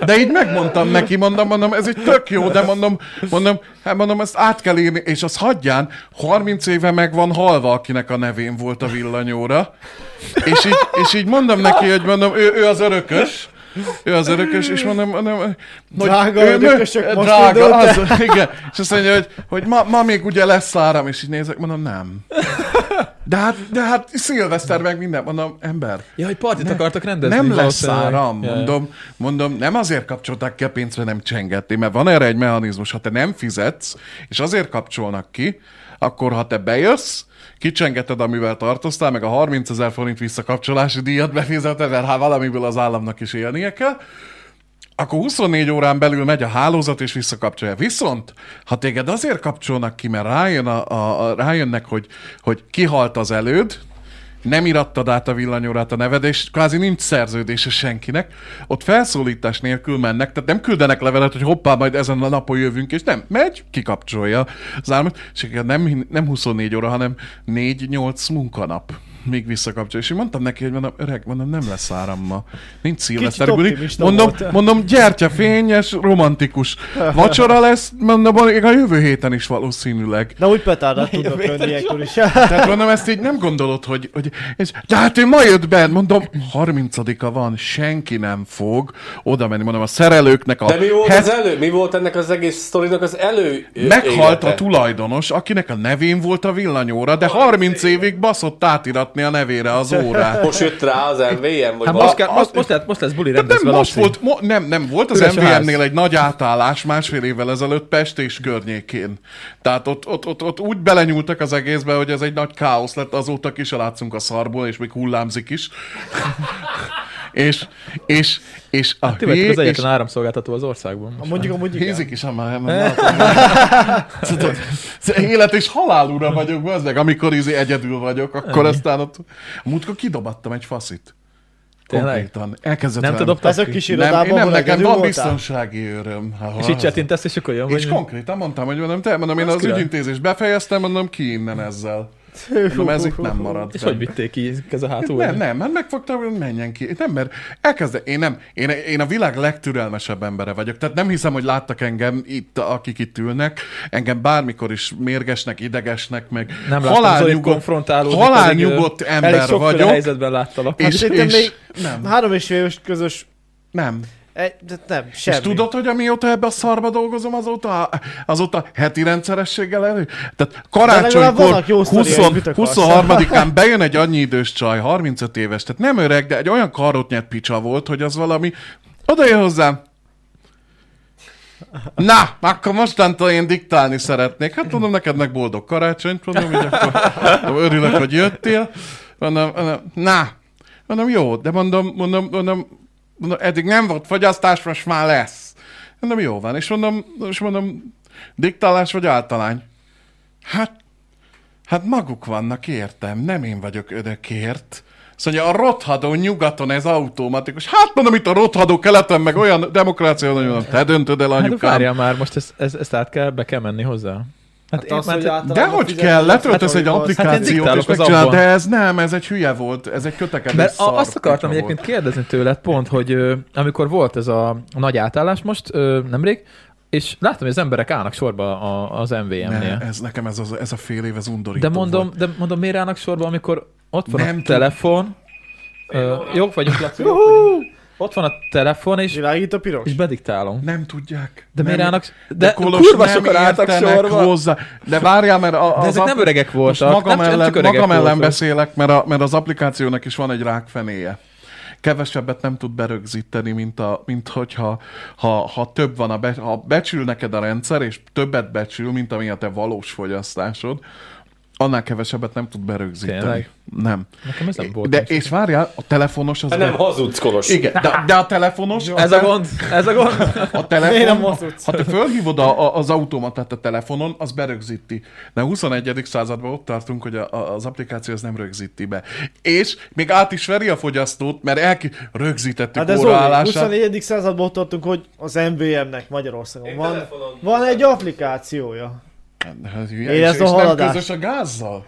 Speaker 2: De így megmondtam neki, mondom, mondom, ez egy tök jó, de mondom, mondom, hát mondom, ezt át kell írni, és az hagyján, 30 éve meg van halva, akinek a nevén volt a villanyóra. És így, és így mondom neki, hogy mondom, ő, ő az örökös, ő az örökös, és mondom, mondom hogy
Speaker 4: Drága
Speaker 2: ő-
Speaker 4: örökösök, most
Speaker 2: drága,
Speaker 4: indult el.
Speaker 2: az, igen. És azt mondja, hogy, hogy ma, ma még ugye lesz áram, és így nézek, mondom, nem. De hát, de hát szilveszter meg minden, mondom, ember,
Speaker 1: Ja, hogy partit akartak rendezni.
Speaker 2: nem lesz
Speaker 1: valószínűleg.
Speaker 2: áram,
Speaker 1: Ja.
Speaker 2: mondom, mondom, nem azért kapcsolták ki a pénzre nem csengetni, mert van erre egy mechanizmus, ha te nem fizetsz, és azért kapcsolnak ki, akkor ha te bejössz, kicsengeted, amivel tartoztál, meg a 30 ezer forint visszakapcsolási díjat befizeted, mert hát valamiből az államnak is élnie kell, akkor 24 órán belül megy a hálózat és visszakapcsolja. Viszont, ha téged azért kapcsolnak ki, mert rájön a, a, a, rájönnek, hogy, hogy kihalt az előd, nem irattad át a villanyórát a neved, és kvázi nincs szerződése senkinek, ott felszólítás nélkül mennek, tehát nem küldenek levelet, hogy hoppá, majd ezen a napon jövünk, és nem, megy, kikapcsolja az álmat, és igen, nem, hin- nem 24 óra, hanem 4-8 munkanap még visszakapcsolja. És én mondtam neki, hogy mondom, öreg, mondom, nem lesz áram ma. Nincs szilveszter buli.
Speaker 4: optimista
Speaker 2: Mondom,
Speaker 4: volt.
Speaker 2: Mondom, gyertyafényes, romantikus. Vacsora lesz, mondom, még a jövő héten is valószínűleg.
Speaker 4: De úgy petárdát tudnak önni ilyenkor is.
Speaker 2: Tehát mondom, ezt így nem gondolod, hogy... hogy és, de hát ő ma jött be, mondom, 30-a van, senki nem fog oda menni. Mondom, a szerelőknek a...
Speaker 3: De mi volt
Speaker 2: het-
Speaker 3: az elő? Mi volt ennek az egész sztorinak az elő
Speaker 2: Meghalt
Speaker 3: élete?
Speaker 2: a tulajdonos, akinek a nevén volt a villanyóra, de 30 évig baszott átiratni a nevére az órát.
Speaker 3: Most jött rá az MVM, vagy
Speaker 1: Hát
Speaker 3: valami?
Speaker 1: most, kell, most, most, lesz, most lesz buli
Speaker 2: De
Speaker 1: rendezve.
Speaker 2: Hát nem, most
Speaker 1: Laci.
Speaker 2: volt, mo- nem, nem, volt az
Speaker 1: Üres a ház.
Speaker 2: MVM-nél egy nagy átállás másfél évvel ezelőtt Pest és környékén. Tehát ott, ott, ott, ott úgy belenyúltak az egészbe, hogy ez egy nagy káosz lett, azóta ki se látszunk a szarból, és még hullámzik is. és, és, és a
Speaker 1: Ti vagytok Hát, az
Speaker 2: és
Speaker 1: egyetlen áramszolgáltató az országban.
Speaker 4: Mondjuk amúgy igen.
Speaker 2: Hízik is, ha már nem látom. Tudod, az élet és halál ura vagyok, az meg, amikor izé egyedül vagyok, akkor aztán ott... Múltkor kidobattam egy faszit.
Speaker 1: Tényleg?
Speaker 2: Konkrétan. Elkezdett
Speaker 1: Nem te
Speaker 2: velem-
Speaker 1: dobtad
Speaker 4: Ez a
Speaker 1: ki?
Speaker 4: kis
Speaker 2: nem,
Speaker 4: irodában
Speaker 2: én nem, nekem van
Speaker 4: voltál?
Speaker 2: biztonsági őröm. Ha,
Speaker 1: És
Speaker 2: ha,
Speaker 1: így csettintesz, és akkor jön.
Speaker 2: és
Speaker 1: vagy-
Speaker 2: konkrétan mondtam, hogy mondom, te, mondom, én
Speaker 1: Az
Speaker 2: az
Speaker 1: király.
Speaker 2: ügyintézést befejeztem, mondom, ki innen ezzel. Mondom, ez itt nem marad.
Speaker 1: És hogy vitték ki ez a hátul?
Speaker 2: Nem, nem, hát megfogtam, hogy menjen ki. Nem, mert elkezd, én nem, én, én a világ legtürelmesebb embere vagyok. Tehát nem hiszem, hogy láttak engem itt, akik itt ülnek. Engem bármikor is mérgesnek, idegesnek, meg
Speaker 1: Nem láttam Zolit
Speaker 2: halálnyugodt,
Speaker 1: konfrontálódni.
Speaker 2: halálnyugodott
Speaker 1: Elég
Speaker 2: ember
Speaker 1: sokféle
Speaker 2: vagyok.
Speaker 1: helyzetben láttalak.
Speaker 4: Hát
Speaker 2: És,
Speaker 4: szerintem
Speaker 2: és,
Speaker 4: még
Speaker 2: nem,
Speaker 4: három és fél éves közös...
Speaker 2: nem.
Speaker 4: Egy, de nem, semmi.
Speaker 2: És tudod, hogy amióta ebbe a szarba dolgozom, azóta, azóta heti rendszerességgel elő? Tehát
Speaker 4: legalább
Speaker 2: karácsonykor
Speaker 4: vannak jó
Speaker 2: 20,
Speaker 4: sztoriaid, mit akarsz?
Speaker 2: 23-án bejön egy annyi idős csaj, 35 éves, tehát nem öreg, de egy olyan karot nyert picsa volt, hogy az valami... Oda jön hozzám, Na, akkor mostantól én diktálni szeretnék. Hát mondom, neked meg boldog karácsonyt, mondom, így akkor mondom, örülök, hogy jöttél. Mondom, mondom, na, mondom, jó, de mondom, mondom, mondom, mondom, eddig nem volt fogyasztás, most már lesz. Mondom, jó van, és mondom, és mondom, diktálás vagy általány? Hát, Hát maguk vannak, értem, nem én vagyok önökért. Azt mondja, a rothadó nyugaton ez automatikus. Hát mondom, itt a rothadó keleten, meg olyan demokrácia, hogy mondom, te döntöd el
Speaker 1: Hát
Speaker 2: anyukám.
Speaker 1: várjál már, most ezt, ezt, ezt át kell, be kell menni hozzá. Hát, én
Speaker 4: azt,
Speaker 1: már-
Speaker 4: hogy általában
Speaker 2: De hogy
Speaker 4: fizetni
Speaker 2: kell,
Speaker 4: az
Speaker 2: letöltesz egy
Speaker 4: katolikus-
Speaker 1: Hát én
Speaker 2: applikációt,
Speaker 1: diktálok
Speaker 2: és
Speaker 1: az
Speaker 2: megcsinálod,
Speaker 1: abban.
Speaker 2: de ez nem, ez egy hülye volt, ez egy kötekedés
Speaker 1: Mert
Speaker 2: szar
Speaker 1: a, azt akartam
Speaker 2: picsa
Speaker 1: egyébként kérdezni tőled pont, hogy ö, amikor volt ez a nagy átállás most ö, nemrég, és láttam, hogy az emberek állnak sorba a, az
Speaker 2: volt.
Speaker 1: MVM-nél.
Speaker 2: Ne, ez nekem ez, az, ez a fél év, ez undorító
Speaker 1: De mondom,
Speaker 2: volt.
Speaker 1: de mondom, miért állnak sorba, amikor ott van
Speaker 2: Nem
Speaker 1: a
Speaker 2: tud-
Speaker 1: telefon, ö, jók vagyunk, Laci, jók vagyunk. ott van a telefon, és,
Speaker 4: Hát Világít a piros?
Speaker 1: és bediktálom.
Speaker 2: Nem tudják.
Speaker 1: De
Speaker 2: nem,
Speaker 1: miért állnak? De,
Speaker 2: De,
Speaker 1: de
Speaker 2: Kolos
Speaker 1: kurva
Speaker 2: nem
Speaker 1: sokan álltak
Speaker 2: értenek
Speaker 1: sorba.
Speaker 2: hozzá. De várjál, mert a,
Speaker 1: De
Speaker 2: az
Speaker 1: ezek nem
Speaker 2: app-
Speaker 1: öregek
Speaker 2: Most
Speaker 1: voltak.
Speaker 2: magam
Speaker 1: nem,
Speaker 2: ellen,
Speaker 1: nem csak öregek
Speaker 2: magam ellen
Speaker 1: voltak.
Speaker 2: beszélek, mert, a, mert az applikációnak is van egy rákfenéje. Kevesebbet nem tud berögzíteni, mint, a, mint hogyha ha, ha több van, a be, ha becsül neked a rendszer, és többet becsül, mint ami a te valós fogyasztásod, annál kevesebbet nem tud berögzíteni.
Speaker 1: Tényleg?
Speaker 2: Nem.
Speaker 1: Nekem ez nem volt.
Speaker 2: De,
Speaker 1: most.
Speaker 2: és várjál, a telefonos
Speaker 1: Hát
Speaker 2: az...
Speaker 3: Hát Nem
Speaker 2: be-
Speaker 3: hazudsz, Kolos.
Speaker 2: Igen, de, de a telefonos...
Speaker 1: Ez a gond, ez a gond.
Speaker 2: A
Speaker 4: Miért nem
Speaker 2: telefon,
Speaker 4: mozogsz?
Speaker 2: ha te fölhívod a, a, az automatát a telefonon, az berögzíti. De a 21. században ott tartunk, hogy a, a, az applikáció az nem rögzíti be. És még át is veri a fogyasztót, mert elki rögzítettük
Speaker 4: Hát
Speaker 2: hát
Speaker 4: ez olyan,
Speaker 2: óraállását.
Speaker 4: 24. században ott tartunk, hogy az MVM-nek Magyarországon
Speaker 6: Én
Speaker 4: van,
Speaker 6: telefonon-
Speaker 4: van egy applikációja.
Speaker 2: Hát, hülye,
Speaker 4: Érezd
Speaker 2: és-
Speaker 4: a
Speaker 2: és nem
Speaker 4: haladást.
Speaker 2: közös a gázzal?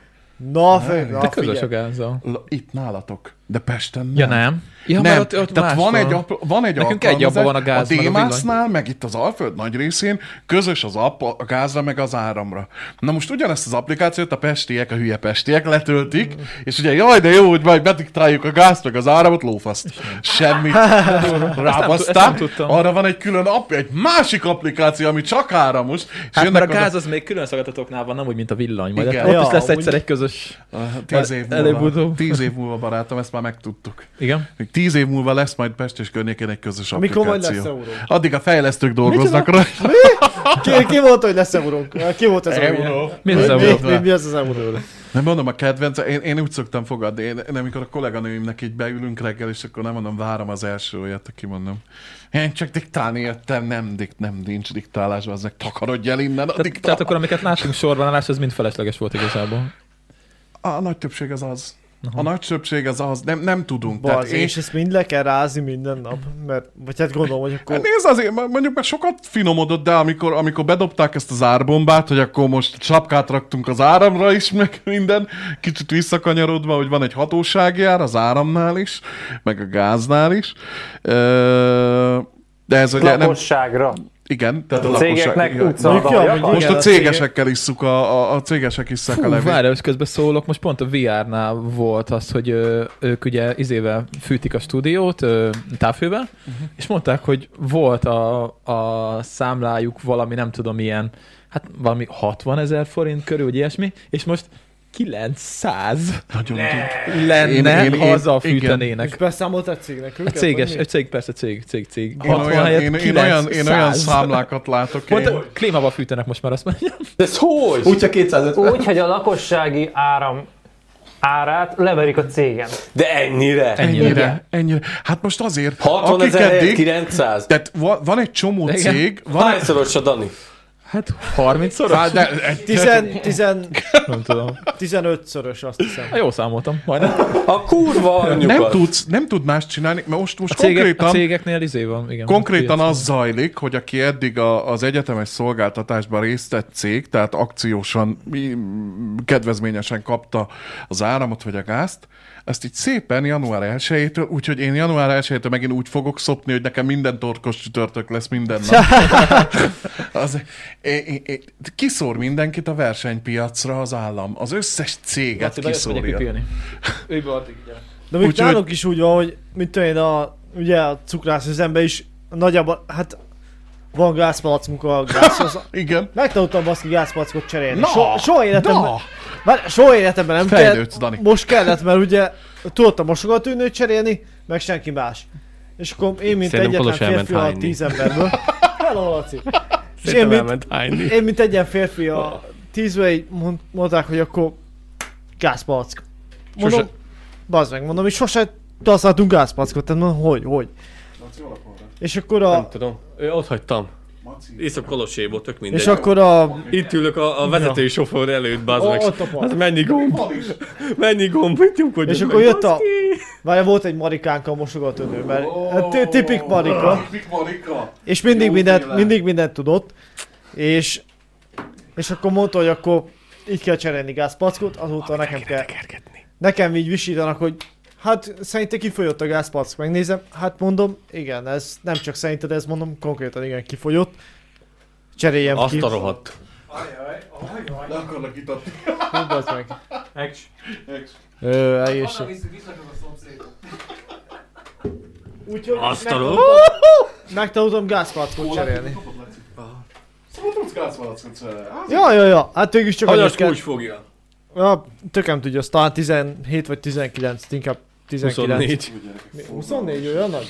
Speaker 4: Na, fő, na
Speaker 1: De közös a
Speaker 4: figyelj.
Speaker 1: gázzal.
Speaker 2: La- Itt nálatok, de Pesten nem.
Speaker 1: Ja nem. Ja,
Speaker 2: nem,
Speaker 1: mert ott, ott
Speaker 2: tehát
Speaker 1: más
Speaker 2: van, egy, apl- van egy
Speaker 1: Nekünk egy
Speaker 2: alkalmazás,
Speaker 1: abban van a gáz, meg a
Speaker 2: A
Speaker 1: villany.
Speaker 2: Démácnál, meg itt az Alföld nagy részén közös az app a gázra, meg az áramra. Na most ugyanezt az applikációt a pestiek, a hülye pestiek letöltik, és ugye jaj, de jó, hogy majd bediktáljuk a gázt, meg az áramot, lófaszt. Semmit.
Speaker 1: ezt nem
Speaker 2: Rábasztál.
Speaker 1: tudtam.
Speaker 2: Arra van egy külön app, egy másik applikáció, ami csak áramos. És
Speaker 1: Hát mert a
Speaker 2: oda-
Speaker 1: gáz az még külön szolgáltatóknál van, nem úgy, mint a villany. Majd
Speaker 2: Igen.
Speaker 1: ott
Speaker 4: Ja,
Speaker 1: is lesz
Speaker 4: amúgy.
Speaker 1: egyszer egy közös...
Speaker 2: Tíz év múlva,
Speaker 1: Előbb-utóbb.
Speaker 2: tíz év múlva, barátom, ezt már megtudtuk.
Speaker 1: Igen.
Speaker 2: Még tíz év múlva lesz majd Pest és környékén egy közös
Speaker 4: Mikor majd
Speaker 2: applikáció.
Speaker 4: lesz euró?
Speaker 2: Addig a fejlesztők dolgoznak rajta.
Speaker 4: Ki, ki volt, hogy lesz euró? Ki volt ez a euró?
Speaker 1: Mi az
Speaker 4: Mi,
Speaker 1: euró?
Speaker 4: mi, mi az az euró?
Speaker 2: Nem mondom a kedvenc, én, én úgy szoktam fogadni, én, én, amikor a kolléganőimnek így beülünk reggel, és akkor nem mondom, várom az első olyat, aki mondom. Én csak diktálni jöttem, nem, dikt, nem nincs diktálás, az meg takarodj el innen a
Speaker 1: Tehát,
Speaker 2: diktál.
Speaker 1: tehát akkor, amiket láttunk sorban, állás, az mind felesleges volt igazából.
Speaker 2: A nagy többség az az. A nagy többség az az, nem, nem tudunk.
Speaker 4: Baz,
Speaker 2: én-
Speaker 4: és ezt mind le kell rázni minden nap, mert, vagy hát gondolom, hogy akkor...
Speaker 2: Hát nézd azért, ma- mondjuk már sokat finomodott, de amikor, amikor bedobták ezt az árbombát, hogy akkor most sapkát raktunk az áramra is, meg minden, kicsit visszakanyarodva, hogy van egy hatóságjár az áramnál is, meg a gáznál is. Ö, De ez ugye nem...
Speaker 7: Lakosságra.
Speaker 2: Igen, tehát a,
Speaker 7: A
Speaker 2: lakosság...
Speaker 7: cégeknek
Speaker 2: igen.
Speaker 7: utca
Speaker 4: Mondjuk, ja, mondjuk.
Speaker 2: Most
Speaker 4: Igen,
Speaker 2: a
Speaker 4: a
Speaker 2: cégesekkel isszuk, a, a, a cégesek isszák a
Speaker 1: Fú,
Speaker 2: levét.
Speaker 1: várjál, és közben szólok, most pont a VR-nál volt az, hogy ö, ők ugye izével fűtik a stúdiót ö, távfővel,
Speaker 2: Mhm.
Speaker 1: uh-huh. és mondták, hogy volt a, a számlájuk valami, nem tudom, ilyen, hát valami 60 ezer forint körül, vagy ilyesmi, és most 900
Speaker 2: Nagyon tud.
Speaker 1: lenne,
Speaker 2: Én- én-
Speaker 1: én,
Speaker 2: én-
Speaker 1: én, haza
Speaker 2: igen.
Speaker 1: fűtenének.
Speaker 4: És beszámolt egy cégnek
Speaker 1: A
Speaker 4: őket?
Speaker 1: céges,
Speaker 4: vagy
Speaker 1: egy
Speaker 4: mi?
Speaker 1: cég, persze cég, cég, cég.
Speaker 2: Én
Speaker 1: 60
Speaker 2: olyan,
Speaker 1: helyett
Speaker 2: én, én,
Speaker 1: 900.
Speaker 2: olyan, én olyan számlákat látok. Én.
Speaker 1: Mondta, klímával fűtenek most már, azt mondja.
Speaker 3: De ez hogy?
Speaker 1: Úgyhogy 250.
Speaker 7: Úgy, hogy a lakossági áram árát leverik a cégen.
Speaker 3: De ennyire?
Speaker 2: Ennyire, ennyire. Hát most azért,
Speaker 3: 60
Speaker 2: akik
Speaker 3: ezer helyett
Speaker 2: eddig...
Speaker 3: 900?
Speaker 2: Tehát va- van egy csomó
Speaker 1: Igen.
Speaker 2: cég, van egy
Speaker 3: Hányszoros a Dani?
Speaker 1: Hát 30 szoros?
Speaker 2: Hát de, egy,
Speaker 4: Tizen, tizen,
Speaker 1: Nem tudom.
Speaker 4: 15-szörös, azt hiszem.
Speaker 1: Jó számoltam, majdnem.
Speaker 3: A kurva anyukat.
Speaker 2: nem, tudsz, nem tud más csinálni, mert most, most
Speaker 1: A, cégek,
Speaker 2: konkrétan,
Speaker 1: a cégeknél izé van, igen.
Speaker 2: konkrétan
Speaker 1: piac.
Speaker 2: az zajlik, hogy aki eddig a, az egyetemes szolgáltatásban részt vett cég, tehát akciósan, mi- kedvezményesen kapta az áramot vagy a gázt, ezt így szépen január 1-től, úgyhogy én január 1-től megint úgy fogok szopni, hogy nekem minden torkos csütörtök lesz minden nap. Az, é, é, é, kiszór mindenkit a versenypiacra az állam. Az összes céget
Speaker 1: Laci, bejössz, megyek
Speaker 2: kiszórja.
Speaker 1: pipilni.
Speaker 6: Ő be addig, ugye.
Speaker 4: De még
Speaker 2: Úgyhogy-
Speaker 4: nálunk is úgy van, hogy mint tudom én, a, ugye a cukrászüzemben is nagyjából, hát van gázpalackunk a gázhoz.
Speaker 2: Igen.
Speaker 4: Megtanultam baszki gázpalackot cserélni.
Speaker 2: Na,
Speaker 4: so, soha életemben,
Speaker 2: na.
Speaker 4: Már soha életemben nem
Speaker 2: Fejlődsz,
Speaker 4: kellett,
Speaker 2: Dani.
Speaker 4: most kellett, mert ugye tudott a mosogatőnőt cserélni, meg senki más. És akkor én, mint
Speaker 8: Szerintem
Speaker 4: egyetlen
Speaker 8: Kolos elment
Speaker 4: férfi a
Speaker 8: hányni.
Speaker 4: tíz emberből. Hello, Laci. És én,
Speaker 8: Szerintem
Speaker 4: mint,
Speaker 8: elment hányni.
Speaker 4: én, mint egyen férfi a tízből így mond, mondták, hogy akkor gázpalack. Mondom,
Speaker 8: Sose-
Speaker 4: bazd meg, mondom, és sose használtunk gázpalackot, tehát mondom, hogy, hogy. És akkor a,
Speaker 8: Nem tudom. Ő ott hagytam.
Speaker 3: Észak Koloséból, tök mindegy.
Speaker 4: És akkor a...
Speaker 3: Itt ülök a, a vezetői ja. sofőr előtt, bazd meg.
Speaker 4: Ó, ott a pal.
Speaker 3: Hát mennyi gomb,
Speaker 2: Van is.
Speaker 3: mennyi gomb, mit nyomkodjak
Speaker 4: És
Speaker 3: meg,
Speaker 4: akkor jött a...
Speaker 3: baszki?
Speaker 4: Várja, volt egy marikánka a mosogatónő, mert hát ti- tipik marika.
Speaker 2: Tipik Marika.
Speaker 4: És mindig
Speaker 2: Jó
Speaker 4: mindent,
Speaker 2: féle.
Speaker 4: mindig mindent tudott, és, és akkor mondta, hogy akkor így kell cserélni gázpackot, azóta nekem kell, nekem így visítanak, hogy hát szerintem kifolyott a gázpack, megnézem, hát mondom, igen, ez nem csak szerinted, ez mondom, konkrétan igen, kifolyott, cseréljem ki.
Speaker 3: Azt a rohadt.
Speaker 5: Ajaj, ajaj.
Speaker 2: Le akarnak itatni.
Speaker 4: Hú, bazd meg.
Speaker 7: Ex.
Speaker 4: Ö, egészség.
Speaker 5: visszük, visszakod a szomszédot.
Speaker 4: Úgyhogy
Speaker 3: Azt a
Speaker 4: megtanultam-
Speaker 3: rohadt.
Speaker 4: megtanultam gázpackot cserélni.
Speaker 2: Szóval tudsz gázvalackot
Speaker 4: Ja, ja, ja, hát végül is csak annyit
Speaker 3: Anyas
Speaker 4: kell.
Speaker 3: kulcs fogja.
Speaker 4: Ja, tökem tudja, azt talán 17 vagy 19, inkább 19.
Speaker 3: 24.
Speaker 4: 24 olyan nagy?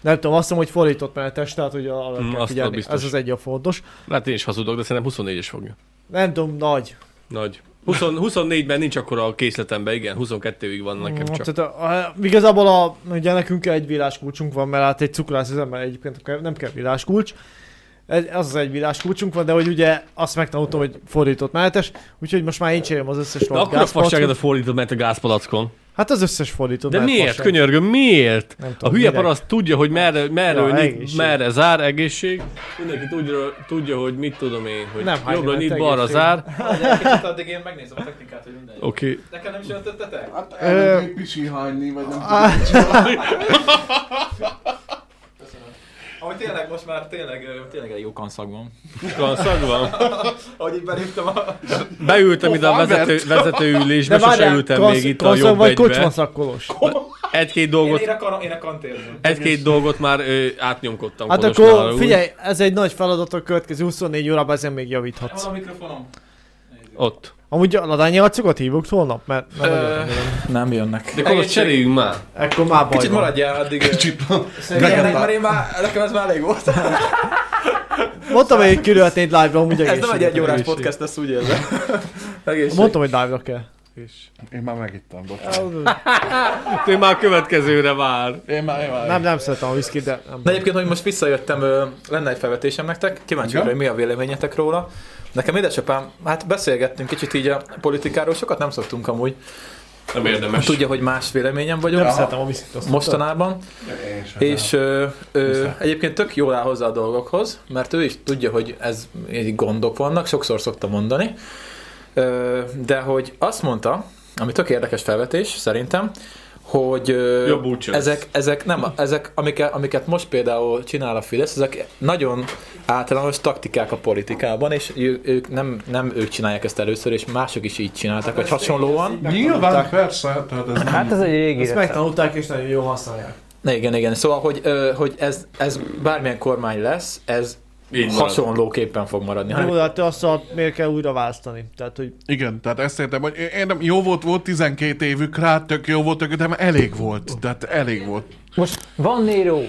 Speaker 4: Nem tudom, azt hiszem, hogy fordított menetes, tehát hogy arra
Speaker 3: Mm,
Speaker 4: kell
Speaker 3: azt
Speaker 4: figyelni.
Speaker 3: biztos.
Speaker 4: Ez az egy a fontos.
Speaker 3: Hát én is hazudok, de szerintem 24-es fogja.
Speaker 4: Nem tudom, nagy.
Speaker 3: Nagy. 20, 24-ben nincs akkor a készletemben, igen, 22-ig van nekem csak.
Speaker 4: Tehát, Mm, hát a, a, igazából a, ugye nekünk egy világkulcsunk van, mert hát egy cukrászüzemmel egyébként kell- nem kell világkulcs. Egy, az az egy világkulcsunk van, de hogy ugye azt megtanultam, hogy fordított menetes, úgyhogy most már én cserélem az összes
Speaker 3: De
Speaker 4: rohadt
Speaker 3: akkor a
Speaker 4: gázpalackot.
Speaker 3: fasságot a fordított ment a gázpalackon.
Speaker 4: Hát az összes fordított
Speaker 3: De
Speaker 4: menet
Speaker 3: miért?
Speaker 4: fasság.
Speaker 3: Könyörgöm, miért?
Speaker 4: Nem
Speaker 3: A
Speaker 4: tudom,
Speaker 3: hülye
Speaker 4: minek.
Speaker 3: paraszt tudja, hogy merre, merre,
Speaker 4: Ja,
Speaker 3: ja, nyit,
Speaker 4: egészség.
Speaker 3: merre zár, egészség. Mindenki tudja, tudja, hogy mit tudom én, hogy
Speaker 4: Nem hány
Speaker 3: jobbra
Speaker 4: ment
Speaker 3: nyit, balra
Speaker 4: egészség.
Speaker 3: zár.
Speaker 5: Kicsit addig én megnézem a technikát, hogy minden.
Speaker 3: Oké. Okay.
Speaker 5: Nekem nem is öltöttetek?
Speaker 2: Hát elég pisihányni, vagy nem tudom. mit csinálni.
Speaker 5: Ami tényleg most már tényleg, ö, tényleg egy jó kanszag van.
Speaker 3: Van, szag van.
Speaker 5: Ahogy így beléptem a...
Speaker 3: Beültem ide a
Speaker 2: Pofán
Speaker 3: vezető, vezetőülésbe,
Speaker 4: De
Speaker 3: sose
Speaker 4: várjál,
Speaker 3: ültem
Speaker 4: klassz-
Speaker 3: még itt a
Speaker 4: klasszak
Speaker 3: jobb
Speaker 4: vagy
Speaker 3: egybe.
Speaker 4: kocsmaszakkolos.
Speaker 3: Egy-két
Speaker 5: Én,
Speaker 3: dolgot,
Speaker 5: én, a, kan- én a kantérzem.
Speaker 3: egy-két dolgot már ö, átnyomkodtam.
Speaker 4: Hát
Speaker 3: Kolosnál,
Speaker 4: akkor
Speaker 3: úgy.
Speaker 4: figyelj, ez egy nagy feladat a következő 24 órában, ezen még javíthatsz.
Speaker 5: Van a mikrofonom.
Speaker 3: Ott.
Speaker 4: Amúgy a ladányi arcokat hívok holnap, mert mert nagyon-
Speaker 1: Nem jönnek.
Speaker 3: De Kolos,
Speaker 5: Egészség.
Speaker 3: cseréljünk már.
Speaker 4: ekkor már baj
Speaker 1: Kicsit
Speaker 4: van.
Speaker 1: maradjál addig.
Speaker 2: Kicsit.
Speaker 1: Szerintem, mert én már, nekem ez már elég volt.
Speaker 4: Mondtam, hogy kirülhetnéd live-ra, amúgy
Speaker 1: Ez nem egy egy
Speaker 4: egészséget.
Speaker 1: órás podcast, ezt úgy érzem. Egészség.
Speaker 4: Mondtam, hogy live-ra kell.
Speaker 2: Én már megittam, bocs.
Speaker 3: Ő már a következőre vár.
Speaker 2: Én már, én már.
Speaker 4: Nem, nem szeretem a whisky, de nem.
Speaker 1: De egyébként, hogy most visszajöttem, ö, lenne egy felvetésem nektek, kíváncsi vagyok,
Speaker 2: Igen?
Speaker 1: hogy mi a véleményetek róla. Nekem édesapám, hát beszélgettünk kicsit így a politikáról, sokat nem szoktunk amúgy.
Speaker 3: Nem érdemes.
Speaker 1: Tudja, hogy más véleményem vagyok.
Speaker 4: Nem szeretem a whisky azt
Speaker 1: mostanában,
Speaker 2: Én sem.
Speaker 1: és ö, ö, egyébként tök jól áll hozzá a dolgokhoz, mert ő is tudja, hogy ez így gondok vannak, sokszor szokta mondani, ö, de hogy azt mondta, ami tök érdekes felvetés szerintem, hogy ö,
Speaker 3: Jobb úgy sem
Speaker 1: ezek, ezek, nem, ezek amiket, amiket most például csinál a Fidesz, ezek nagyon általános taktikák a politikában, és ő, ők nem, nem ők csinálják ezt először, és mások is így csináltak, vagy
Speaker 4: Hát
Speaker 1: hasonlóan.
Speaker 2: Nyilván, persze, tehát ez nem...
Speaker 7: Hát ez egy régi
Speaker 4: Ezt
Speaker 7: recept.
Speaker 4: megtanulták és nagyon jól használják.
Speaker 1: Na Igen, igen. Szóval, hogy, ö, hogy ez, ez bármilyen kormány lesz, ez
Speaker 3: Így marad.
Speaker 1: hasonlóképpen fog maradni.
Speaker 4: Jó,
Speaker 1: Hanem,
Speaker 4: de hát te azt a miért kell újra választani? Tehát, hogy
Speaker 2: Igen, tehát ezt értem, hogy én nem, jó volt, volt 12 évük rá, tök jó volt, tök, de már elég volt, tehát elég volt.
Speaker 7: Most van Nero,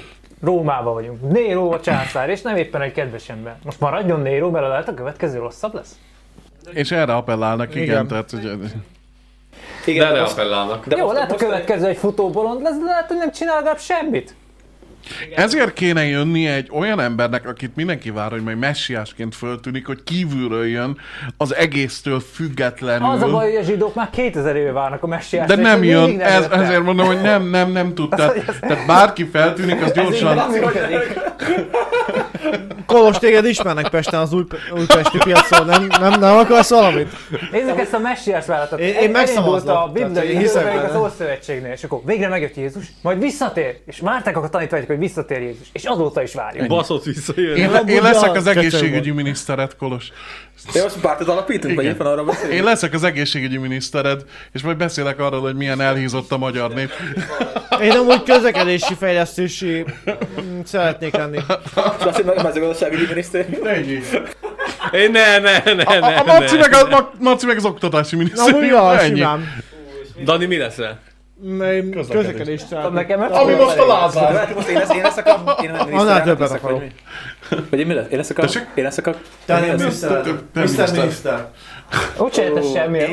Speaker 7: Rómában vagyunk. Nero a császár, és nem éppen egy kedves ember. Most maradjon Nero, mert lehet a következő rosszabb lesz.
Speaker 2: És erre appellálnak, igen, igen.
Speaker 4: Igen.
Speaker 2: tehát ugye...
Speaker 3: De erre appellálnak.
Speaker 7: De Jó, lehet a következő egy futóbolond lesz, de lehet, hogy nem csinál legalább semmit.
Speaker 2: Ezért kéne jönni egy olyan embernek, akit mindenki vár, hogy majd messiásként föltűnik, hogy kívülről jön az egésztől függetlenül.
Speaker 7: Az a baj, hogy a zsidók már 2000 éve várnak a
Speaker 2: de
Speaker 7: messiásra. és
Speaker 2: nem
Speaker 7: még mindig
Speaker 2: jön, ez,
Speaker 7: jött el.
Speaker 2: ezért mondom, hogy nem, nem, nem tud. Tehát, tehát bárki feltűnik, az gyorsan...
Speaker 4: Kolos, téged ismernek Pesten az új, újpesti piacon, nem, nem, nem akarsz valamit?
Speaker 7: Nézzük ezt a messiás vállalatot.
Speaker 4: Én- én
Speaker 7: Elindult
Speaker 4: megszavazlak.
Speaker 7: a
Speaker 4: Tehát
Speaker 7: bibliai
Speaker 4: én hiszek
Speaker 7: időben az
Speaker 4: benne.
Speaker 7: Ószövetségnél, és akkor végre megjött Jézus, majd visszatér, és várták a tanítványok, hogy visszatér Jézus, és azóta is várjuk.
Speaker 3: Baszott visszajön.
Speaker 2: Én, le, én leszek az egészségügyi miniszteret, Kolos.
Speaker 1: De most pártot alapítunk, vagy
Speaker 2: Igen.
Speaker 1: éppen arra beszélünk?
Speaker 2: Én leszek az egészségügyi minisztered, és majd beszélek arról, hogy milyen elhízott a magyar nép.
Speaker 4: Én amúgy közlekedési fejlesztési mm, szeretnék lenni.
Speaker 1: És azt mondom, mezőgazdaságügyi minisztérium.
Speaker 2: Ennyi.
Speaker 3: Én ne, ne, ne,
Speaker 2: A,
Speaker 3: ne,
Speaker 2: a, a
Speaker 3: ne,
Speaker 2: Marci, meg, a,
Speaker 3: ne.
Speaker 2: Ma- Marci meg az oktatási
Speaker 4: Na, amúgy
Speaker 2: minisztérium.
Speaker 4: ja,
Speaker 2: Ennyi.
Speaker 4: simán.
Speaker 3: Dani, mi leszel?
Speaker 4: Mm, én Közlekedést szeretnék.
Speaker 7: Nekem ez
Speaker 2: Ami most a Lázár.
Speaker 1: Hát most én lesz, én leszek a... Én nem
Speaker 4: Annál
Speaker 1: miniszterelnök
Speaker 4: többet
Speaker 1: leszek, vagy
Speaker 4: akarok.
Speaker 1: mi? Vagy én mi lesz? Én leszek a...
Speaker 2: Tessék?
Speaker 1: Én leszek a...
Speaker 4: Tehát
Speaker 1: én
Speaker 4: én
Speaker 1: leszek-
Speaker 4: miniszter.
Speaker 2: Mr. Miniszter.
Speaker 7: Úgy csinálta semmi.
Speaker 1: Én-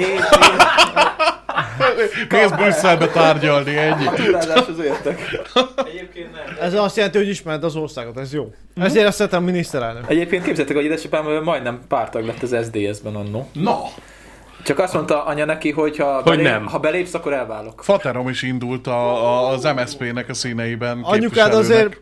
Speaker 2: Mész Brüsszelbe tárgyalni, ennyi.
Speaker 8: Túlázáshoz értek.
Speaker 5: Egyébként nem.
Speaker 4: Ez azt jelenti, hogy ismered az országot, ez jó. Ezért azt szeretem miniszterelnök.
Speaker 8: Egyébként képzeltek, hogy édesapám ö, majdnem pártag lett az SZDSZ-ben annó.
Speaker 2: Na,
Speaker 8: Csak azt mondta anya neki, hogy ha, belép,
Speaker 3: nem.
Speaker 8: ha belépsz, akkor elválok.
Speaker 2: Faterom is indult a, a, az MSZP-nek a színeiben.
Speaker 4: Anyukád
Speaker 2: képviselőnek.
Speaker 4: azért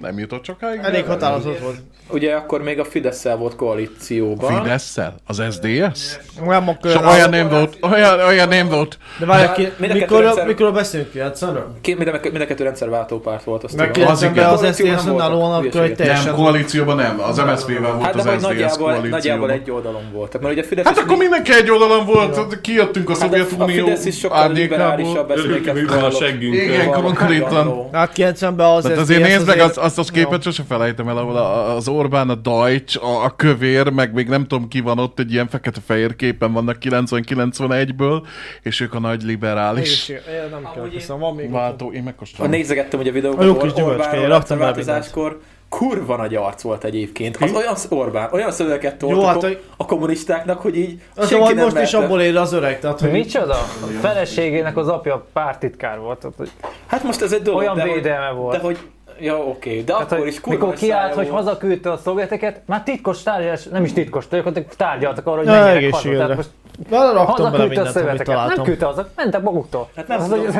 Speaker 2: Nem jutott sokáig.
Speaker 4: elég
Speaker 2: de-
Speaker 4: határozott volt.
Speaker 8: Ugye akkor még a fidesz volt koalícióban.
Speaker 2: Fidesz-szel? Az SZDSZ?
Speaker 4: Nem a
Speaker 2: És olyan nem volt, olyan, olyan nem volt.
Speaker 4: De várj, ki,
Speaker 8: mind a kettő
Speaker 4: mikor,
Speaker 8: rendszer-
Speaker 4: mikor beszélünk 90-ről?
Speaker 8: Két, mind, a, mind a kettő rendszerváltó párt volt, azt
Speaker 4: Meg
Speaker 8: tudom.
Speaker 2: Az igen.
Speaker 4: 90-ben az
Speaker 8: Koalícióban
Speaker 4: SZDSZ
Speaker 8: nem voltak
Speaker 4: önállóan akkor egy
Speaker 8: hülyeségek.
Speaker 2: Nem,
Speaker 4: teljesen...
Speaker 2: koalícióban nem, az MSZP-vel volt
Speaker 8: Hát de
Speaker 2: az
Speaker 8: vagy
Speaker 2: SZDSZ
Speaker 8: nagyjából,
Speaker 2: koalícióban.
Speaker 8: nagyjából egy oldalon voltak. Mert ugye a Fidesz
Speaker 2: Hát
Speaker 8: is-
Speaker 2: akkor mindenki egy oldalon volt, kijöttünk a
Speaker 8: hát a, a
Speaker 2: Szovjetunió
Speaker 8: Fidesz is sokkal liberálisabb,
Speaker 2: árnyékából.
Speaker 8: ez még
Speaker 3: Örülünk, hogy van a seggünk.
Speaker 2: Igen, konkrétan.
Speaker 4: Hát 90-ben az
Speaker 2: Tehát
Speaker 4: SZDSZ
Speaker 2: azért nézd meg, azt, azt a
Speaker 4: jó.
Speaker 2: képet sose felejtem el, ahol a- a- az Orbán, a Dajcs, a, a kövér, meg még nem tudom ki van ott, egy ilyen fekete-fehér képen vannak 90-91-ből, és ők a nagy liberális
Speaker 4: Egészség- eh, Nem kell, hiszem, van még ott.
Speaker 2: váltó. Én
Speaker 8: Ha
Speaker 2: megkóstolom.
Speaker 8: nézegettem ugye a
Speaker 4: A
Speaker 8: videókat,
Speaker 4: jó kis
Speaker 8: Or-
Speaker 4: gyümölcskéje,
Speaker 8: Orbánról
Speaker 4: raktam bele
Speaker 8: rendszerváltozáskor, kurva nagy arc volt egyébként. Az olyan sz- Orbán, olyan szövegeket tolt
Speaker 4: Jó,
Speaker 8: a,
Speaker 4: hát
Speaker 8: ko-
Speaker 4: a-
Speaker 8: a kommunistáknak, hogy így
Speaker 4: Azt
Speaker 8: senki
Speaker 4: mondom,
Speaker 8: nem
Speaker 4: most is
Speaker 8: merte.
Speaker 4: abból él az öreg, tehát hogy
Speaker 7: Micsoda? A feleségének az apja pártitkár volt. tehát, hogy
Speaker 8: Hát most ez egy dolog,
Speaker 7: Olyan
Speaker 8: de hogy-
Speaker 7: védelme volt.
Speaker 8: De hogy, ja oké, de
Speaker 7: Tehát,
Speaker 8: akkor
Speaker 7: hogy
Speaker 8: is kurva
Speaker 7: mikor
Speaker 8: nagy
Speaker 7: kiállt,
Speaker 8: szája
Speaker 7: hogy
Speaker 8: volt.
Speaker 7: hazaküldte a szovjeteket, már titkos tárgyalás, nem is titkos, gyakorlatilag tárgyaltak arról, hogy
Speaker 4: Ja,
Speaker 7: menjenek haza.
Speaker 4: egészségedre.
Speaker 7: Tehát most
Speaker 4: beleraktam bele
Speaker 7: hazaküldte a
Speaker 4: mindent, amit
Speaker 7: szovjeteket, nem
Speaker 4: találtam.
Speaker 7: küldte haza, mentek maguktól.
Speaker 8: Hát nem
Speaker 7: Az,
Speaker 8: tudom,
Speaker 7: hogy-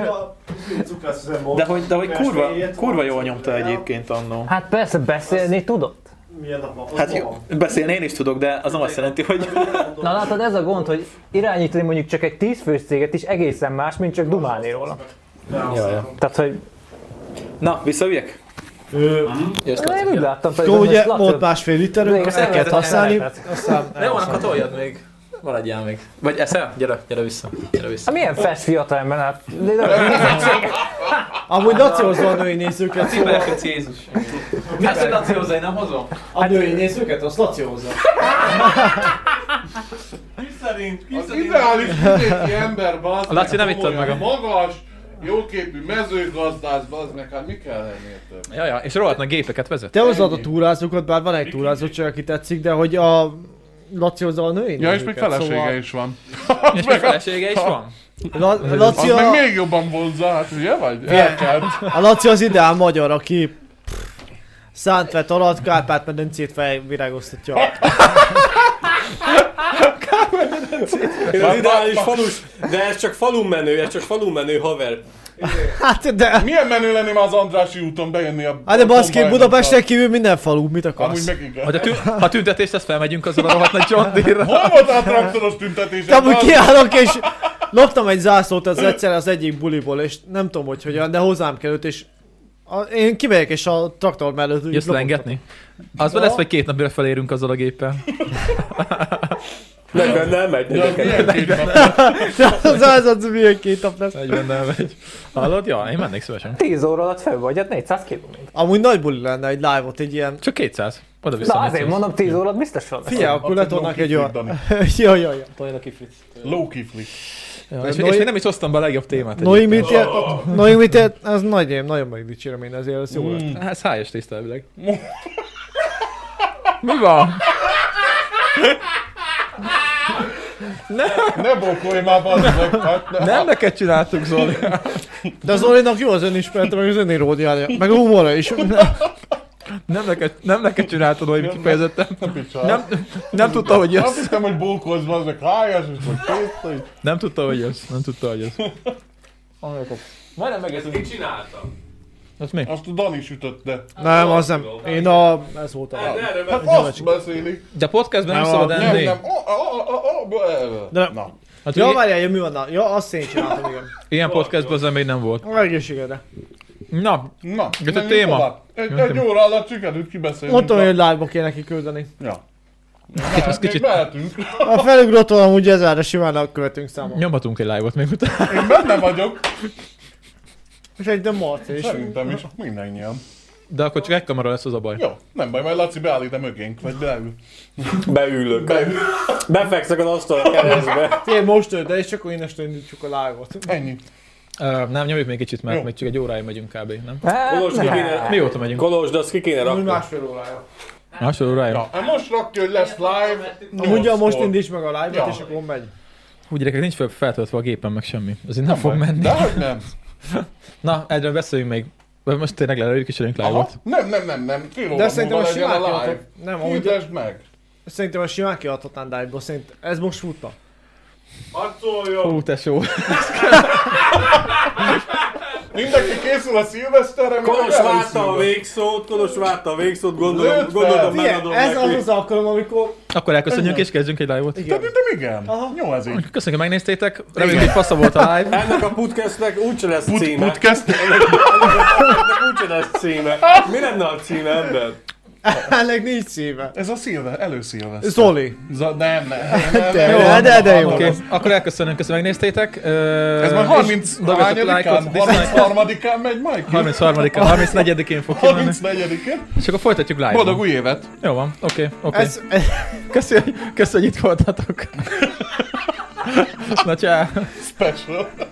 Speaker 8: De hogy, de hogy kurva, kurva jól nyomta egyébként annó.
Speaker 7: Hát persze beszélni tudott.
Speaker 5: Milyen nap van?
Speaker 8: Hát jó, beszélni én is tudok, de az nem azt jelenti, hogy...
Speaker 7: Na látod, ez a gond, hogy irányítani mondjuk csak egy tízfős céget is egészen más, mint csak dumálni róla.
Speaker 8: Ja, ja.
Speaker 7: Tehát, hogy
Speaker 8: Na, Hm? visszaüljek?
Speaker 4: Ö,
Speaker 8: Jössz,
Speaker 7: én úgy láttam, pedig
Speaker 4: Akkor
Speaker 7: hogy
Speaker 4: ugye
Speaker 7: ez
Speaker 4: volt
Speaker 7: Laci-
Speaker 4: másfél literünk,
Speaker 7: Végre
Speaker 4: el kellett használni.
Speaker 7: szerepet.
Speaker 4: Aztán
Speaker 8: Ne van, akkor toljad még. Maradjál még. Vagy eszel? Gyere, gyere vissza. Gyere vissza.
Speaker 7: Hát milyen fest fiatal ember, hát
Speaker 4: Amúgy Lacihoz van női nézőket, szóval
Speaker 8: Fölfötsz Jézus.
Speaker 5: Ezt a Laci hozzá, én nem hozom?
Speaker 2: Hát-
Speaker 4: a női nézőket, azt Laci hozza.
Speaker 5: Ki szerint? Ki
Speaker 2: Az ideális vidéki ember, bazd meg,
Speaker 1: Laci, nem ittad
Speaker 2: komolyan,
Speaker 1: magam.
Speaker 2: Magas, jóképű mezőgazdász, bazd meg, hát mi kell lennél több?
Speaker 1: Ja, ja, és rohadt nagy gépeket vezet.
Speaker 4: Te hozzád a túrázókat, bár van egy túrázó csak, aki tetszik, de hogy a Laci hozza a női
Speaker 2: Ja, és még
Speaker 4: nézőket,
Speaker 2: felesége
Speaker 4: szóval-
Speaker 2: is van.
Speaker 1: És még felesége is van.
Speaker 4: La-
Speaker 2: Az
Speaker 4: Laci
Speaker 2: meg
Speaker 4: a,
Speaker 2: még jobban vonzza, hát ugye vagy? Elkelt.
Speaker 4: a Laci az ideál magyar, aki pff, szánt vett alatt Kárpát-medencét felvirágoztatja.
Speaker 3: Én az ideális falus, de ez csak falun menő, ez csak falun menő haver.
Speaker 4: Hát de...
Speaker 2: Milyen menő lenném az Andrási úton bejönni a...
Speaker 4: Hát de baszki,
Speaker 2: a-
Speaker 4: Budapesten kívül minden falu, mit
Speaker 2: Amúgy
Speaker 4: akarsz?
Speaker 2: meg igen.
Speaker 1: Hogy a tü- ha tüntetést, ezt felmegyünk azzal a rohadt nagy John Deere-re.
Speaker 2: Hol volt a traktoros tüntetés?
Speaker 4: Te amúgy kiállok és loptam egy zászlót az egyszer az egyik buliból, és nem tudom, hogy hogyan, de hozzám került, és a, én kimegyek, és a traktor mellett...
Speaker 1: Jössz lengetni? Az be lesz, vagy két napra felérünk azzal a géppel.
Speaker 3: 40 nem megy, gyerekek.
Speaker 4: Az az az milyen két nap lesz.
Speaker 1: Egyben nem megy. Hallod? Ja, én mennék szívesen.
Speaker 7: 10 óra alatt fel vagy, hát 400 kilométer.
Speaker 4: Amúgy nagy buli lenne egy live-ot, egy ilyen...
Speaker 1: Csak 200. Oda vissza.
Speaker 7: Na azért mondom, 10 óra alatt biztos van.
Speaker 4: Figyelj, akkor letolnak egy olyan...
Speaker 2: Dani.
Speaker 4: Jaj, jaj, jaj.
Speaker 8: Tolj neki Fritz.
Speaker 2: Low kifli.
Speaker 1: Ja, és, és, még nem is hoztam be a legjobb témát.
Speaker 4: Noémit, Noémit, ez nagy én, nagyon megdicsérem én ezért, ez jó lett.
Speaker 1: egyébként. Hát szájos tisztelvileg. Mi van?
Speaker 2: Ne bokolj már, bazd meg. Hát, ne.
Speaker 1: Nem neked csináltuk, Zoli.
Speaker 4: De az Olinak jó az önismerete, meg az öniródiája, meg a humora is.
Speaker 1: Nem neked, nem neked csináltad, Noémi kifejezetten.
Speaker 2: Picsa.
Speaker 1: Nem, nem tudta, hogy
Speaker 2: Azt
Speaker 1: jössz.
Speaker 2: hittem, hogy bókolsz, bazd meg. Hájas, és hogy kész, hogy...
Speaker 1: Nem tudta, hogy jössz. Nem tudta, hogy jössz. Majdnem
Speaker 6: Ezt ki csináltam?
Speaker 1: Az mi?
Speaker 2: Azt a Dani sütötte.
Speaker 4: Nem, az nem. Én a... Ez volt a...
Speaker 6: Hát erről
Speaker 2: Hát
Speaker 6: meg...
Speaker 2: azt beszéli.
Speaker 1: De podcastben nem
Speaker 4: Nem,
Speaker 1: szabad
Speaker 4: nem,
Speaker 2: Nem,
Speaker 1: enni.
Speaker 2: nem. Ó, ó, ó, ó, ó, ö,
Speaker 4: De-
Speaker 2: Na.
Speaker 1: Hát,
Speaker 4: Ja,
Speaker 1: ugye,
Speaker 4: várjál, ja, mi van? Na, Ja, azt én csináltam, igen.
Speaker 1: ilyen podcastban azért még nem volt.
Speaker 4: Egészségedre.
Speaker 1: Na,
Speaker 2: Na.
Speaker 1: Ez a
Speaker 2: menjünk
Speaker 1: téma.
Speaker 2: tovább. Egy, egy óra alatt sikerült kibeszélni.
Speaker 4: Mondtam, hogy live-ba kéne kiküldeni.
Speaker 2: Ja.
Speaker 1: itt most
Speaker 2: Még
Speaker 1: kicsit
Speaker 2: mehetünk.
Speaker 4: A felugrott valam úgy ezerre simán a követünk számon.
Speaker 1: nyomhatunk egy live-ot még utána.
Speaker 2: Én benne vagyok.
Speaker 4: És egy de Marci is.
Speaker 2: Szerintem is. Mindennyian.
Speaker 1: De akkor csak egy kamera lesz az a baj.
Speaker 2: Jó, nem baj, majd Laci beállít a mögénk, vagy beállít.
Speaker 3: Beülök.
Speaker 2: Beül.
Speaker 3: Befekszek az asztalra keresztbe.
Speaker 4: Én most ő, de és akkor innestől indítjuk a live-ot.
Speaker 2: Ennyi.
Speaker 1: Ö, nem, nyomjuk még kicsit, mert
Speaker 2: Jó.
Speaker 1: még csak egy órája megyünk kb. Nem?
Speaker 7: Hát,
Speaker 3: Kolos, ki kéne,
Speaker 1: Mióta megyünk?
Speaker 3: Kolos, de azt ki kéne
Speaker 4: Úgy
Speaker 3: rakni.
Speaker 4: másfél órája.
Speaker 1: Másfél órája?
Speaker 2: Ja, Hát most rakja, hogy lesz live.
Speaker 4: Mondja, most
Speaker 2: Nyolckor.
Speaker 4: indíts meg a live-ot,
Speaker 2: Ja.
Speaker 4: és akkor megy.
Speaker 1: úgy gyerekek, nincs fel, feltöltve a gépen, meg semmi. Ez így nem, fog menni.
Speaker 2: Dehogy nem.
Speaker 1: Na, erről beszéljünk még. Vagy Most tényleg lelőjük és jönünk live
Speaker 2: Aha.
Speaker 1: volt.
Speaker 2: Nem, nem, nem, nem. Két
Speaker 4: De
Speaker 2: óra
Speaker 4: szerintem
Speaker 2: múlva
Speaker 4: a
Speaker 2: legyen
Speaker 4: simán
Speaker 2: a live.
Speaker 4: kiadhat- Nem, amúgy
Speaker 2: Hirdesd meg.
Speaker 4: Szerintem a simán kiadhatnán dive-ból, szerint ez most futna.
Speaker 5: Harcoljon!
Speaker 1: Hú, tesó.
Speaker 2: Mindenki készül a szilveszterre, mi
Speaker 3: Kolos
Speaker 2: meg
Speaker 3: várta a
Speaker 2: elhiszünk.
Speaker 3: végszót, Kolos várta a végszót, gondolom,
Speaker 2: Lőtt
Speaker 3: gondolom
Speaker 2: fel.
Speaker 4: Figyelj,
Speaker 3: megadom
Speaker 4: ez az
Speaker 3: neki.
Speaker 4: az alkalom, amikor...
Speaker 1: Akkor elköszönjünk és kezdjünk egy live-ot.
Speaker 2: De, de, de igen, nyolc így.
Speaker 1: Köszönjük, hogy megnéztétek. Reméljük, hogy fasza volt a live.
Speaker 3: Ennek a podcastnek úgyse lesz
Speaker 2: Put,
Speaker 3: címe.
Speaker 2: podcast,
Speaker 3: Ennek úgyse lesz címe. Mi lenne a címe ebben?
Speaker 4: Ennek nincs szíve.
Speaker 2: ez a szilve, előszilveszter.
Speaker 4: Zoli.
Speaker 2: Zo- nem, nem, nem,
Speaker 4: Te
Speaker 2: nem.
Speaker 4: jó. Hát De- de- de jó.
Speaker 1: Oké, okay. akkor elköszönünk, köszönöm, megnéztétek.
Speaker 2: Ez már 30 hányadikán, 33-án megy, Mike?
Speaker 1: 33-án, 34-én fog kimenni.
Speaker 2: 34-én.
Speaker 1: És akkor folytatjuk live
Speaker 2: Boldog új évet!
Speaker 1: Jó van, oké, okay, oké. Okay.
Speaker 4: Ez, ez,
Speaker 1: Köszi, hogy- köszi, hogy itt voltatok. Na csá.
Speaker 2: Special!